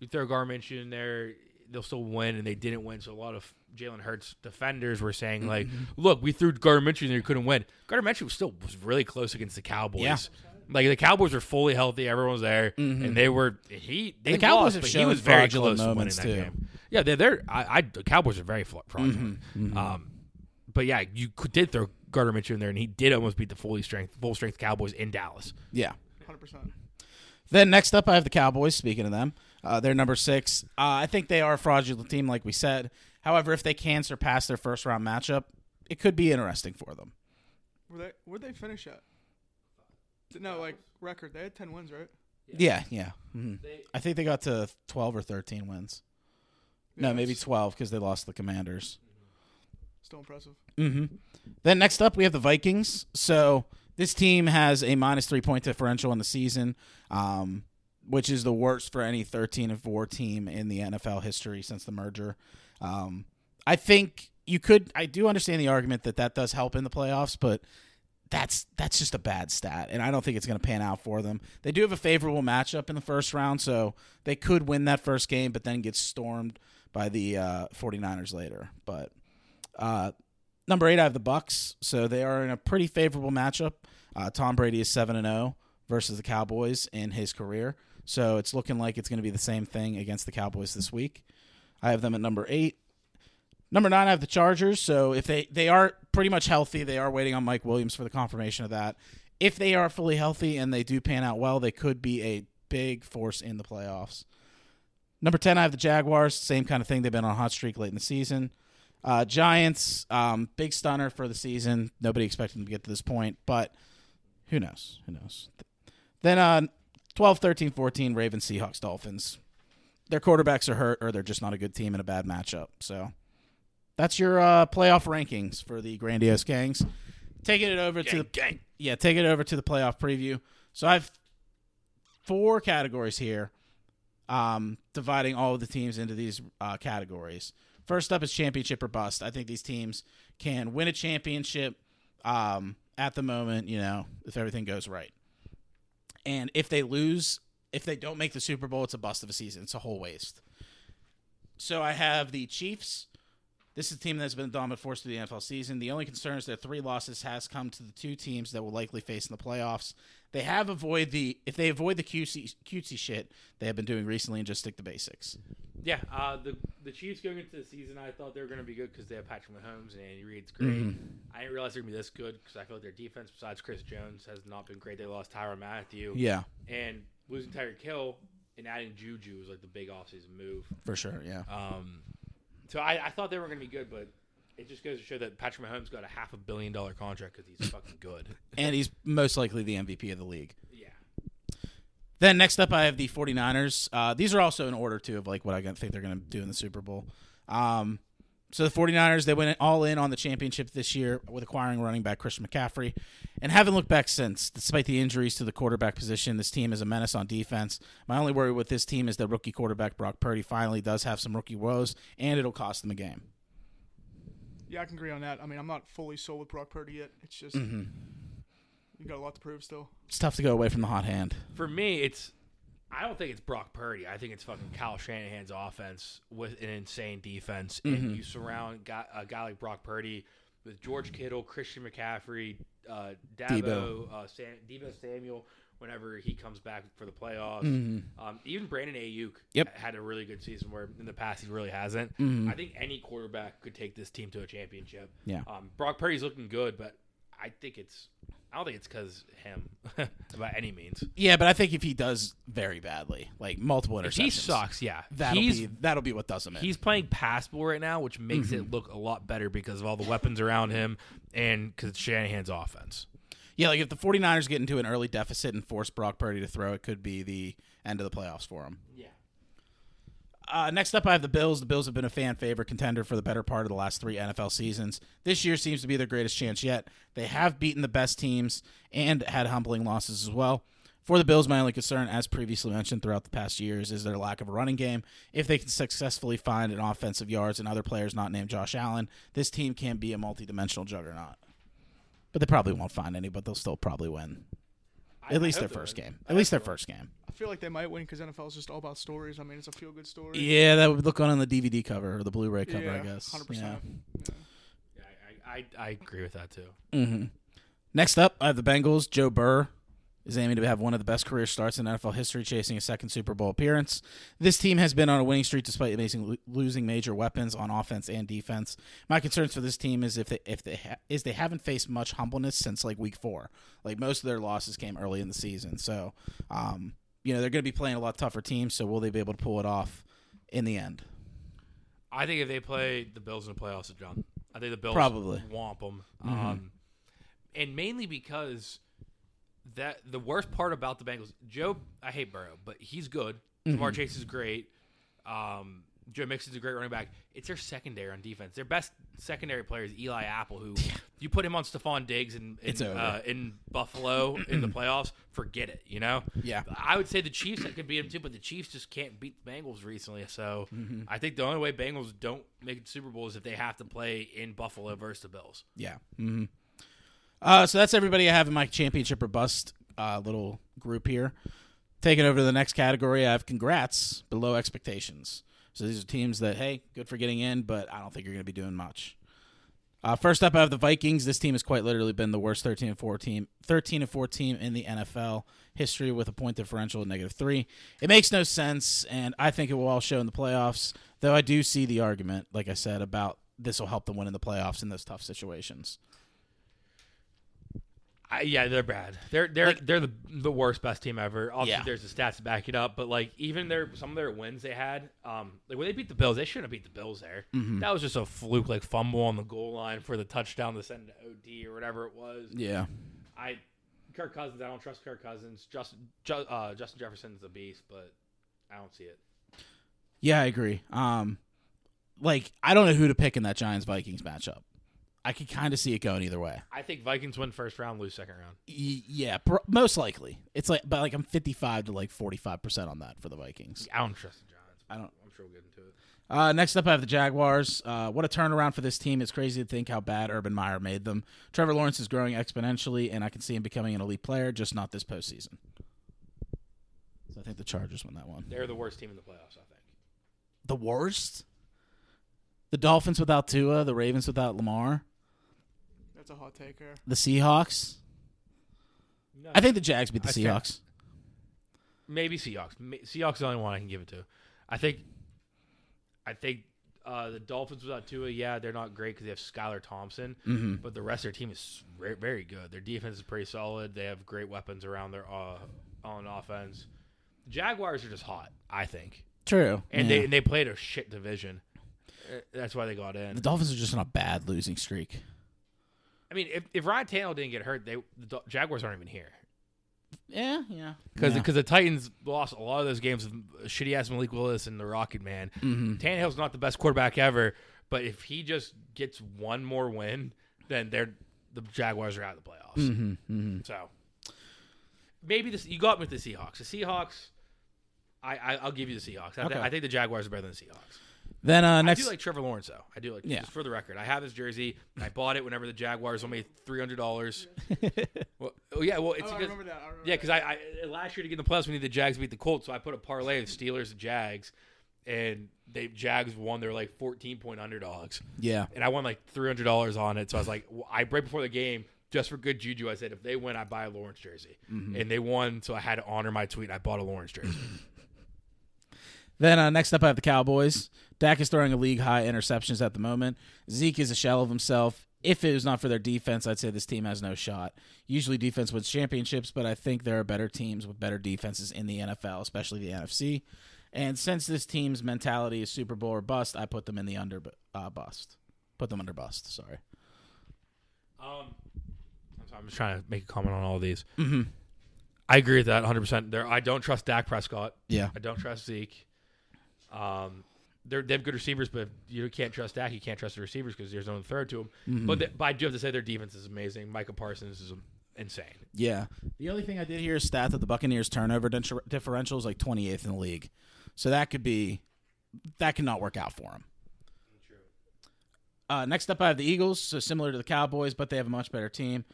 [SPEAKER 2] you throw Gardner Minshew in there, they'll still win, and they didn't win. So a lot of Jalen Hurts defenders were saying like, look, we threw Gardner Minshew in there, couldn't win. Gardner Minshew was still was really close against the Cowboys.
[SPEAKER 1] Yeah.
[SPEAKER 2] Like the Cowboys were fully healthy, everyone was there, and they were he. They
[SPEAKER 1] The Cowboys
[SPEAKER 2] lost,
[SPEAKER 1] have
[SPEAKER 2] but he
[SPEAKER 1] shown
[SPEAKER 2] was very
[SPEAKER 1] fraudulent
[SPEAKER 2] close to winning
[SPEAKER 1] moments,
[SPEAKER 2] that
[SPEAKER 1] too.
[SPEAKER 2] game. Yeah, they're, they're I, I the Cowboys are very fla- fraudulent.
[SPEAKER 1] Mm-hmm,
[SPEAKER 2] Um, but yeah, you could, did throw Gardner Minshew in there, and he did almost beat the fully strength full strength Cowboys in Dallas.
[SPEAKER 1] yeah.
[SPEAKER 3] Hundred percent.
[SPEAKER 1] Then next up, I have the Cowboys. Speaking of them, uh, they're number six. Uh, I think they are a fraudulent team, like we said. However, if they can surpass their first round matchup, it could be interesting for them.
[SPEAKER 3] Were they? Where'd they finish at? No, like record. They had ten wins, right?
[SPEAKER 1] Yeah, yeah. Mhm. I think they got to twelve or thirteen wins. No,
[SPEAKER 3] Yeah,
[SPEAKER 1] maybe
[SPEAKER 3] that's
[SPEAKER 1] twelve because they lost the Commanders.
[SPEAKER 3] Still impressive.
[SPEAKER 1] Mm-hmm. Then next up, we have the Vikings. So this team has a minus three point differential in the season, um, which is the worst for any 13 and 4 team in the NFL history since the merger. Um, I think you could, I do understand the argument that that does help in the playoffs, but that's that's just a bad stat, and I don't think it's going to pan out for them. They do have a favorable matchup in the first round, so they could win that first game, but then get stormed by the uh, 49ers later. But uh, number eight, I have the Bucks, so they are in a pretty favorable matchup. Uh, Tom Brady is seven and zero versus the Cowboys in his career, so it's looking like it's going to be the same thing against the Cowboys this week. I have them at number eight. Number nine, I have the Chargers. So if they they are pretty much healthy, they are waiting on Mike Williams for the confirmation of that. If they are fully healthy and they do pan out well, they could be a big force in the playoffs. Number ten, I have the Jaguars. Same kind of thing. They've been on a hot streak late in the season. Uh, Giants, um, big stunner for the season. Nobody expected them to get to this point, but who knows? Who knows? Then uh, 12, 13, 14, Ravens, Seahawks, Dolphins. Their quarterbacks are hurt or they're just not a good team in a bad matchup. So that's your uh, playoff rankings for the Grandiose Gangs. Taking it over to the
[SPEAKER 2] gang.
[SPEAKER 1] yeah, take it over to the playoff preview. So I have four categories here, um, dividing all of the teams into these uh, categories. First up is championship or bust. I think these teams can win a championship um, at the moment, you know, if everything goes right. And if they lose, if they don't make the Super Bowl, it's a bust of a season. It's a whole waste. So I have the Chiefs. This is a team that's been a dominant force through the NFL season. The only concern is their three losses has come to the two teams that will likely face in the playoffs. They have avoid the if they avoid the QC, cutesy shit they have been doing recently and just stick to basics.
[SPEAKER 2] Yeah, uh, the the Chiefs going into the season, I thought they were going to be good because they have Patrick Mahomes and Andy Reid's great.
[SPEAKER 1] Mm-hmm.
[SPEAKER 2] I didn't realize they're going to be this good because I feel like their defense, besides Chris Jones, has not been great. They lost Tyron Matthew,
[SPEAKER 1] Yeah,
[SPEAKER 2] and losing Tyreek Hill and adding Juju was like the big offseason move.
[SPEAKER 1] for sure. Yeah,
[SPEAKER 2] Um, so I, I thought they were going to be good, but it just goes to show that Patrick Mahomes got a half a billion dollar contract because he's fucking good.
[SPEAKER 1] and he's most likely the MVP of the league.
[SPEAKER 2] yeah.
[SPEAKER 1] Then next up, I have the 49ers. Uh, these are also in order, too, of like what I gonna- think they're going to do in the Super Bowl. Um, so the 49ers, they went all in on the championship this year with acquiring running back Christian McCaffrey and haven't looked back since. Despite the injuries to the quarterback position, this team is a menace on defense. My only worry with this team is that rookie quarterback Brock Purdy finally does have some rookie woes, and it'll cost them a game.
[SPEAKER 3] Yeah, I can agree on that. I mean, I'm not fully sold with Brock Purdy yet. It's just
[SPEAKER 1] Mm-hmm.
[SPEAKER 3] you got a lot to prove still.
[SPEAKER 1] It's tough to go away from the hot hand.
[SPEAKER 2] for me, it's I don't think it's Brock Purdy. I think it's fucking Kyle Shanahan's offense with an insane defense,
[SPEAKER 1] Mm-hmm.
[SPEAKER 2] and you surround guy, a guy like Brock Purdy with George Kittle, Christian McCaffrey, uh, Dabo,
[SPEAKER 1] Debo.
[SPEAKER 2] uh, Sam, Debo Samuel. Whenever he comes back for the playoffs, um, even Brandon Ayuk
[SPEAKER 1] Mm-hmm. Yep. Mm-hmm.
[SPEAKER 2] had a really good season where in the past he really hasn't. I think any quarterback could take this team to a championship.
[SPEAKER 1] Yeah.
[SPEAKER 2] um, Brock Purdy's looking good, but I think it's I don't think it's because him by any means.
[SPEAKER 1] Yeah, but I think if he does very badly, like multiple interceptions,
[SPEAKER 2] If he sucks, yeah.
[SPEAKER 1] That'll
[SPEAKER 2] he's,
[SPEAKER 1] be that'll be what does him in.
[SPEAKER 2] he's playing passable right now, which makes
[SPEAKER 1] Mm-hmm.
[SPEAKER 2] it look a lot better because of all the weapons around him and because it's Shanahan's offense.
[SPEAKER 1] Yeah, like if the 49ers get into an early deficit and force Brock Purdy to throw, it could be the end of the playoffs for him.
[SPEAKER 2] Yeah.
[SPEAKER 1] Uh, next up, I have the Bills. The Bills have been a fan favorite contender for the better part of the last three NFL seasons. This year seems to be their greatest chance yet. They have beaten the best teams and had humbling losses as well. For the Bills, my only concern, as previously mentioned throughout the past years, is their lack of a running game. If they can successfully find an offensive yards and other players not named Josh Allen, this team can be a multi-dimensional juggernaut. But they probably won't find any, but they'll still probably win. At least their
[SPEAKER 2] hope they
[SPEAKER 1] first
[SPEAKER 2] win.
[SPEAKER 1] game. At least their first game.
[SPEAKER 3] I feel like they might win because NFL is just all about stories. I mean, it's a feel good story.
[SPEAKER 1] Yeah, that would look good on the DVD cover or the Blu-ray cover, I guess.
[SPEAKER 3] Hundred
[SPEAKER 1] Yeah.
[SPEAKER 3] percent.
[SPEAKER 2] I, I, I agree with that too.
[SPEAKER 1] Next up, I have the Bengals. Joe Burr is aiming to have one of the best career starts in NFL history, chasing a second Super Bowl appearance. This team has been on a winning streak despite amazing, losing major weapons on offense and defense. My concerns for this team is if they if they ha- is they haven't faced much humbleness since like week four. Like most of their losses came early in the season, so um, you know they're going to be playing a lot tougher teams. So will they be able to pull it off in the end?
[SPEAKER 2] I think if they play the Bills in the playoffs, John, I think the Bills
[SPEAKER 1] Probably. Mm-hmm.
[SPEAKER 2] womp them. Um, and mainly because that the worst part about the Bengals, Joe, I hate Burrow, but he's good.
[SPEAKER 1] Mm-hmm.
[SPEAKER 2] Jamar Chase is great. Um, Joe Mixon's a great running back. It's their secondary on defense. Their best secondary player is Eli Apple, who you put him on Stephon Diggs in in,
[SPEAKER 1] It's over.
[SPEAKER 2] uh, in Buffalo in the playoffs, forget it. You know,
[SPEAKER 1] Yeah.
[SPEAKER 2] I would say the Chiefs that could beat them too, but the Chiefs just can't beat the Bengals recently. So I think the only way Bengals don't make it to Super Bowl is if they have to play in Buffalo versus the Bills.
[SPEAKER 1] Yeah. hmm Uh, so that's everybody I have in my championship or bust uh, little group here. Taking over to the next category, I have congrats below expectations. So these are teams that hey, good for getting in, but I don't think you're going to be doing much. Uh, first up, I have the Vikings. This team has quite literally been the worst 13 and 4 team, 13 and 4 team in the NFL history with a point differential of negative three. It makes no sense, and I think it will all show in the playoffs. Though I do see the argument, like I said, about this will help them win in the playoffs in those tough situations.
[SPEAKER 2] I, yeah, they're bad. They're they're
[SPEAKER 1] Like-
[SPEAKER 2] they're the the worst best team ever. Obviously,
[SPEAKER 1] Yeah.
[SPEAKER 2] there's the stats to back it up, but like even their some of their wins they had, um, like when they beat the Bills, they shouldn't have beat the Bills there. That was just a fluke, like fumble on the goal line for the touchdown to send to OD or whatever it was.
[SPEAKER 1] Yeah,
[SPEAKER 2] I Kirk Cousins, I don't trust Kirk Cousins. Justin Ju- uh, Justin Jefferson's a beast, but I don't see it.
[SPEAKER 1] yeah, I agree. Um, like I don't know who to pick in that Giants Vikings matchup. I could kind of see it going either way.
[SPEAKER 2] I think Vikings win first round, lose second round.
[SPEAKER 1] Y- yeah, pr- most likely. It's like, but like I'm 55 to like 45 percent on that for the Vikings.
[SPEAKER 2] I don't trust the Giants.
[SPEAKER 1] I don't-
[SPEAKER 2] I'm sure we'll get into it.
[SPEAKER 1] Uh, next up, I have the Jaguars. Uh, what a turnaround for this team. It's crazy to think how bad Urban Meyer made them. Trevor Lawrence is growing exponentially, and I can see him becoming an elite player, just not this postseason. So I think the Chargers won that one.
[SPEAKER 2] They're the worst team in the playoffs. I think.
[SPEAKER 1] The worst? The Dolphins without Tua, the Ravens without Lamar,
[SPEAKER 3] That's a hot take here.
[SPEAKER 1] the Seahawks.
[SPEAKER 2] No,
[SPEAKER 1] I think the Jags beat the
[SPEAKER 2] I think-
[SPEAKER 1] Seahawks.
[SPEAKER 2] maybe Seahawks. Ma- Seahawks is the only one I can give it to. I think. I think uh, the Dolphins without Tua, yeah, they're not great because they have Skylar Thompson,
[SPEAKER 1] Mm-hmm.
[SPEAKER 2] but the rest of their team is re- very good. Their defense is pretty solid. They have great weapons around their uh, on offense. Jaguars are just hot. I think.
[SPEAKER 1] True.
[SPEAKER 2] and
[SPEAKER 1] Yeah.
[SPEAKER 2] they and they played a shit division. Uh, That's why they got
[SPEAKER 1] the
[SPEAKER 2] in.
[SPEAKER 1] Dolphins are just on a bad losing streak.
[SPEAKER 2] I mean, if, if Ryan Tannehill didn't get hurt, they the Do- Jaguars aren't even here
[SPEAKER 1] Yeah, yeah.
[SPEAKER 2] because
[SPEAKER 1] yeah.
[SPEAKER 2] the Titans lost a lot of those games with shitty ass Malik Willis and the Rocket Man.
[SPEAKER 1] Mm-hmm.
[SPEAKER 2] Tannehill's not the best quarterback ever, but if he just gets one more win, then they're the Jaguars are out of the
[SPEAKER 1] Mm.
[SPEAKER 2] playoffs.
[SPEAKER 1] Mm-hmm.
[SPEAKER 2] So maybe this you got me with the Seahawks. The Seahawks, I, I I'll give you the Seahawks. I, th-
[SPEAKER 1] Okay.
[SPEAKER 2] I think the Jaguars are better than the Seahawks.
[SPEAKER 1] Then uh,
[SPEAKER 2] I
[SPEAKER 1] next,
[SPEAKER 2] do like Trevor Lawrence though. I do like
[SPEAKER 1] Yeah.
[SPEAKER 2] just for the record. I have his jersey. I bought it whenever the Jaguars only three hundred dollars. well, oh yeah, well it's
[SPEAKER 3] Oh, I
[SPEAKER 2] because
[SPEAKER 3] remember that. I remember
[SPEAKER 2] yeah, because I, I last year to get in the playoffs we needed the Jags beat the Colts, so I put a parlay of Steelers and Jags, and they Jags won. They're like fourteen point underdogs,
[SPEAKER 1] yeah,
[SPEAKER 2] and I won like three hundred dollars on it. So I was like, well, I right before the game. Just for good juju, I said if they win, I buy a Lawrence jersey, and they won, so I had to honor my tweet. I bought a Lawrence jersey.
[SPEAKER 1] Then uh, next up, I have the Cowboys. Dak is throwing a league high interceptions at the moment. Zeke is a shell of himself. If it was not for their defense, I'd say this team has no shot. Usually, defense wins championships, but I think there are better teams with better defenses in the NFL, especially the NFC. And since this team's mentality is Super Bowl or bust, I put them in the under uh, bust. Put them under bust. Sorry.
[SPEAKER 2] Um, I'm, sorry, I'm just trying to make a comment on all of these. Mm-hmm. I agree with that 100. percent There, I don't trust Dak Prescott.
[SPEAKER 1] Yeah.
[SPEAKER 2] I don't trust Zeke. Um, they're, they have good receivers, but you can't trust Dak. You can't trust the receivers because there's no one third to them. But, th- but I do have to say their defense is amazing. Michael Parsons is insane.
[SPEAKER 1] Yeah. The only thing I did hear is stat that the Buccaneers turnover di- differential is like 28th in the league. So that could be that could not work out for him. Uh, next up, I have the Eagles. So similar to the Cowboys, but they have a much better team.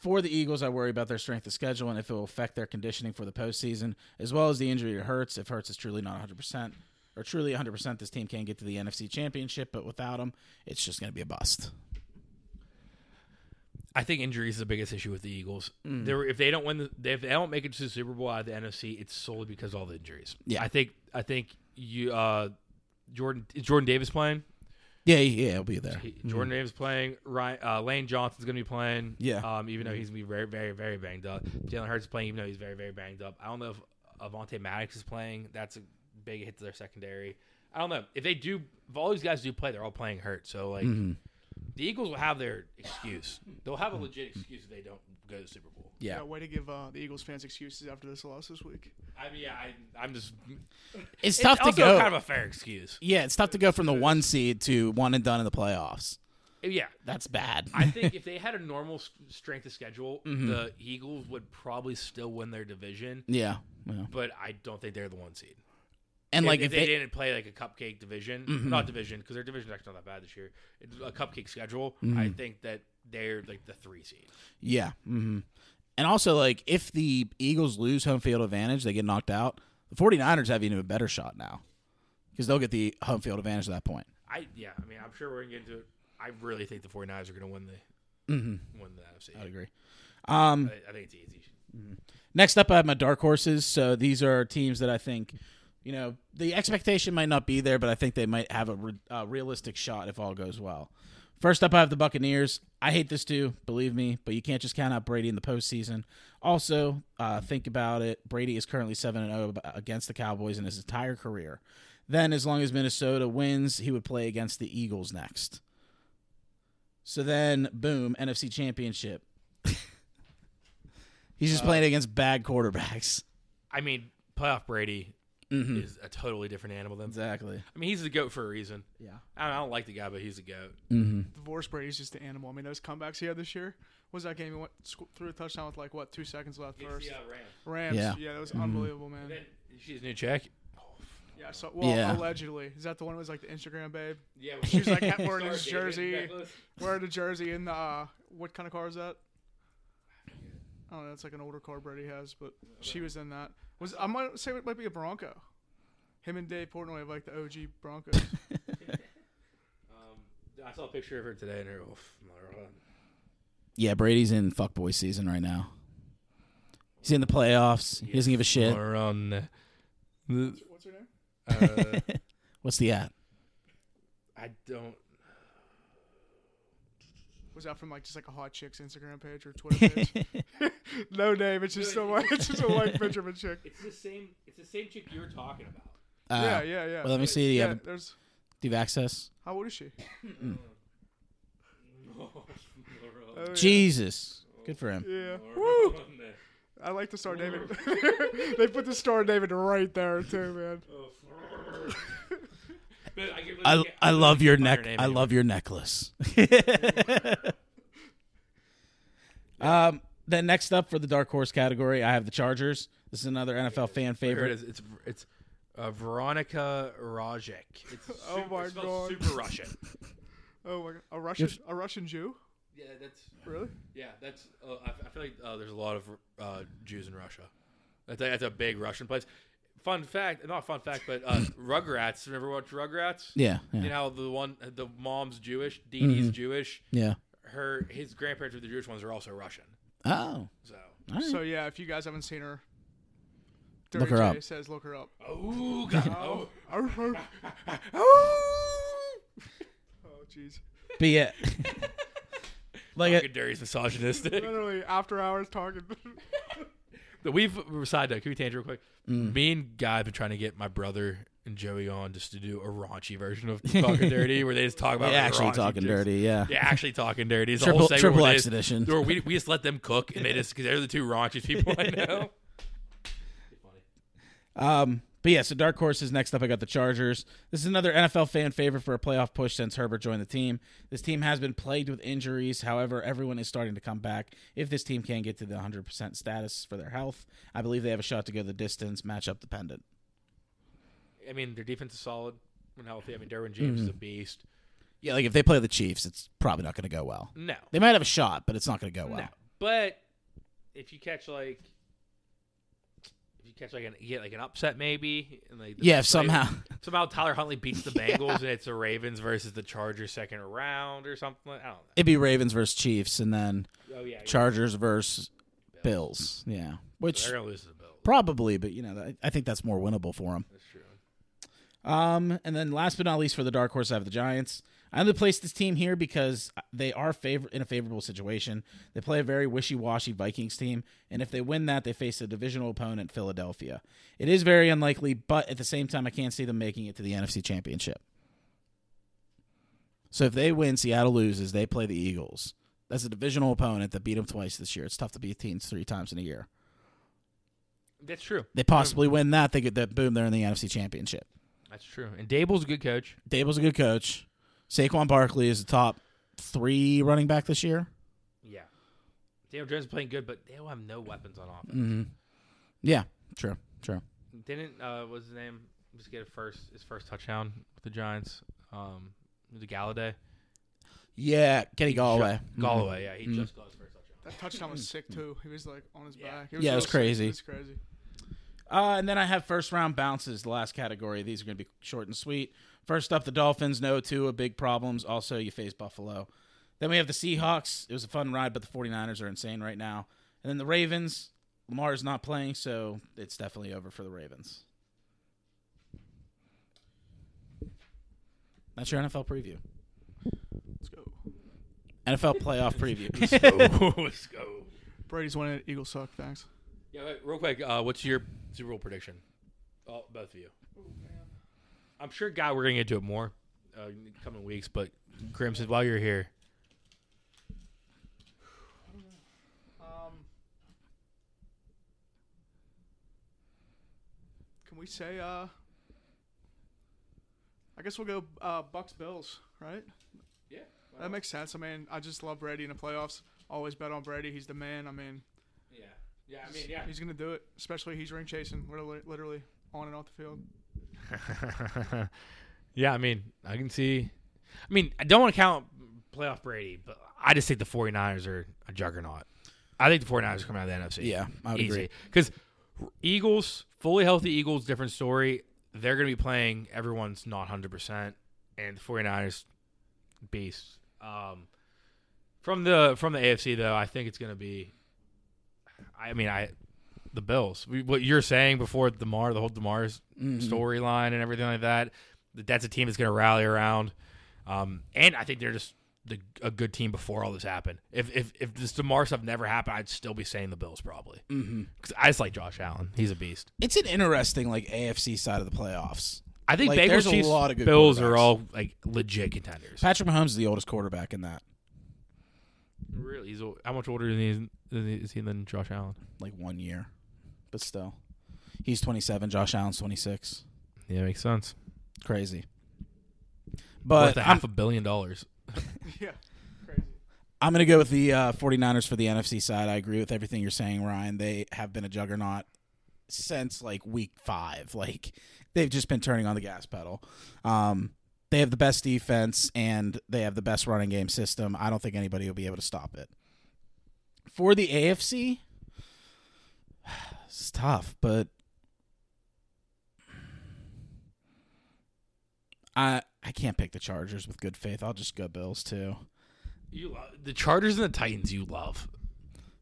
[SPEAKER 1] For the Eagles, I worry about their strength of schedule and if it will affect their conditioning for the postseason, as well as the injury to Hurts. If Hurts is truly not 100% or truly 100%, this team can get to the NFC Championship, but without him, it's just going to be a bust.
[SPEAKER 2] I think injuries is the biggest issue with the Eagles. They were, if they don't win, the, if they don't make it to the Super Bowl out of the NFC, it's solely because of all the injuries.
[SPEAKER 1] Yeah.
[SPEAKER 2] I think I think you uh, Jordan is Jordan Davis playing.
[SPEAKER 1] Yeah, yeah, he'll be there.
[SPEAKER 2] He- Jordan Davis playing. Ryan, uh, Lane Johnson's going to be playing.
[SPEAKER 1] Yeah. Hmm.
[SPEAKER 2] Um, even though he's going to be very, very, very banged up. Jalen Hurts is playing, even though he's very, very banged up. I don't know if Avante Maddox is playing. That's a big hit to their secondary. I don't know if they do. If all these guys do play, they're all playing hurt. So like,
[SPEAKER 1] Mm-hmm.
[SPEAKER 2] the Eagles will have their excuse. They'll have a legit excuse if they don't go to the Super Bowl.
[SPEAKER 1] Yeah.
[SPEAKER 3] Yeah, way to give uh, the Eagles fans excuses after this loss this week.
[SPEAKER 2] I mean, yeah, I, I'm just
[SPEAKER 1] It's
[SPEAKER 2] it's
[SPEAKER 1] tough to
[SPEAKER 2] also
[SPEAKER 1] go.
[SPEAKER 2] Kind of a fair excuse.
[SPEAKER 1] Yeah, it's tough to go from the one seed to one and done in the playoffs.
[SPEAKER 2] Yeah.
[SPEAKER 1] That's bad.
[SPEAKER 2] I think if they had a normal s- strength of schedule, the Eagles would probably still win their division.
[SPEAKER 1] yeah, yeah.
[SPEAKER 2] but I don't think they're the one seed.
[SPEAKER 1] And
[SPEAKER 2] And
[SPEAKER 1] like if
[SPEAKER 2] they,
[SPEAKER 1] they,
[SPEAKER 2] didn't play like a cupcake division, not division because their division's actually not that bad this year. It's a cupcake schedule. I think that they're like the three seed.
[SPEAKER 1] yeah, hmm and also like if the Eagles lose home field advantage, they get knocked out. The 49ers have even a better shot now because they'll get the home field advantage at that point.
[SPEAKER 2] I yeah. I mean, I'm sure we're gonna get into it. I really think the 49ers are gonna win the win the NFC.
[SPEAKER 1] I'd
[SPEAKER 2] I,
[SPEAKER 1] agree.
[SPEAKER 2] I think it's easy.
[SPEAKER 1] Next up, I have my dark horses. So these are teams that I think, you know, the expectation might not be there, but I think they might have a re- uh, realistic shot if all goes well. First up, I have the Buccaneers. I hate this too, believe me, but you can't just count out Brady in the postseason. Also, uh, think about it. Brady is currently 7 0 ab- against the Cowboys in his entire career. Then, as long as Minnesota wins, he would play against the Eagles next. So then, boom, NFC Championship. He's just playing against bad quarterbacks.
[SPEAKER 2] I mean, playoff Brady is a totally different animal than.
[SPEAKER 1] Exactly.
[SPEAKER 2] I mean, he's the goat for a reason.
[SPEAKER 1] Yeah.
[SPEAKER 2] I don't, I don't like the guy, but he's a goat.
[SPEAKER 1] Mm-hmm.
[SPEAKER 3] Divorce Brady's just an animal. I mean, those comebacks he had this year. What was that game? He went squ- threw a touchdown with like what two seconds left first. Rams.
[SPEAKER 1] Yeah. Mm-hmm.
[SPEAKER 3] Yeah, that was unbelievable, man.
[SPEAKER 2] She's new check.
[SPEAKER 3] Yeah. So well,
[SPEAKER 1] Yeah.
[SPEAKER 3] allegedly, is that the one who was like the Instagram babe?
[SPEAKER 2] Yeah,
[SPEAKER 3] She was like kept wearing his jersey, wearing a jersey in the uh, what kind of car is that? I don't know. It's like an older car Brady has, but she was in that. Was I might say it might be a Bronco. Him and Dave Portnoy have like the OG Broncos.
[SPEAKER 2] I saw a picture of her today, and her. Oof, my God.
[SPEAKER 1] Yeah, Brady's in fuckboy season right now. He's in the playoffs. He doesn't give a shit.
[SPEAKER 2] Or on the,
[SPEAKER 3] What's her name?
[SPEAKER 2] uh,
[SPEAKER 1] What's the at?
[SPEAKER 2] I don't.
[SPEAKER 3] Was that from like just like a hot chick's Instagram page or Twitter page? no name. It's just a white. It's just a white picture of a chick.
[SPEAKER 2] It's the same. It's the same chick you were talking about.
[SPEAKER 1] Uh,
[SPEAKER 3] yeah, yeah, yeah.
[SPEAKER 1] Well, let me see. um, Do you,
[SPEAKER 3] yeah,
[SPEAKER 1] have, do
[SPEAKER 3] there's.
[SPEAKER 1] you have access?
[SPEAKER 3] How old is she? Oh, yeah.
[SPEAKER 1] Jesus. Good for him.
[SPEAKER 3] Yeah. Woo! I like the star David. they put the star David right there too, man.
[SPEAKER 1] I, I love your neck. I love your necklace. um, then next up for the dark horse category, I have the Chargers. This is another NFL fan
[SPEAKER 2] Here it
[SPEAKER 1] favorite.
[SPEAKER 2] is. It's it's uh, Veronica Rajek. It's
[SPEAKER 3] Oh
[SPEAKER 2] super-
[SPEAKER 3] my
[SPEAKER 2] it's spelled
[SPEAKER 3] God.
[SPEAKER 2] Super Russian.
[SPEAKER 3] Oh my god, a Russian, a Russian Jew?
[SPEAKER 2] yeah, that's
[SPEAKER 3] Really?
[SPEAKER 2] yeah, that's. Uh, I, I feel like uh, there's a lot of uh, Jews in Russia. That's a, that's a big Russian place. Fun fact, not fun fact, but uh, Rugrats. Remember watch Rugrats?
[SPEAKER 1] Yeah,
[SPEAKER 2] You
[SPEAKER 1] yeah, Mm-hmm.
[SPEAKER 2] know how the one the mom's Jewish, Dee Dee's Jewish.
[SPEAKER 1] yeah.
[SPEAKER 2] Her his grandparents were the Jewish ones are also Russian.
[SPEAKER 1] Oh,
[SPEAKER 2] So
[SPEAKER 3] So yeah, if you guys haven't seen her,
[SPEAKER 1] Look
[SPEAKER 3] Dirty
[SPEAKER 1] her
[SPEAKER 3] J
[SPEAKER 1] up.
[SPEAKER 3] says look her up.
[SPEAKER 2] oh god. Oh.
[SPEAKER 3] oh
[SPEAKER 2] Oh.
[SPEAKER 3] jeez.
[SPEAKER 1] but yeah, like
[SPEAKER 2] Fucking Derry's misogynistic.
[SPEAKER 3] Literally after hours talking.
[SPEAKER 2] But We've side note. Can we tangent real quick?
[SPEAKER 1] Mm.
[SPEAKER 2] Me and Guy have been trying to get my brother and Joey on just to do a raunchy version of Talking Dirty, where they just talk about
[SPEAKER 1] they
[SPEAKER 2] like,
[SPEAKER 1] actually
[SPEAKER 2] raunchy
[SPEAKER 1] talking
[SPEAKER 2] chicks.
[SPEAKER 1] dirty. Yeah,
[SPEAKER 2] Yeah, actually talking dirty. It's a
[SPEAKER 1] Triple-
[SPEAKER 2] whole segment
[SPEAKER 1] Triple
[SPEAKER 2] where they
[SPEAKER 1] X
[SPEAKER 2] just-
[SPEAKER 1] edition.
[SPEAKER 2] where we, we just let them cook, and they just because they're the two raunchiest people I know.
[SPEAKER 1] Um, But yeah, so dark horses. Next up, I got the Chargers. This is another NFL fan favorite for a playoff push since Herbert joined the team. This team has been plagued with injuries. However, everyone is starting to come back. If this team can get to the 100% status for their health, I believe they have a shot to go the distance, matchup dependent.
[SPEAKER 2] I mean, their defense is solid when healthy. I mean, Derwin James
[SPEAKER 1] Mm-hmm.
[SPEAKER 2] is a beast.
[SPEAKER 1] Yeah, like if they play the Chiefs, it's probably not going to go well.
[SPEAKER 2] No,
[SPEAKER 1] They might have a shot, but it's not going to go well.
[SPEAKER 2] no. But if you catch like, if you catch like an you get like an upset maybe, and like the
[SPEAKER 1] Yeah, if
[SPEAKER 2] Ravens-
[SPEAKER 1] somehow.
[SPEAKER 2] somehow Tyler Huntley beats the Bengals and it's the Ravens versus the Chargers second round or something. I don't know.
[SPEAKER 1] It'd be Ravens versus Chiefs, and then
[SPEAKER 2] Oh yeah, yeah.
[SPEAKER 1] Chargers versus Bills. Yeah, which
[SPEAKER 2] they're gonna lose to the Bills.
[SPEAKER 1] probably, but you know, I- I think that's more winnable for them.
[SPEAKER 2] That's true.
[SPEAKER 1] Um, and then last but not least, for the dark horse, I have the Giants. I only place this team here because they are favor- in a favorable situation. They play a very wishy-washy Vikings team, and if they win that, they face a divisional opponent, Philadelphia. It is very unlikely, but at the same time, I can't see them making it to the NFC Championship. So if they win, Seattle loses. They play the Eagles. That's a divisional opponent that beat them twice this year. It's tough to beat teams three times in a year.
[SPEAKER 2] That's true.
[SPEAKER 1] They possibly win that. They get that boom. They're in the NFC Championship.
[SPEAKER 2] That's true. And Dable's a good coach.
[SPEAKER 1] Dable's a good coach. Saquon Barkley is the top three running back this year.
[SPEAKER 2] Yeah. Daniel Jones is playing good, but they don't have no weapons on offense.
[SPEAKER 1] Mm-hmm. Yeah, true, true.
[SPEAKER 2] Didn't uh what's his name? Just get a first his first touchdown with the Giants. Um the Galladay.
[SPEAKER 1] Mm-hmm. Yeah, Kenny Galloway.
[SPEAKER 2] Galloway, yeah. He
[SPEAKER 1] Mm-hmm.
[SPEAKER 2] just got his first touchdown.
[SPEAKER 3] That touchdown was sick too. He was like on his back.
[SPEAKER 1] Yeah, it was
[SPEAKER 3] real sick.
[SPEAKER 1] crazy.
[SPEAKER 3] It was crazy.
[SPEAKER 1] Uh, and then I have first round bounces, the last category. These are going to be short and sweet. First up, the Dolphins. No two of big problems. Also, you face Buffalo. Then we have the Seahawks. It was a fun ride, but the 49ers are insane right now. And then the Ravens. Lamar is not playing, so it's definitely over for the Ravens. That's your NFL preview.
[SPEAKER 3] Let's go.
[SPEAKER 1] NFL playoff preview. Oh.
[SPEAKER 2] Let's go.
[SPEAKER 3] Brady's winning. it. Eagles suck. Thanks.
[SPEAKER 2] Yeah, wait, real quick, uh, what's your Super Bowl prediction? Oh, both of you. I'm sure, guy, we're gonna get to it more uh, in the coming weeks. But Crimson, while you're here,
[SPEAKER 3] Um, can we say? Uh, I guess we'll go uh, Bucks Bills, right?
[SPEAKER 2] yeah,
[SPEAKER 3] That makes sense. I mean, I just love Brady in the playoffs. Always bet on Brady. He's the man. I mean,
[SPEAKER 2] yeah, yeah. I mean, yeah.
[SPEAKER 3] he's gonna do it. Especially he's ring chasing. Literally, literally on and off the field.
[SPEAKER 2] yeah, I mean, I can see. I mean, I don't want to count playoff Brady, but I just think the 49ers are a juggernaut. I think the 49ers are coming out of the NFC.
[SPEAKER 1] Yeah, I would agree.
[SPEAKER 2] Because Eagles, fully healthy Eagles, different story. They're going to be playing. Everyone's not 100%. And the 49ers, beast. Um, from the from the AFC though, I think it's going to be. I mean, I the Bills. We, what you're saying before Demar, the whole Demar's storyline and everything like that. That that's a team that's going to rally around, um, and I think they're just the, a good team before all this happened. If if if this Demar stuff never happened, I'd still be saying the Bills probably because I just like Josh Allen. He's a beast.
[SPEAKER 1] It's an interesting like AFC side of the playoffs.
[SPEAKER 2] I think
[SPEAKER 1] Like,
[SPEAKER 2] Bengals,
[SPEAKER 1] there's a
[SPEAKER 2] Chiefs,
[SPEAKER 1] lot of good
[SPEAKER 2] Bills are
[SPEAKER 1] quarterbacks.
[SPEAKER 2] all like legit contenders.
[SPEAKER 1] Patrick Mahomes is the oldest quarterback in that,
[SPEAKER 2] Really, he's, old- how much older is he, is he than Josh Allen?
[SPEAKER 1] like one year, but still, he's 27. Josh Allen's 26.
[SPEAKER 2] Yeah, makes sense.
[SPEAKER 1] Crazy.
[SPEAKER 2] Worth
[SPEAKER 1] But
[SPEAKER 2] a
[SPEAKER 1] I'm,
[SPEAKER 2] half a billion dollars.
[SPEAKER 3] yeah, crazy.
[SPEAKER 1] I'm going to go with the uh, 49ers for the NFC side. I agree with everything you're saying, Ryan. They have been a juggernaut since like week five. Like they've just been turning on the gas pedal. Um, they have the best defense and they have the best running game system. I don't think anybody will be able to stop it. For the AFC, it's tough, but I I can't pick the Chargers with good faith. I'll just go Bills too.
[SPEAKER 2] You love the Chargers and the Titans. You love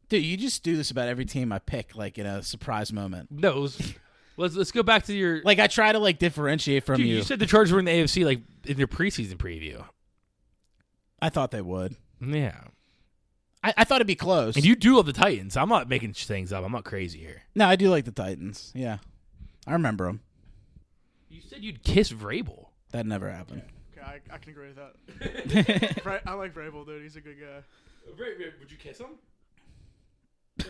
[SPEAKER 1] Dude, you just do this about every team I pick, like in a surprise moment.
[SPEAKER 2] no. let's- Let's let's go back to your.
[SPEAKER 1] Like I try to like differentiate from
[SPEAKER 2] Dude,
[SPEAKER 1] you.
[SPEAKER 2] you said the Chargers were in the AFC like in your preseason preview.
[SPEAKER 1] I thought they would.
[SPEAKER 2] Yeah,
[SPEAKER 1] I, I thought it'd be close.
[SPEAKER 2] and you do love the Titans. I'm not making sh- things up. I'm not crazy here.
[SPEAKER 1] no, I do like the Titans. Yeah, I remember them.
[SPEAKER 2] You said you'd kiss Vrabel.
[SPEAKER 1] That never happened.
[SPEAKER 3] Okay, I, I can agree with that. Bra- I like Vrabel, dude. He's a good guy.
[SPEAKER 2] Would you kiss him?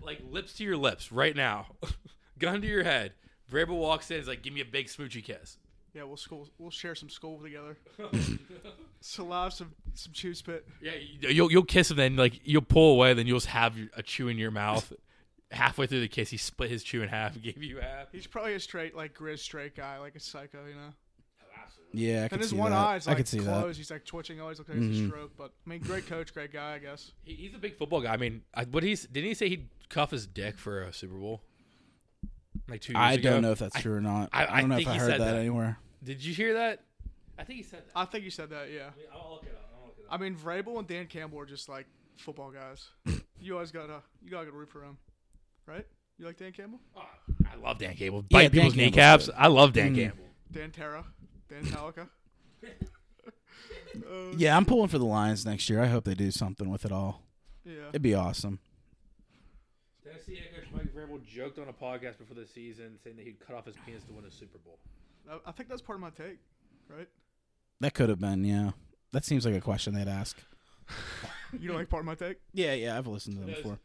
[SPEAKER 2] Like, lips to your lips right now, gun to your head. Vrabel walks in, is like, "Give me a big smoochy kiss."
[SPEAKER 3] Yeah, we'll school. We'll share some school together. Salive some some chew spit.
[SPEAKER 2] Yeah, you- you'll you'll kiss him, then like you'll pull away, then you'll just have your- a chew in your mouth. Halfway through the kiss, he split his chew in half, and gave you half.
[SPEAKER 3] He's probably a straight like grizz straight guy, like a psycho, you know.
[SPEAKER 1] Yeah, I
[SPEAKER 3] And
[SPEAKER 1] can
[SPEAKER 3] his
[SPEAKER 1] see
[SPEAKER 3] one
[SPEAKER 1] that. Mm-hmm.
[SPEAKER 3] eye's
[SPEAKER 1] I
[SPEAKER 3] like
[SPEAKER 1] can see
[SPEAKER 3] closed. He's like twitching. Always looks like he's a stroke. But I mean, great coach, great guy, I guess.
[SPEAKER 2] He, he's a big football guy. I mean, I, what he's didn't he say he'd cuff his dick for a Super Bowl? Like two.
[SPEAKER 1] that.
[SPEAKER 2] Years
[SPEAKER 1] I
[SPEAKER 2] ago?
[SPEAKER 1] don't know if that's true or not. I,
[SPEAKER 2] I- I
[SPEAKER 1] don't know if
[SPEAKER 2] think
[SPEAKER 1] I
[SPEAKER 2] he
[SPEAKER 1] heard that,
[SPEAKER 2] said that.
[SPEAKER 1] anywhere.
[SPEAKER 2] Did you hear that? I think he said that.
[SPEAKER 3] I think you said that. Yeah.
[SPEAKER 2] I'll look it up. I'll look it up.
[SPEAKER 3] I mean, Vrabel and Dan Campbell are just like football guys. you always gotta you gotta root for him, right? You like Dan Campbell?
[SPEAKER 2] I love Dan Campbell.
[SPEAKER 1] Yeah,
[SPEAKER 2] Bite
[SPEAKER 1] Dan Mm.
[SPEAKER 2] people's
[SPEAKER 1] Campbell's
[SPEAKER 2] kneecaps. I love Dan Campbell.
[SPEAKER 3] Dan Terra, Dan Talica. Um,
[SPEAKER 1] Yeah, I'm pulling for the Lions next year. I hope they do something with it all.
[SPEAKER 3] Yeah.
[SPEAKER 1] It'd be awesome.
[SPEAKER 2] Tennessee head coach Mike Vrabel joked on a podcast before the season saying that he'd cut off his penis to win a Super Bowl.
[SPEAKER 3] I- I think that's part of my take, right?
[SPEAKER 1] That could have been, yeah. That seems like a question they'd ask.
[SPEAKER 3] You don't like part of my take?
[SPEAKER 1] Yeah, yeah, I've listened to them before.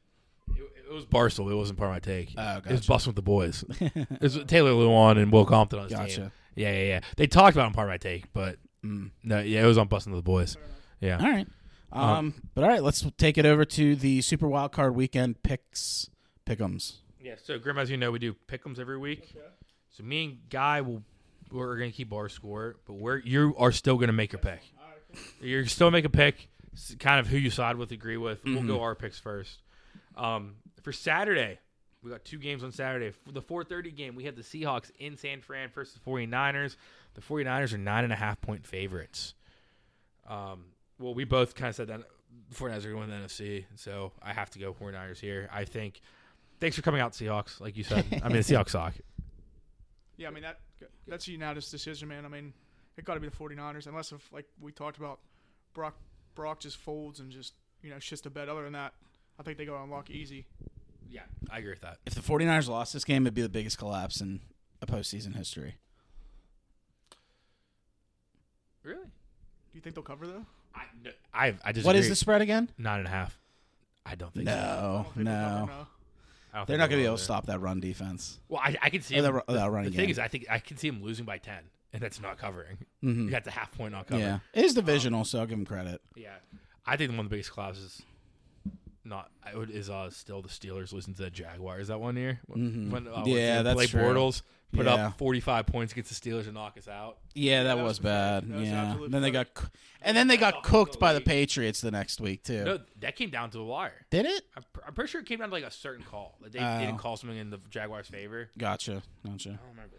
[SPEAKER 2] It, it was Barstool. It wasn't part of my take.
[SPEAKER 1] Oh,
[SPEAKER 2] It was
[SPEAKER 1] gotcha.
[SPEAKER 2] busting with the boys. it was Taylor Lewan and Will Compton on his
[SPEAKER 1] Gotcha.
[SPEAKER 2] team. Yeah, yeah, yeah. They talked about it on part of my take, but mm, no, yeah, it was on busting with the boys. Yeah.
[SPEAKER 1] All right. Um, but all right, let's take it over to the Super Wild Card Weekend picks pickums.
[SPEAKER 2] Yeah. So, Grim, as you know, we do pick'ems every week. So, me and Guy will we're gonna keep our score, but we're you are still gonna make a pick. You're still make a pick, s- kind of who you side with, agree with. We'll go our picks first. Um, for Saturday, we got two games on Saturday. For the 4:30 game, we have the Seahawks in San Fran versus the 49ers. The 49ers are nine and a half point favorites. Um, well, we both kind of said that 49ers are going to win the NFC, so I have to go 49ers here. I think. Thanks for coming out, Seahawks. Like you said, I mean the Seahawks suck.
[SPEAKER 3] Yeah, I mean that that's a unanimous decision, man. I mean, it got to be the 49ers, unless if like we talked about, Brock Brock just folds and just you know shits the bed. Other than that, I think they go unlock easy.
[SPEAKER 2] Yeah, I agree with that.
[SPEAKER 1] If the 49ers lost this game, it'd be the biggest collapse in a postseason history.
[SPEAKER 2] Really?
[SPEAKER 3] Do you think they'll cover though?
[SPEAKER 2] I no, I I just
[SPEAKER 1] What is the spread again?
[SPEAKER 2] nine and a half? I don't think. So.
[SPEAKER 3] I
[SPEAKER 1] No,
[SPEAKER 3] don't think they'll cover,
[SPEAKER 1] Oh, no.
[SPEAKER 2] I don't think
[SPEAKER 1] They're not
[SPEAKER 2] they
[SPEAKER 1] going to be
[SPEAKER 2] will
[SPEAKER 1] able to
[SPEAKER 2] either.
[SPEAKER 1] stop that run defense.
[SPEAKER 2] Well, I, I can see
[SPEAKER 1] Or
[SPEAKER 2] him.
[SPEAKER 1] that, ru- that
[SPEAKER 2] the
[SPEAKER 1] running
[SPEAKER 2] thing
[SPEAKER 1] game.
[SPEAKER 2] is, I think I can see him losing by ten, and that's not covering. You got the half point not covering.
[SPEAKER 1] Mm-hmm. Hmm. yeah. It is divisional, so I'll give them credit.
[SPEAKER 2] Yeah. I think one of the biggest collapses is not I would- is uh still the Steelers losing to the Jaguars that one year when, when, uh,
[SPEAKER 1] Mm-hmm. Yeah,
[SPEAKER 2] when
[SPEAKER 1] that's
[SPEAKER 2] Blake
[SPEAKER 1] true.
[SPEAKER 2] Bortles put
[SPEAKER 1] Yeah.
[SPEAKER 2] up forty five points against the Steelers and knock us out.
[SPEAKER 1] Yeah, that,
[SPEAKER 3] that
[SPEAKER 1] was,
[SPEAKER 3] was
[SPEAKER 1] bad.
[SPEAKER 3] pathetic. That was
[SPEAKER 1] yeah.
[SPEAKER 3] absolutely
[SPEAKER 1] Then they got, c- and then they got cooked by the Patriots the next week too.
[SPEAKER 2] No, that came down to the wire.
[SPEAKER 1] Did it?
[SPEAKER 2] I'm, pr- I'm pretty sure it came down to like a certain call. Like they
[SPEAKER 1] Oh.
[SPEAKER 2] didn't call something in the Jaguars' favor.
[SPEAKER 1] Gotcha. Gotcha.
[SPEAKER 2] I don't remember.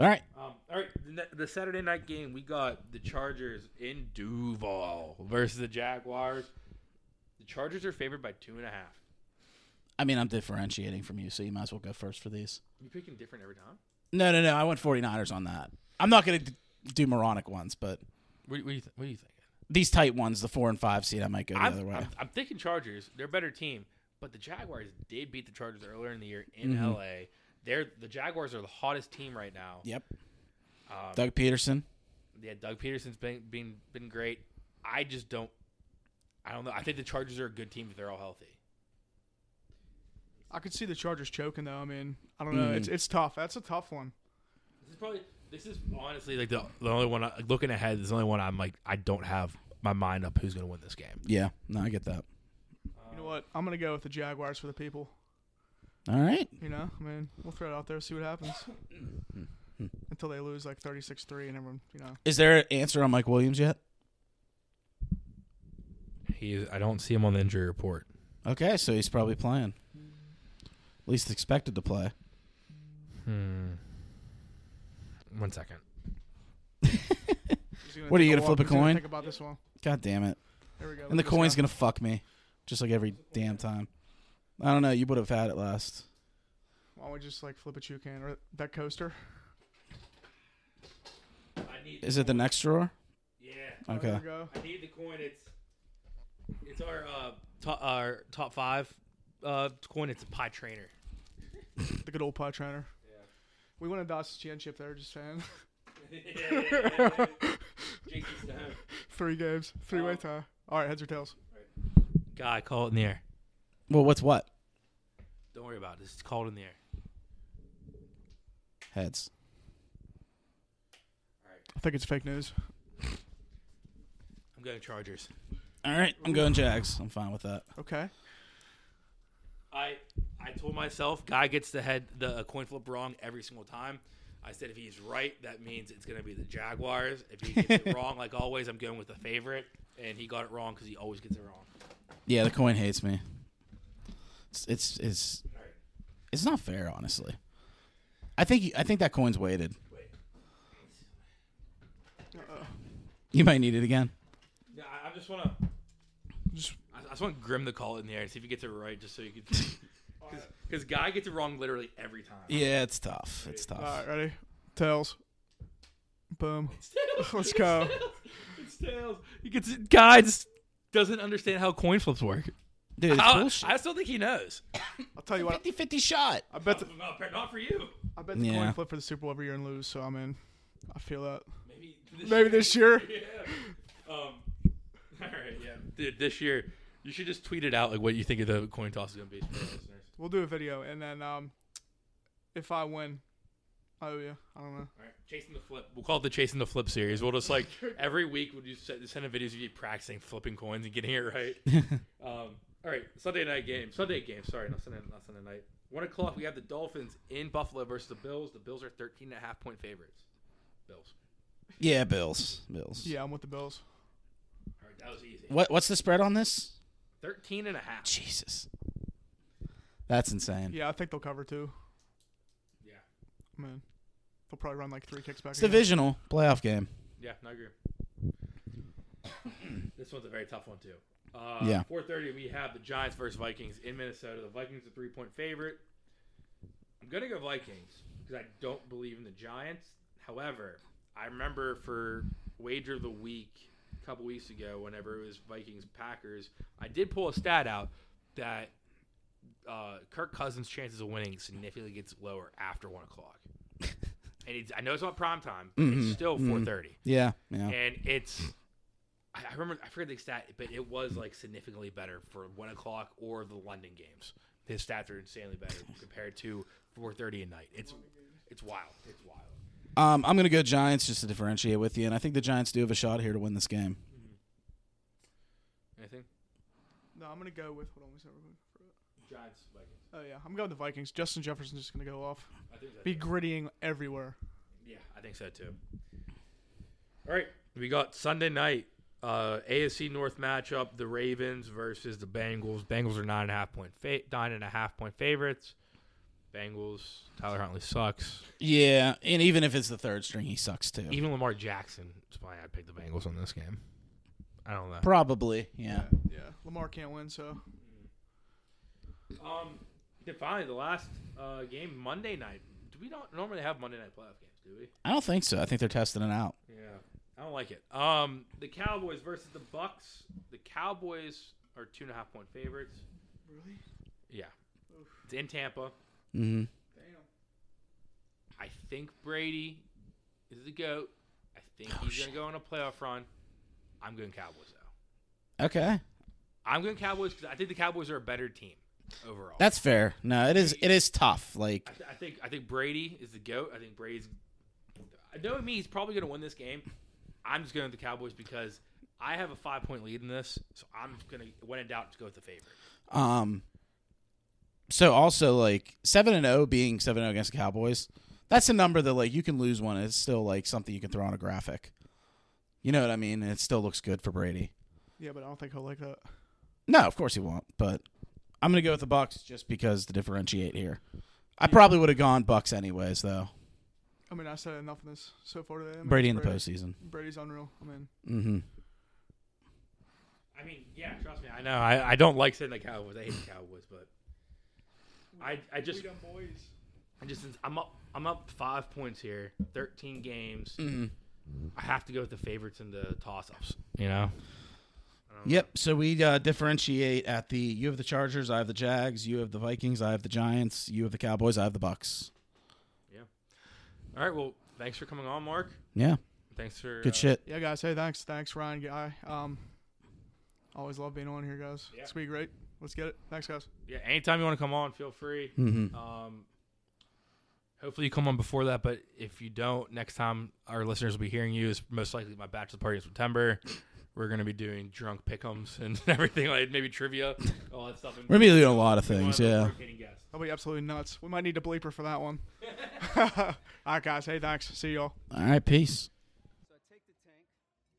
[SPEAKER 1] All right.
[SPEAKER 2] Um, all right, the, ne- the Saturday night game we got the Chargers in Duval versus the Jaguars. The Chargers are favored by two and a half.
[SPEAKER 1] I mean, I'm differentiating from you, so you might as well go first for these.
[SPEAKER 2] You picking different every time.
[SPEAKER 1] No, no, no. I went 49ers on that. I'm not going to do moronic ones, but
[SPEAKER 2] What, what do you th- What do you think?
[SPEAKER 1] these tight ones, the four and five seed, I might go the
[SPEAKER 2] I'm,
[SPEAKER 1] other way.
[SPEAKER 2] I'm, I'm thinking Chargers. They're a better team, but the Jaguars did beat the Chargers earlier in the year in L.A. They're the Jaguars are the hottest team right now.
[SPEAKER 1] yep.
[SPEAKER 2] Um,
[SPEAKER 1] Doug Peterson.
[SPEAKER 2] Yeah, Doug Peterson's been been been great. I just don't. I don't know. I think the Chargers are a good team if they're all healthy.
[SPEAKER 3] I could see the Chargers choking though. I mean, I don't
[SPEAKER 1] Mm.
[SPEAKER 3] know. It's it's tough. That's a tough one.
[SPEAKER 2] This is probably this is honestly like the, the only one I, looking ahead. Is the only one I'm like I don't have my mind up who's going to win this game.
[SPEAKER 1] Yeah. No, I get that.
[SPEAKER 3] You know what? I'm gonna go with the Jaguars for the people.
[SPEAKER 1] All right.
[SPEAKER 3] You know, I mean, we'll throw it out there, see what happens. Until they lose like 36-3 and everyone, you know.
[SPEAKER 1] Is there an answer on Mike Williams yet?
[SPEAKER 2] He is, I don't see him on the injury report.
[SPEAKER 1] Okay, so he's probably playing. At least expected to play.
[SPEAKER 2] Hmm. One second.
[SPEAKER 3] He's gonna
[SPEAKER 1] What, are
[SPEAKER 3] take
[SPEAKER 1] you gonna
[SPEAKER 3] walk.
[SPEAKER 1] flip a
[SPEAKER 3] He's gonna
[SPEAKER 1] coin?
[SPEAKER 3] Think about this one.
[SPEAKER 1] God damn it.
[SPEAKER 3] There we go.
[SPEAKER 1] And the coin's going to fuck me, just like every damn time. I don't know. You would have had it last.
[SPEAKER 3] Why don't we just like flip a chew can or that coaster?
[SPEAKER 2] I need
[SPEAKER 1] Is it the next drawer?
[SPEAKER 2] yeah.
[SPEAKER 3] There
[SPEAKER 1] Okay.
[SPEAKER 3] we go.
[SPEAKER 2] I need the coin. It's it's our uh top, our top five uh coin. It's a pie trainer.
[SPEAKER 3] The good old pie trainer. Yeah. We won a DOS championship there, just saying. Three games, three way tie. All right, heads or tails?
[SPEAKER 2] Guy, call it in the air.
[SPEAKER 1] Well, what's what?
[SPEAKER 2] Don't worry about it. It's called in the air.
[SPEAKER 1] Heads.
[SPEAKER 3] I think it's fake news.
[SPEAKER 2] I'm going Chargers.
[SPEAKER 1] All right, I'm going Jags. I'm fine with that.
[SPEAKER 3] Okay.
[SPEAKER 2] I I told myself guy gets the head the coin flip wrong every single time. I said if he's right, that means it's gonna be the Jaguars. If he gets it wrong, like always, I'm going with the favorite, and he got it wrong because he always gets it wrong.
[SPEAKER 1] Yeah, the coin hates me. It's it's it's, it's not fair, honestly. I think I think that coin's weighted.
[SPEAKER 3] Uh-oh.
[SPEAKER 1] You might need it again.
[SPEAKER 2] Yeah, I, I just wanna
[SPEAKER 3] Just
[SPEAKER 2] I, I just want Grim to call it in the air and see if he gets it right, just so you can. Because guy gets it wrong literally every time.
[SPEAKER 1] Yeah, it's tough. It's tough.
[SPEAKER 3] All right, ready? Tails. Boom.
[SPEAKER 2] It's tails.
[SPEAKER 3] Let's go.
[SPEAKER 2] It's tails. It's tails. He gets it. Guy just doesn't understand how coin flips work.
[SPEAKER 1] Dude, it's
[SPEAKER 2] I,
[SPEAKER 1] bullshit.
[SPEAKER 2] I still think he knows.
[SPEAKER 3] I'll tell you what.
[SPEAKER 1] 50-50 shot.
[SPEAKER 3] I bet the,
[SPEAKER 2] not for you.
[SPEAKER 3] I bet the
[SPEAKER 1] Yeah.
[SPEAKER 3] coin flip for the Super Bowl every year and lose, so I'm in. I feel that.
[SPEAKER 2] Maybe this
[SPEAKER 3] Maybe this year.
[SPEAKER 2] year. Um, all right, yeah. Dude, this year, you should just tweet it out like what you think of the coin toss is going to be. For our listeners.
[SPEAKER 3] We'll do a video, and then um, if I win, I owe you. I don't know.
[SPEAKER 2] All right, chasing the flip. We'll call it the chasing the flip series. We'll just like every week we'll just send send in videos of you practicing flipping coins and getting it right. um, all right, Sunday night game. Sunday game. Sorry, not Sunday. Not Sunday night. One o'clock. We have the Dolphins in Buffalo versus the Bills. The Bills are 13 and a half point favorites. Bills.
[SPEAKER 1] Yeah, Bills. Bills.
[SPEAKER 3] Yeah, I'm with the Bills.
[SPEAKER 2] All right, that was easy.
[SPEAKER 1] What what's the spread on this?
[SPEAKER 2] 13 and a half.
[SPEAKER 1] Jesus. That's insane.
[SPEAKER 3] Yeah, I think they'll cover too.
[SPEAKER 2] Yeah.
[SPEAKER 3] Man, they'll probably run like three kicks back.
[SPEAKER 1] It's
[SPEAKER 3] again.
[SPEAKER 1] divisional playoff game.
[SPEAKER 2] Yeah, no, I agree. this one's a very tough one too. Uh,
[SPEAKER 1] Yeah.
[SPEAKER 2] 4:30 we have the Giants versus Vikings in Minnesota. The Vikings a three point favorite. I'm gonna go Vikings because I don't believe in the Giants. However, I remember for wager of the week a couple weeks ago, whenever it was Vikings Packers, I did pull a stat out that uh, Kirk Cousins' chances of winning significantly gets lower after one o'clock. and it's, I know it's not prime time, but it's still 4:30
[SPEAKER 1] Yeah, yeah.
[SPEAKER 2] and it's I I remember I forget the stat, but it was like significantly better for one o'clock or the London games. His stats are insanely better compared to four thirty at night. It's it's wild. It's wild.
[SPEAKER 1] Um, I'm gonna go Giants just to differentiate with you, and I think the Giants do have a shot here to win this game.
[SPEAKER 2] Anything?
[SPEAKER 3] No, I'm gonna go with. Hold on, we said we're going
[SPEAKER 2] Giants, Vikings.
[SPEAKER 3] for- Oh yeah, I'm going with the Vikings. Justin Jefferson's just gonna go off,
[SPEAKER 2] I think that's
[SPEAKER 3] be grittying everywhere.
[SPEAKER 2] Yeah, I think so too. All right, we got Sunday night uh, AFC North matchup: the Ravens versus the Bengals. Bengals are nine and a half point fa- nine and a half point favorites. Bengals. Tyler Huntley sucks.
[SPEAKER 1] Yeah, and even if it's the third string, he sucks too.
[SPEAKER 2] Even Lamar Jackson is why I picked the Bengals on this game. I don't know.
[SPEAKER 1] Probably, yeah.
[SPEAKER 3] Yeah, Lamar can't win, so
[SPEAKER 2] Um, then finally, the last uh, game Monday night. Do we not normally have Monday night playoff games? Do we?
[SPEAKER 1] I don't think so. I think they're testing it out.
[SPEAKER 2] Yeah, I don't like it. Um, the Cowboys versus the Bucks. The Cowboys are two and a half point favorites.
[SPEAKER 3] really,
[SPEAKER 2] Yeah, it's in Tampa.
[SPEAKER 1] Mm-hmm.
[SPEAKER 3] damn.
[SPEAKER 2] I think Brady is the goat. I think he's
[SPEAKER 1] shit.
[SPEAKER 2] gonna go on a playoff run. I'm going Cowboys though.
[SPEAKER 1] Okay,
[SPEAKER 2] I'm going Cowboys because I think the Cowboys are a better team overall.
[SPEAKER 1] that's fair. No, it is. It is tough. Like,
[SPEAKER 2] I, th- I think I think Brady is the goat. I think Brady's. I know me. He's probably going to win this game. I'm just going with the Cowboys because I have a five point lead in this, so I'm going to when in doubt to go with the favorite.
[SPEAKER 1] um, so also like seven and zero being seven zero against the Cowboys. That's a number that like you can lose one. and It's still like something you can throw on a graphic. You know what I mean? And it still looks good for Brady.
[SPEAKER 3] Yeah, but I don't think he'll like that.
[SPEAKER 1] No, of course he won't. But I'm gonna go with the Bucks just because to differentiate here. I probably would have gone Bucks anyways, though.
[SPEAKER 3] I mean, I said enough of this so far today. I mean,
[SPEAKER 1] Brady in the postseason.
[SPEAKER 3] Brady's unreal. I mean,
[SPEAKER 1] Mm-hmm.
[SPEAKER 2] I mean, yeah, trust me. I know. I, I don't like saying the Cowboys. I hate the Cowboys, but I I just
[SPEAKER 3] done boys.
[SPEAKER 2] I just I'm up I'm up five points here, thirteen games.
[SPEAKER 1] Mm-hmm.
[SPEAKER 2] I have to go with the favorites and the toss ups. You know.
[SPEAKER 1] Yep. So we uh, differentiate at the you have the Chargers, I have the Jags, you have the Vikings, I have the Giants, you have the Cowboys, I have the Bucks.
[SPEAKER 2] All right. Well, thanks for coming on, Mark.
[SPEAKER 1] Yeah,
[SPEAKER 2] Thanks for
[SPEAKER 1] good
[SPEAKER 2] uh,
[SPEAKER 1] shit.
[SPEAKER 3] Yeah, guys. Hey, thanks, thanks, Ryan. Guy. Um, always love being on here, guys.
[SPEAKER 2] Yeah.
[SPEAKER 3] It's been great. Let's get it. Thanks, guys.
[SPEAKER 1] Mm-hmm.
[SPEAKER 2] Uh, Yeah, anytime you want to come on, feel free.
[SPEAKER 1] Mhm.
[SPEAKER 2] Um, Hopefully you come on before that, but if you don't, next time our listeners will be hearing you is most likely my bachelor party in September. We're gonna be doing drunk pickums and everything like maybe trivia, all that stuff.
[SPEAKER 1] We're gonna be doing a lot of things, yeah.
[SPEAKER 3] That'll be absolutely nuts. We might need a bleeper for that one. All right, guys. Hey, thanks. See y'all.
[SPEAKER 1] All right, peace.
[SPEAKER 5] So I take the tank,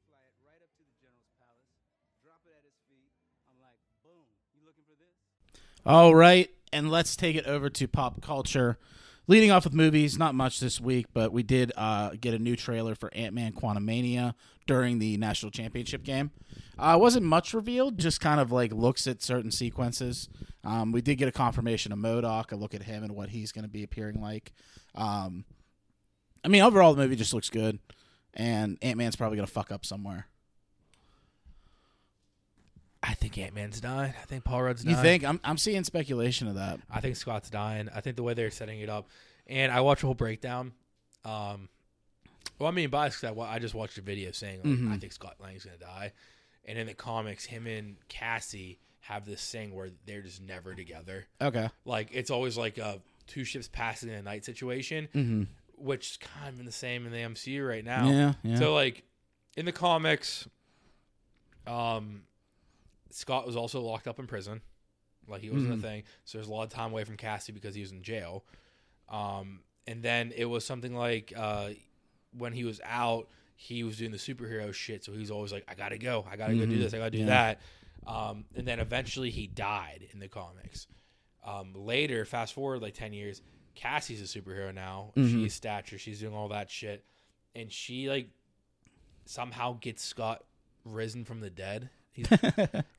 [SPEAKER 5] fly it right up to the general's palace, drop it at his feet. I'm like, boom, you looking for this?
[SPEAKER 1] All right, and let's take it over to pop culture. Leading off with movies, not much this week, but we did uh, get a new trailer for Ant Man Quantumania during the national championship game. Uh, wasn't much revealed, just kind of like looks at certain sequences. Um, we did get a confirmation of Modoc, a look at him and what he's going to be appearing like. Um, I mean, overall, the movie just looks good, and Ant Man's probably going to fuck up somewhere.
[SPEAKER 2] I think Ant Man's dying. I think Paul Rudd's
[SPEAKER 1] You
[SPEAKER 2] dying.
[SPEAKER 1] think? I'm, I'm seeing speculation of that.
[SPEAKER 2] I think Scott's dying. I think the way they're setting it up, and I watched a whole breakdown. Um, well, I mean, biased because I, wa- I just watched a video saying like, I think Scott Lang's gonna die, and in the comics, him and Cassie have this thing where they're just never together.
[SPEAKER 1] Okay.
[SPEAKER 2] Like it's always like a two ships passing in the night situation, which is kind of the same in the MCU right now.
[SPEAKER 1] Mm-hmm. Yeah, yeah.
[SPEAKER 2] So like in the comics, um, Scott was also locked up in prison. Like he wasn't a thing. So there's a lot of time away from Cassie because he was in jail. Um, and then it was something like uh, when he was out, he was doing the superhero shit. So he was always like, I gotta go. I gotta go do this. I gotta do that. Um, and then eventually he died in the comics. Um, later, fast forward like 10 years, Cassie's a superhero now. She's stature. She's doing all that shit. And she like somehow gets Scott risen from the dead. He's,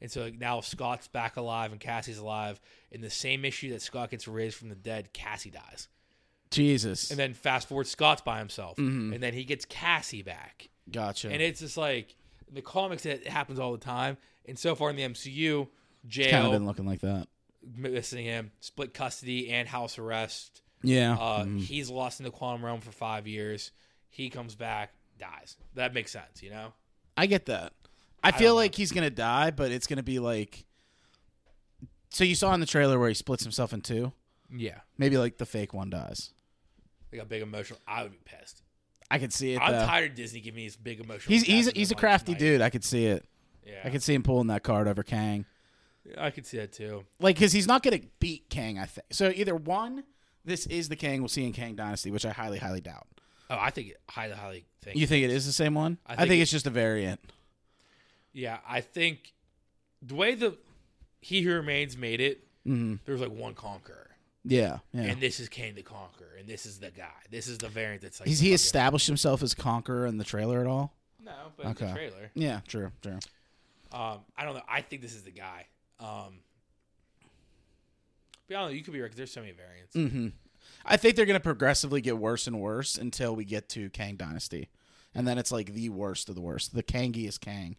[SPEAKER 2] and so like, now Scott's back alive and Cassie's alive. In the same issue that Scott gets raised from the dead, Cassie dies.
[SPEAKER 1] Jesus.
[SPEAKER 2] And then fast forward, Scott's by himself,
[SPEAKER 1] Mm-hmm.
[SPEAKER 2] and then he gets Cassie back,
[SPEAKER 1] Gotcha.
[SPEAKER 2] and it's just like in the comics it happens all the time. And so far in the MCU,
[SPEAKER 1] kind of
[SPEAKER 2] jail,
[SPEAKER 1] been looking like that.
[SPEAKER 2] missing him, split custody, and house arrest.
[SPEAKER 1] Yeah.
[SPEAKER 2] Uh, He's lost in the quantum realm for five years. He comes back, dies. That makes sense, you know.
[SPEAKER 1] I get that. I feel like he's going to die, but it's going to be like. So you saw in the trailer where he splits himself in two?
[SPEAKER 2] Yeah,
[SPEAKER 1] Maybe like the fake one dies.
[SPEAKER 2] like a big emotional. I would be pissed.
[SPEAKER 1] I could see it.
[SPEAKER 2] I'm
[SPEAKER 1] though.
[SPEAKER 2] tired of Disney giving me these big emotional.
[SPEAKER 1] He's he's
[SPEAKER 2] deaths, and
[SPEAKER 1] he's a
[SPEAKER 2] I'm like,
[SPEAKER 1] crafty
[SPEAKER 2] tonight-
[SPEAKER 1] dude. I could see it.
[SPEAKER 2] Yeah,
[SPEAKER 1] I could see him pulling that card over Kang.
[SPEAKER 2] I could see that too.
[SPEAKER 1] Like, because he's not going to beat Kang, I think. So either one, this is the Kang we'll see in Kang Dynasty, which I highly, highly doubt.
[SPEAKER 2] Oh, I think highly, highly think
[SPEAKER 1] You think it is the same one? I think,
[SPEAKER 2] think it-
[SPEAKER 1] it's just a variant.
[SPEAKER 2] Yeah, I think the way the He Who Remains made it, there was like one conqueror,
[SPEAKER 1] Mm-hmm. Yeah. Yeah.
[SPEAKER 2] and this is Kane the Conqueror, and this is the guy. This is the variant that's like.
[SPEAKER 1] Has he
[SPEAKER 2] fucking-
[SPEAKER 1] established himself as conqueror in the trailer at all?
[SPEAKER 2] No, but in
[SPEAKER 1] Okay.
[SPEAKER 2] the trailer.
[SPEAKER 1] Yeah, true, true.
[SPEAKER 2] Um, I don't know. I think this is the guy. Um, but I don't know. You could be right 'cause there's so many variants.
[SPEAKER 1] Mm. Mm-hmm. I think they're going to progressively get worse and worse until we get to Kang Dynasty. And then it's like the worst of the worst. The Kangiest Kang.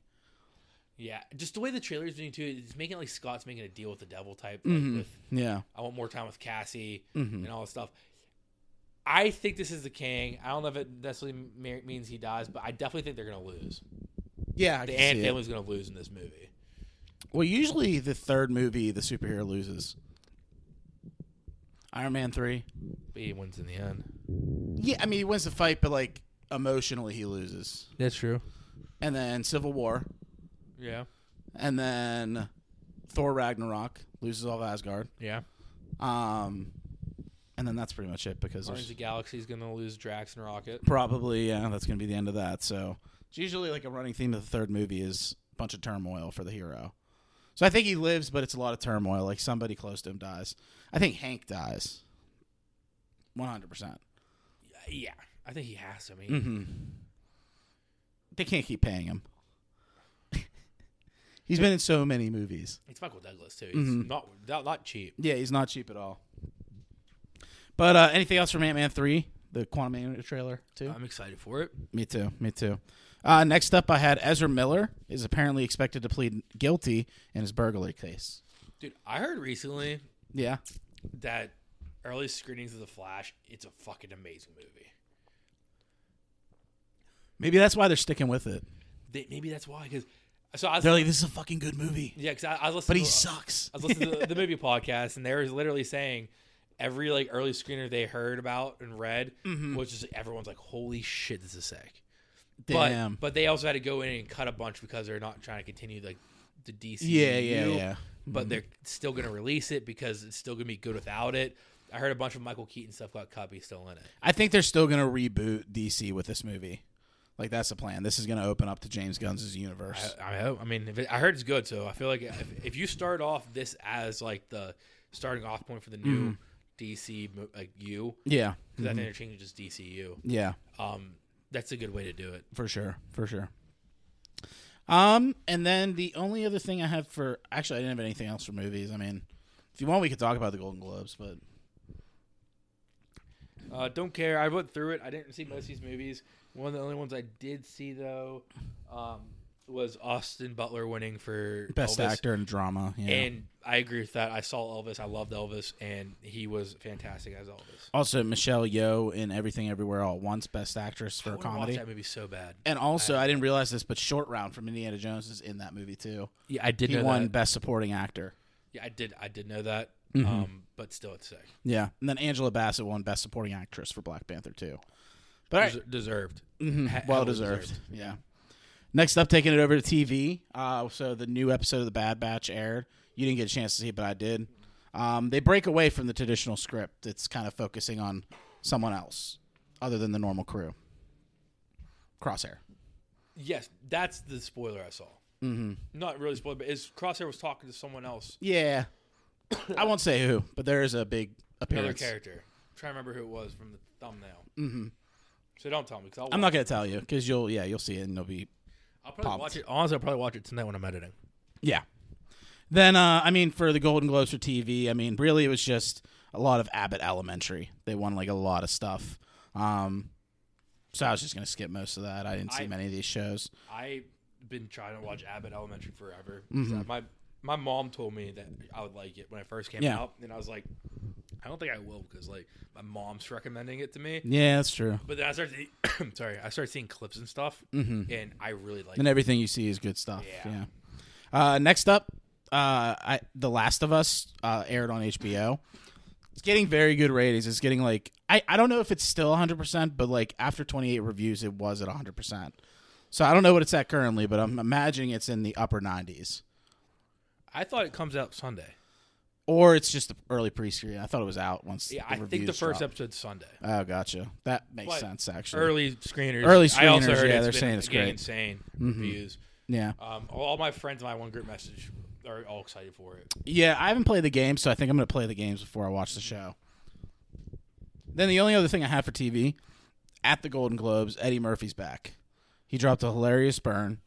[SPEAKER 2] Yeah, just the way the trailer is being too, it's making it like Scott's making a deal with the devil type.
[SPEAKER 1] Mm-hmm.
[SPEAKER 2] Like with,
[SPEAKER 1] Yeah. mm-hmm.
[SPEAKER 2] I want more time with Cassie and all this stuff. I think this is the king. I don't know if it necessarily me- means he dies, but I definitely think they're going to lose.
[SPEAKER 1] Yeah, I
[SPEAKER 2] The
[SPEAKER 1] can
[SPEAKER 2] Ant
[SPEAKER 1] see it.
[SPEAKER 2] family's going to lose in this movie.
[SPEAKER 1] Well, usually the third movie, the superhero loses. Iron Man 3.
[SPEAKER 2] But he wins in the end.
[SPEAKER 1] Yeah, I mean, he wins the fight, but like emotionally he loses.
[SPEAKER 2] That's true.
[SPEAKER 1] And then Civil War.
[SPEAKER 2] Yeah.
[SPEAKER 1] And then Thor Ragnarok loses all of Asgard.
[SPEAKER 2] Yeah.
[SPEAKER 1] Um, and then that's pretty much it because
[SPEAKER 2] Guardians of
[SPEAKER 1] there's
[SPEAKER 2] the Galaxy's going to lose Drax and Rocket.
[SPEAKER 1] probably yeah that's gonna be the end of that so it's usually like a running theme of the third movie is a bunch of turmoil for the hero so i think he lives but it's a lot of turmoil like somebody close to him dies i think hank dies 100%
[SPEAKER 2] Yeah. I think he has to. I mean,
[SPEAKER 1] Mm. Mm-hmm. they can't keep paying him he's been in so many movies
[SPEAKER 2] it's Michael Douglas, too. He's
[SPEAKER 1] Mm-hmm.
[SPEAKER 2] not, not not cheap.
[SPEAKER 1] yeah he's not cheap at all but uh, anything else from ant-man 3 the quantum Man trailer too
[SPEAKER 2] I'm excited for it.
[SPEAKER 1] Me too. Me too. Uh, next up, I had Ezra Miller is apparently expected to plead guilty in his burglary case.
[SPEAKER 2] Dude, I heard recently
[SPEAKER 1] Yeah,
[SPEAKER 2] that early screenings of The Flash, it's a fucking amazing movie.
[SPEAKER 1] maybe that's why they're sticking with it.
[SPEAKER 2] They, maybe that's why. Because so I was,
[SPEAKER 1] They're like, this is a fucking good movie,
[SPEAKER 2] yeah, because I, I was listening
[SPEAKER 1] but he
[SPEAKER 2] to-
[SPEAKER 1] sucks.
[SPEAKER 2] I was listening to the, the movie podcast, and they were literally saying every like early screener they heard about and read was just everyone's like, "Holy shit, this is sick."
[SPEAKER 1] Damn.
[SPEAKER 2] But but they also had to go in and cut a bunch because they're not trying to continue like the DC.
[SPEAKER 1] yeah, yeah, yeah.
[SPEAKER 2] But they're still gonna release it because it's still gonna be good without it. I heard a bunch of Michael Keaton stuff got cut, but he's still in it.
[SPEAKER 1] I think they're still gonna reboot DC with this movie. Like that's the plan. This is gonna open up to James Gunn's universe.
[SPEAKER 2] I, I hope. I mean, if it, I heard it's good, so I feel like if, if you start off this as like the starting off point for the new DC mo- like you,
[SPEAKER 1] yeah, Mm-hmm.
[SPEAKER 2] because I think they're changing just DCU.
[SPEAKER 1] yeah,
[SPEAKER 2] Um, that's a good way to do it.
[SPEAKER 1] for sure, for sure. Um, and then the only other thing I have for actually, I didn't have anything else for movies. I mean, if you want, we could talk about the Golden Globes, but
[SPEAKER 2] Uh, don't care. I went through it. I didn't see most of these movies. One of the only ones I did see though um, was Austin Butler winning for
[SPEAKER 1] best
[SPEAKER 2] Elvis.
[SPEAKER 1] actor in drama. Yeah.
[SPEAKER 2] And I agree with that. I saw Elvis. I loved Elvis, and he was fantastic as Elvis.
[SPEAKER 1] also, Michelle Yeoh in Everything Everywhere All at Once, Best Actress
[SPEAKER 2] I
[SPEAKER 1] for a
[SPEAKER 2] wanna watch
[SPEAKER 1] Comedy.
[SPEAKER 2] that movie so bad.
[SPEAKER 1] And also, I didn't realize this, but Short Round from Indiana Jones is in that movie too.
[SPEAKER 2] Yeah, I did.
[SPEAKER 1] He
[SPEAKER 2] know
[SPEAKER 1] won Mm-hmm.
[SPEAKER 2] that.
[SPEAKER 1] Best Supporting Actor.
[SPEAKER 2] Yeah, I did. I did know that. Um, but still, it's sick.
[SPEAKER 1] Yeah, and then Angela Bassett won Best Supporting Actress for Black Panther too. But all right, Mm-hmm.
[SPEAKER 2] Des- deserved. He-
[SPEAKER 1] well
[SPEAKER 2] hell
[SPEAKER 1] deserved. Yeah. Next up, taking it over to TV. Uh, so the new episode of The Bad Batch aired. You didn't get a chance to see it, but I did. Um, they break away from the traditional script. It's kind of focusing on someone else other than the normal crew. Crosshair.
[SPEAKER 2] Yes, that's the spoiler I saw. Mm-hmm. Not really spoiler, but is Crosshair was talking to someone else,
[SPEAKER 1] Yeah. I won't say who, but there is a big
[SPEAKER 2] another
[SPEAKER 1] appearance.
[SPEAKER 2] character. I'm trying to remember who it was from the thumbnail. Mm-hmm. So don't tell me because
[SPEAKER 1] I'm not gonna tell you because you'll yeah you'll see it and it'll be
[SPEAKER 2] I'll probably
[SPEAKER 1] pumped.
[SPEAKER 2] watch it. Honestly, I'll probably watch it tonight when I'm editing.
[SPEAKER 1] Yeah. Then uh, I mean, for the Golden Globes for TV, I mean, really, it was just a lot of Abbott Elementary. They won like a lot of stuff. Um, so I was just gonna skip most of that. I didn't see
[SPEAKER 2] I-
[SPEAKER 1] many of these shows.
[SPEAKER 2] I've been trying to watch Abbott Elementary forever.
[SPEAKER 1] Mm-hmm.
[SPEAKER 2] So My my mom told me that I would like it when I first came
[SPEAKER 1] Yeah.
[SPEAKER 2] out, and I was like, I don't think I will because like my mom's recommending it to me.
[SPEAKER 1] Yeah, that's true.
[SPEAKER 2] But then I started, sorry, I started seeing clips and stuff, and I really like.
[SPEAKER 1] Mm-hmm. And everything you see is good stuff. Yeah.
[SPEAKER 2] Yeah.
[SPEAKER 1] Uh, next up, uh, I, The Last of Us uh, aired on HBO. It's getting very good ratings. It's getting like I, I don't know if it's still 100%, but like after 28 reviews, it was at 100%. So I don't know what it's at currently, but I'm imagining it's in the upper 90s.
[SPEAKER 2] I thought it comes out Sunday.
[SPEAKER 1] Or it's just the early pre-screen. I thought it was out once.
[SPEAKER 2] Yeah, I think the first
[SPEAKER 1] episode.
[SPEAKER 2] episode's Sunday.
[SPEAKER 1] Oh, gotcha. That makes
[SPEAKER 2] But
[SPEAKER 1] sense, actually.
[SPEAKER 2] Early screeners.
[SPEAKER 1] Early
[SPEAKER 2] I also
[SPEAKER 1] screeners,
[SPEAKER 2] heard
[SPEAKER 1] yeah, they're
[SPEAKER 2] it's Mm-hmm. been,
[SPEAKER 1] saying it's
[SPEAKER 2] again,
[SPEAKER 1] great.
[SPEAKER 2] Insane reviews.
[SPEAKER 1] Yeah,
[SPEAKER 2] Um, all- all my friends in my one group message are all excited for it.
[SPEAKER 1] yeah. I haven't played the game, so I think I'm gonna play the games before I watch the show. Then the only other thing I have for TV at the Golden Globes, Eddie Murphy's back. He dropped a hilarious burn.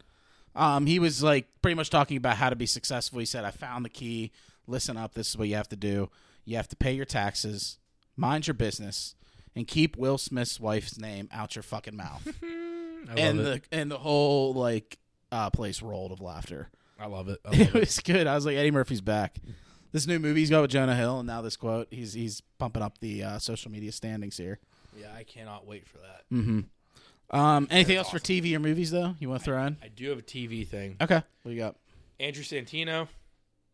[SPEAKER 1] Um, he was like pretty much talking about how to be successful. He said, "I found the key. Listen up. This is what you have to do. You have to pay your taxes, mind your business, and keep Will Smith's wife's name out your fucking mouth."
[SPEAKER 2] I
[SPEAKER 1] and
[SPEAKER 2] love
[SPEAKER 1] the
[SPEAKER 2] it.
[SPEAKER 1] and the whole like uh, place rolled of laughter.
[SPEAKER 2] I love it. I love
[SPEAKER 1] It
[SPEAKER 2] it.
[SPEAKER 1] was good. I was like, Eddie Murphy's back. This new movie he's got with Jonah Hill, and now this quote. He's he's pumping up the uh, social media standings here.
[SPEAKER 2] Yeah, I cannot wait for that.
[SPEAKER 1] Um, anything else for TV or movies though? You want to throw in?
[SPEAKER 2] I do have a TV thing.
[SPEAKER 1] Okay, what you got?
[SPEAKER 2] Andrew Santino,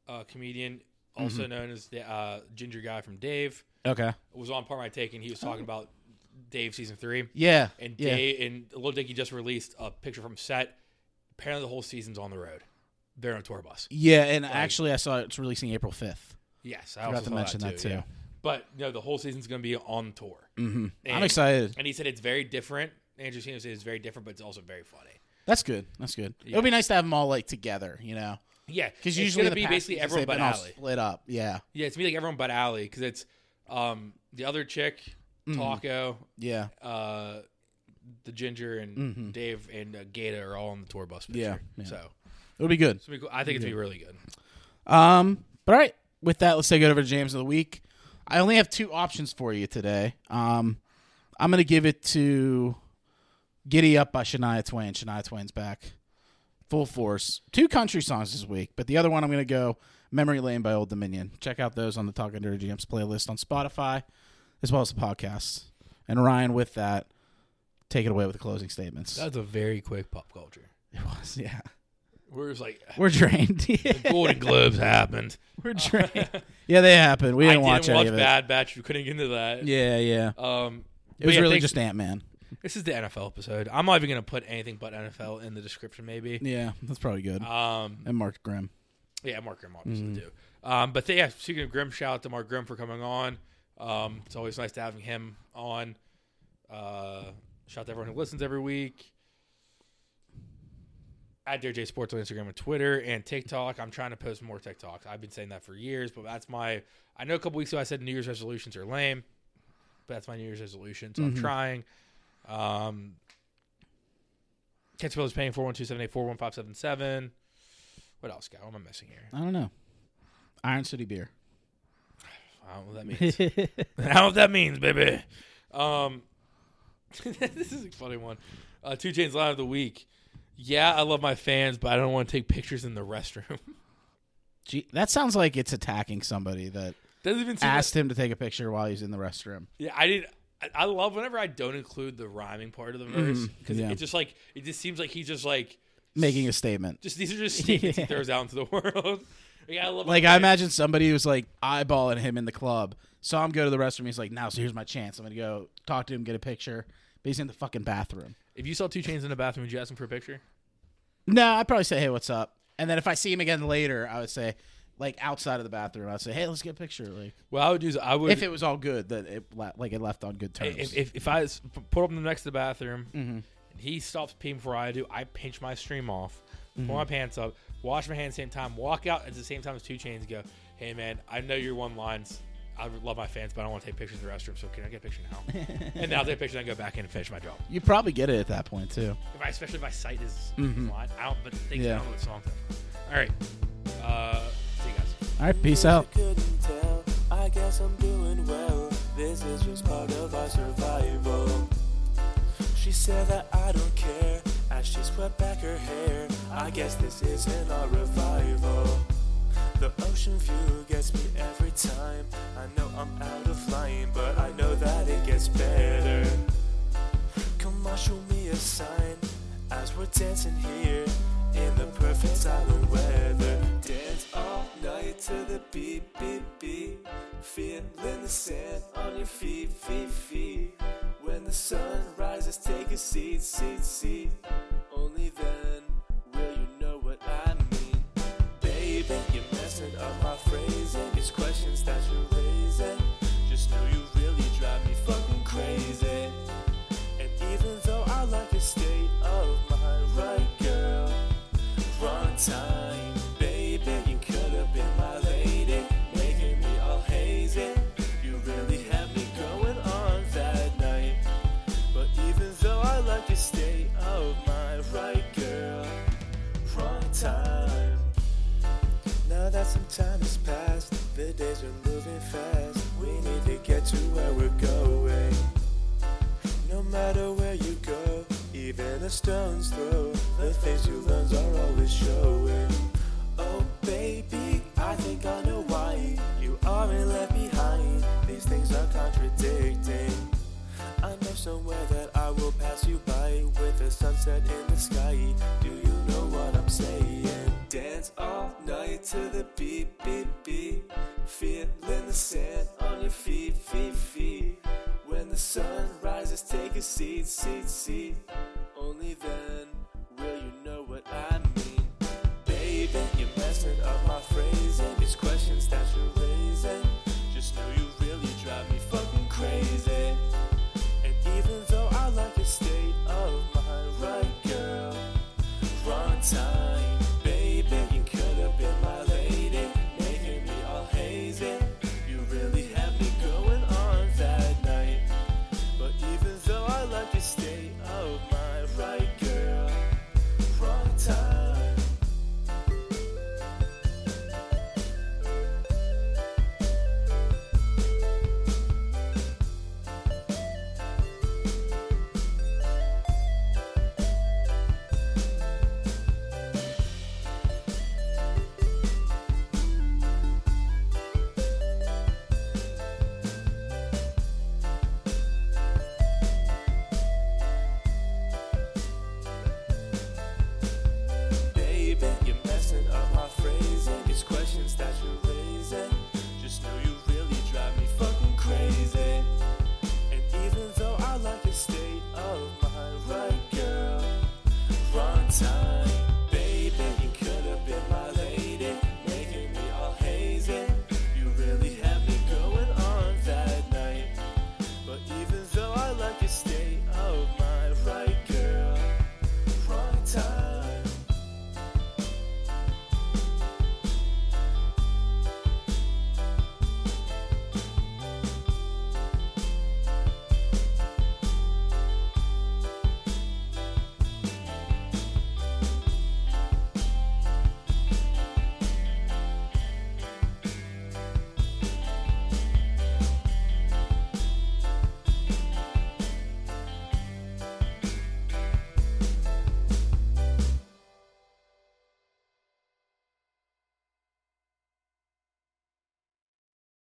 [SPEAKER 2] uh, comedian, also known as the uh, ginger guy from Dave,
[SPEAKER 1] Okay,
[SPEAKER 2] was on part of my take, and he was talking about Dave season three.
[SPEAKER 1] yeah,
[SPEAKER 2] And
[SPEAKER 1] yeah.
[SPEAKER 2] Dave and Little Dicky just released a picture from set. Apparently, the whole season's on the road. They're on a tour bus.
[SPEAKER 1] Yeah, and actually, I saw it's releasing April fifth.
[SPEAKER 2] Yes, I
[SPEAKER 1] Forgot
[SPEAKER 2] also
[SPEAKER 1] to
[SPEAKER 2] saw
[SPEAKER 1] mention that, too.
[SPEAKER 2] yeah. But no, the whole season's going to be on tour. Mm-hmm.
[SPEAKER 1] I'm excited.
[SPEAKER 2] And he said it's very different. Andrew Santino said it's very different, but it's also very funny.
[SPEAKER 1] That's good. That's good. It would be nice to have them all like together, you know,
[SPEAKER 2] Yeah,
[SPEAKER 1] because
[SPEAKER 2] it's
[SPEAKER 1] usually
[SPEAKER 2] gonna
[SPEAKER 1] in the
[SPEAKER 2] be
[SPEAKER 1] past,
[SPEAKER 2] basically
[SPEAKER 1] it's just
[SPEAKER 2] everyone
[SPEAKER 1] they've
[SPEAKER 2] but
[SPEAKER 1] been all
[SPEAKER 2] Allie.
[SPEAKER 1] split up. Yeah,
[SPEAKER 2] Yeah, it's me like everyone but Allie because it's um, the other chick,
[SPEAKER 1] Mm-hmm.
[SPEAKER 2] Taco,
[SPEAKER 1] yeah,
[SPEAKER 2] uh, the Ginger, and Dave and uh, Gata are all on the tour bus. Picture.
[SPEAKER 1] Mm-hmm. Yeah, yeah.
[SPEAKER 2] so
[SPEAKER 1] it would be good.
[SPEAKER 2] it's gonna be cool. I think it's gonna be really good.
[SPEAKER 1] Um, but all right, with that, let's take it over to James of the Week. I only have two options for you today. Um, I'm going to give it to Giddy Up by Shania Twain. Shania Twain's back. Full force. Two country songs this week, but the other one I'm going to go Memory Lane by Old Dominion. Check out those on the Talking Dirty GMs playlist on Spotify, as well as the podcast. And Ryan, with that, take it away with the closing statements.
[SPEAKER 2] That's a very quick pop culture.
[SPEAKER 1] it was, yeah.
[SPEAKER 2] We're just like
[SPEAKER 1] We're drained.
[SPEAKER 2] Golden Globes happened.
[SPEAKER 1] We're drained. Yeah, they happened. We
[SPEAKER 2] I
[SPEAKER 1] didn't
[SPEAKER 2] didn't
[SPEAKER 1] watch any of it.
[SPEAKER 2] Bad Batch. We couldn't get into that.
[SPEAKER 1] Yeah, yeah.
[SPEAKER 2] Um,
[SPEAKER 1] It was really
[SPEAKER 2] just
[SPEAKER 1] just Ant Man.
[SPEAKER 2] this is the NFL episode. I'm not even gonna put anything but NFL in the description, maybe.
[SPEAKER 1] Yeah, that's probably good.
[SPEAKER 2] Um,
[SPEAKER 1] and Mark Grimm.
[SPEAKER 2] yeah, Mark Grimm obviously too. Um, but yeah, speaking of Grimm, shout out to Mark Grimm for coming on. Um, it's always nice to having him on. Uh, shout out to everyone who listens every week. At Dear J Sports on Instagram and Twitter and TikTok. I'm trying to post more TikToks. I've been saying that for years, but that's my. I know a couple weeks ago I said New Year's resolutions are lame, but that's my New Year's resolution. So I'm trying. Um, Catch is paying 412-784-1577. What else, guy? What am I missing here?
[SPEAKER 1] I don't know. Iron City beer.
[SPEAKER 2] I don't know what that means. I don't know what that means, baby. Um, this is a funny one. Uh, Two Chains line of the week. Yeah, I love my fans, but I don't want to take pictures in the restroom.
[SPEAKER 1] Gee, that sounds like it's attacking somebody that
[SPEAKER 2] Doesn't even seem. like-
[SPEAKER 1] asked him to take a picture while he's in the restroom.
[SPEAKER 2] yeah, I didn't. I- I love whenever I don't include the rhyming part of the verse because
[SPEAKER 1] Mm, yeah.
[SPEAKER 2] it just like it just seems like he just like
[SPEAKER 1] Making a statement.
[SPEAKER 2] just these are just statements he throws out into the world. Like I love
[SPEAKER 1] Like
[SPEAKER 2] my
[SPEAKER 1] I
[SPEAKER 2] fans.
[SPEAKER 1] imagine somebody was like eyeballing him in the club. Saw him go to the restroom. He's like, "Now, so here's my chance. I'm gonna go talk to him, get a picture." But he's in the fucking bathroom.
[SPEAKER 2] If you saw Two Chains in the bathroom, would you ask him for a picture?
[SPEAKER 1] No, I'd probably say, "Hey, what's up?" And then if I see him again later, I would say, like outside of the bathroom, I'd say, "Hey, let's get a picture." Like
[SPEAKER 2] Well, I would do. Is I would
[SPEAKER 1] if it was all good, that it le- like it left on good terms.
[SPEAKER 2] if, if, if I s- p- put them next to the bathroom and he stops peeing before I do, I pinch my stream off, pull my pants up, wash my hands at the same time, walk out at the same time as two chains go, hey man, I know you're one lines. I would love my fans, but I don't want to take pictures in the restroom, so can I get a picture now? and now I'll take a picture and I go back in and finish my job.
[SPEAKER 1] you probably get it at that point too.
[SPEAKER 2] If I, especially if my site is online. I don't, but the thing is,
[SPEAKER 1] Yeah.
[SPEAKER 2] I don't know what song All right. Uh, see you guys.
[SPEAKER 1] All right, peace out.
[SPEAKER 6] couldn't tell. I guess I'm doing well. This is just part of our survival. She said that I don't care as she swept back her hair. I guess this isn't our revival. The ocean view gets me every time. I know I'm out of line, but I know that it gets better. Come on, show me a sign as we're dancing here in the perfect silent weather. Dance all night to the beat, beat, beat. Feeling the sand on your feet, feet, feet. When the sun rises, take a seat, seat, seat. Only then will you know what I mean. Baby, you're messing up my phrasing. It's questions that you're raising. Just know you really drive me fucking crazy. And even though I like your state of mind, right, girl? Wrong time, baby. You could have been my lady, making me all hazy. You really had me going on that night. But even though I like your state of mind, right, girl? Wrong time. Now that some time has passed, the days are moving fast. We need to get to where we're going. No matter where you go, even a stone's throw, the things you learn are always showing. Oh, baby, I think I know why you aren't left behind. These things are contradicting. I know somewhere that I will pass you by with the sunset in the sky. Do you know what I'm saying? Dance all night to the beat, beat, beat. Feeling the sand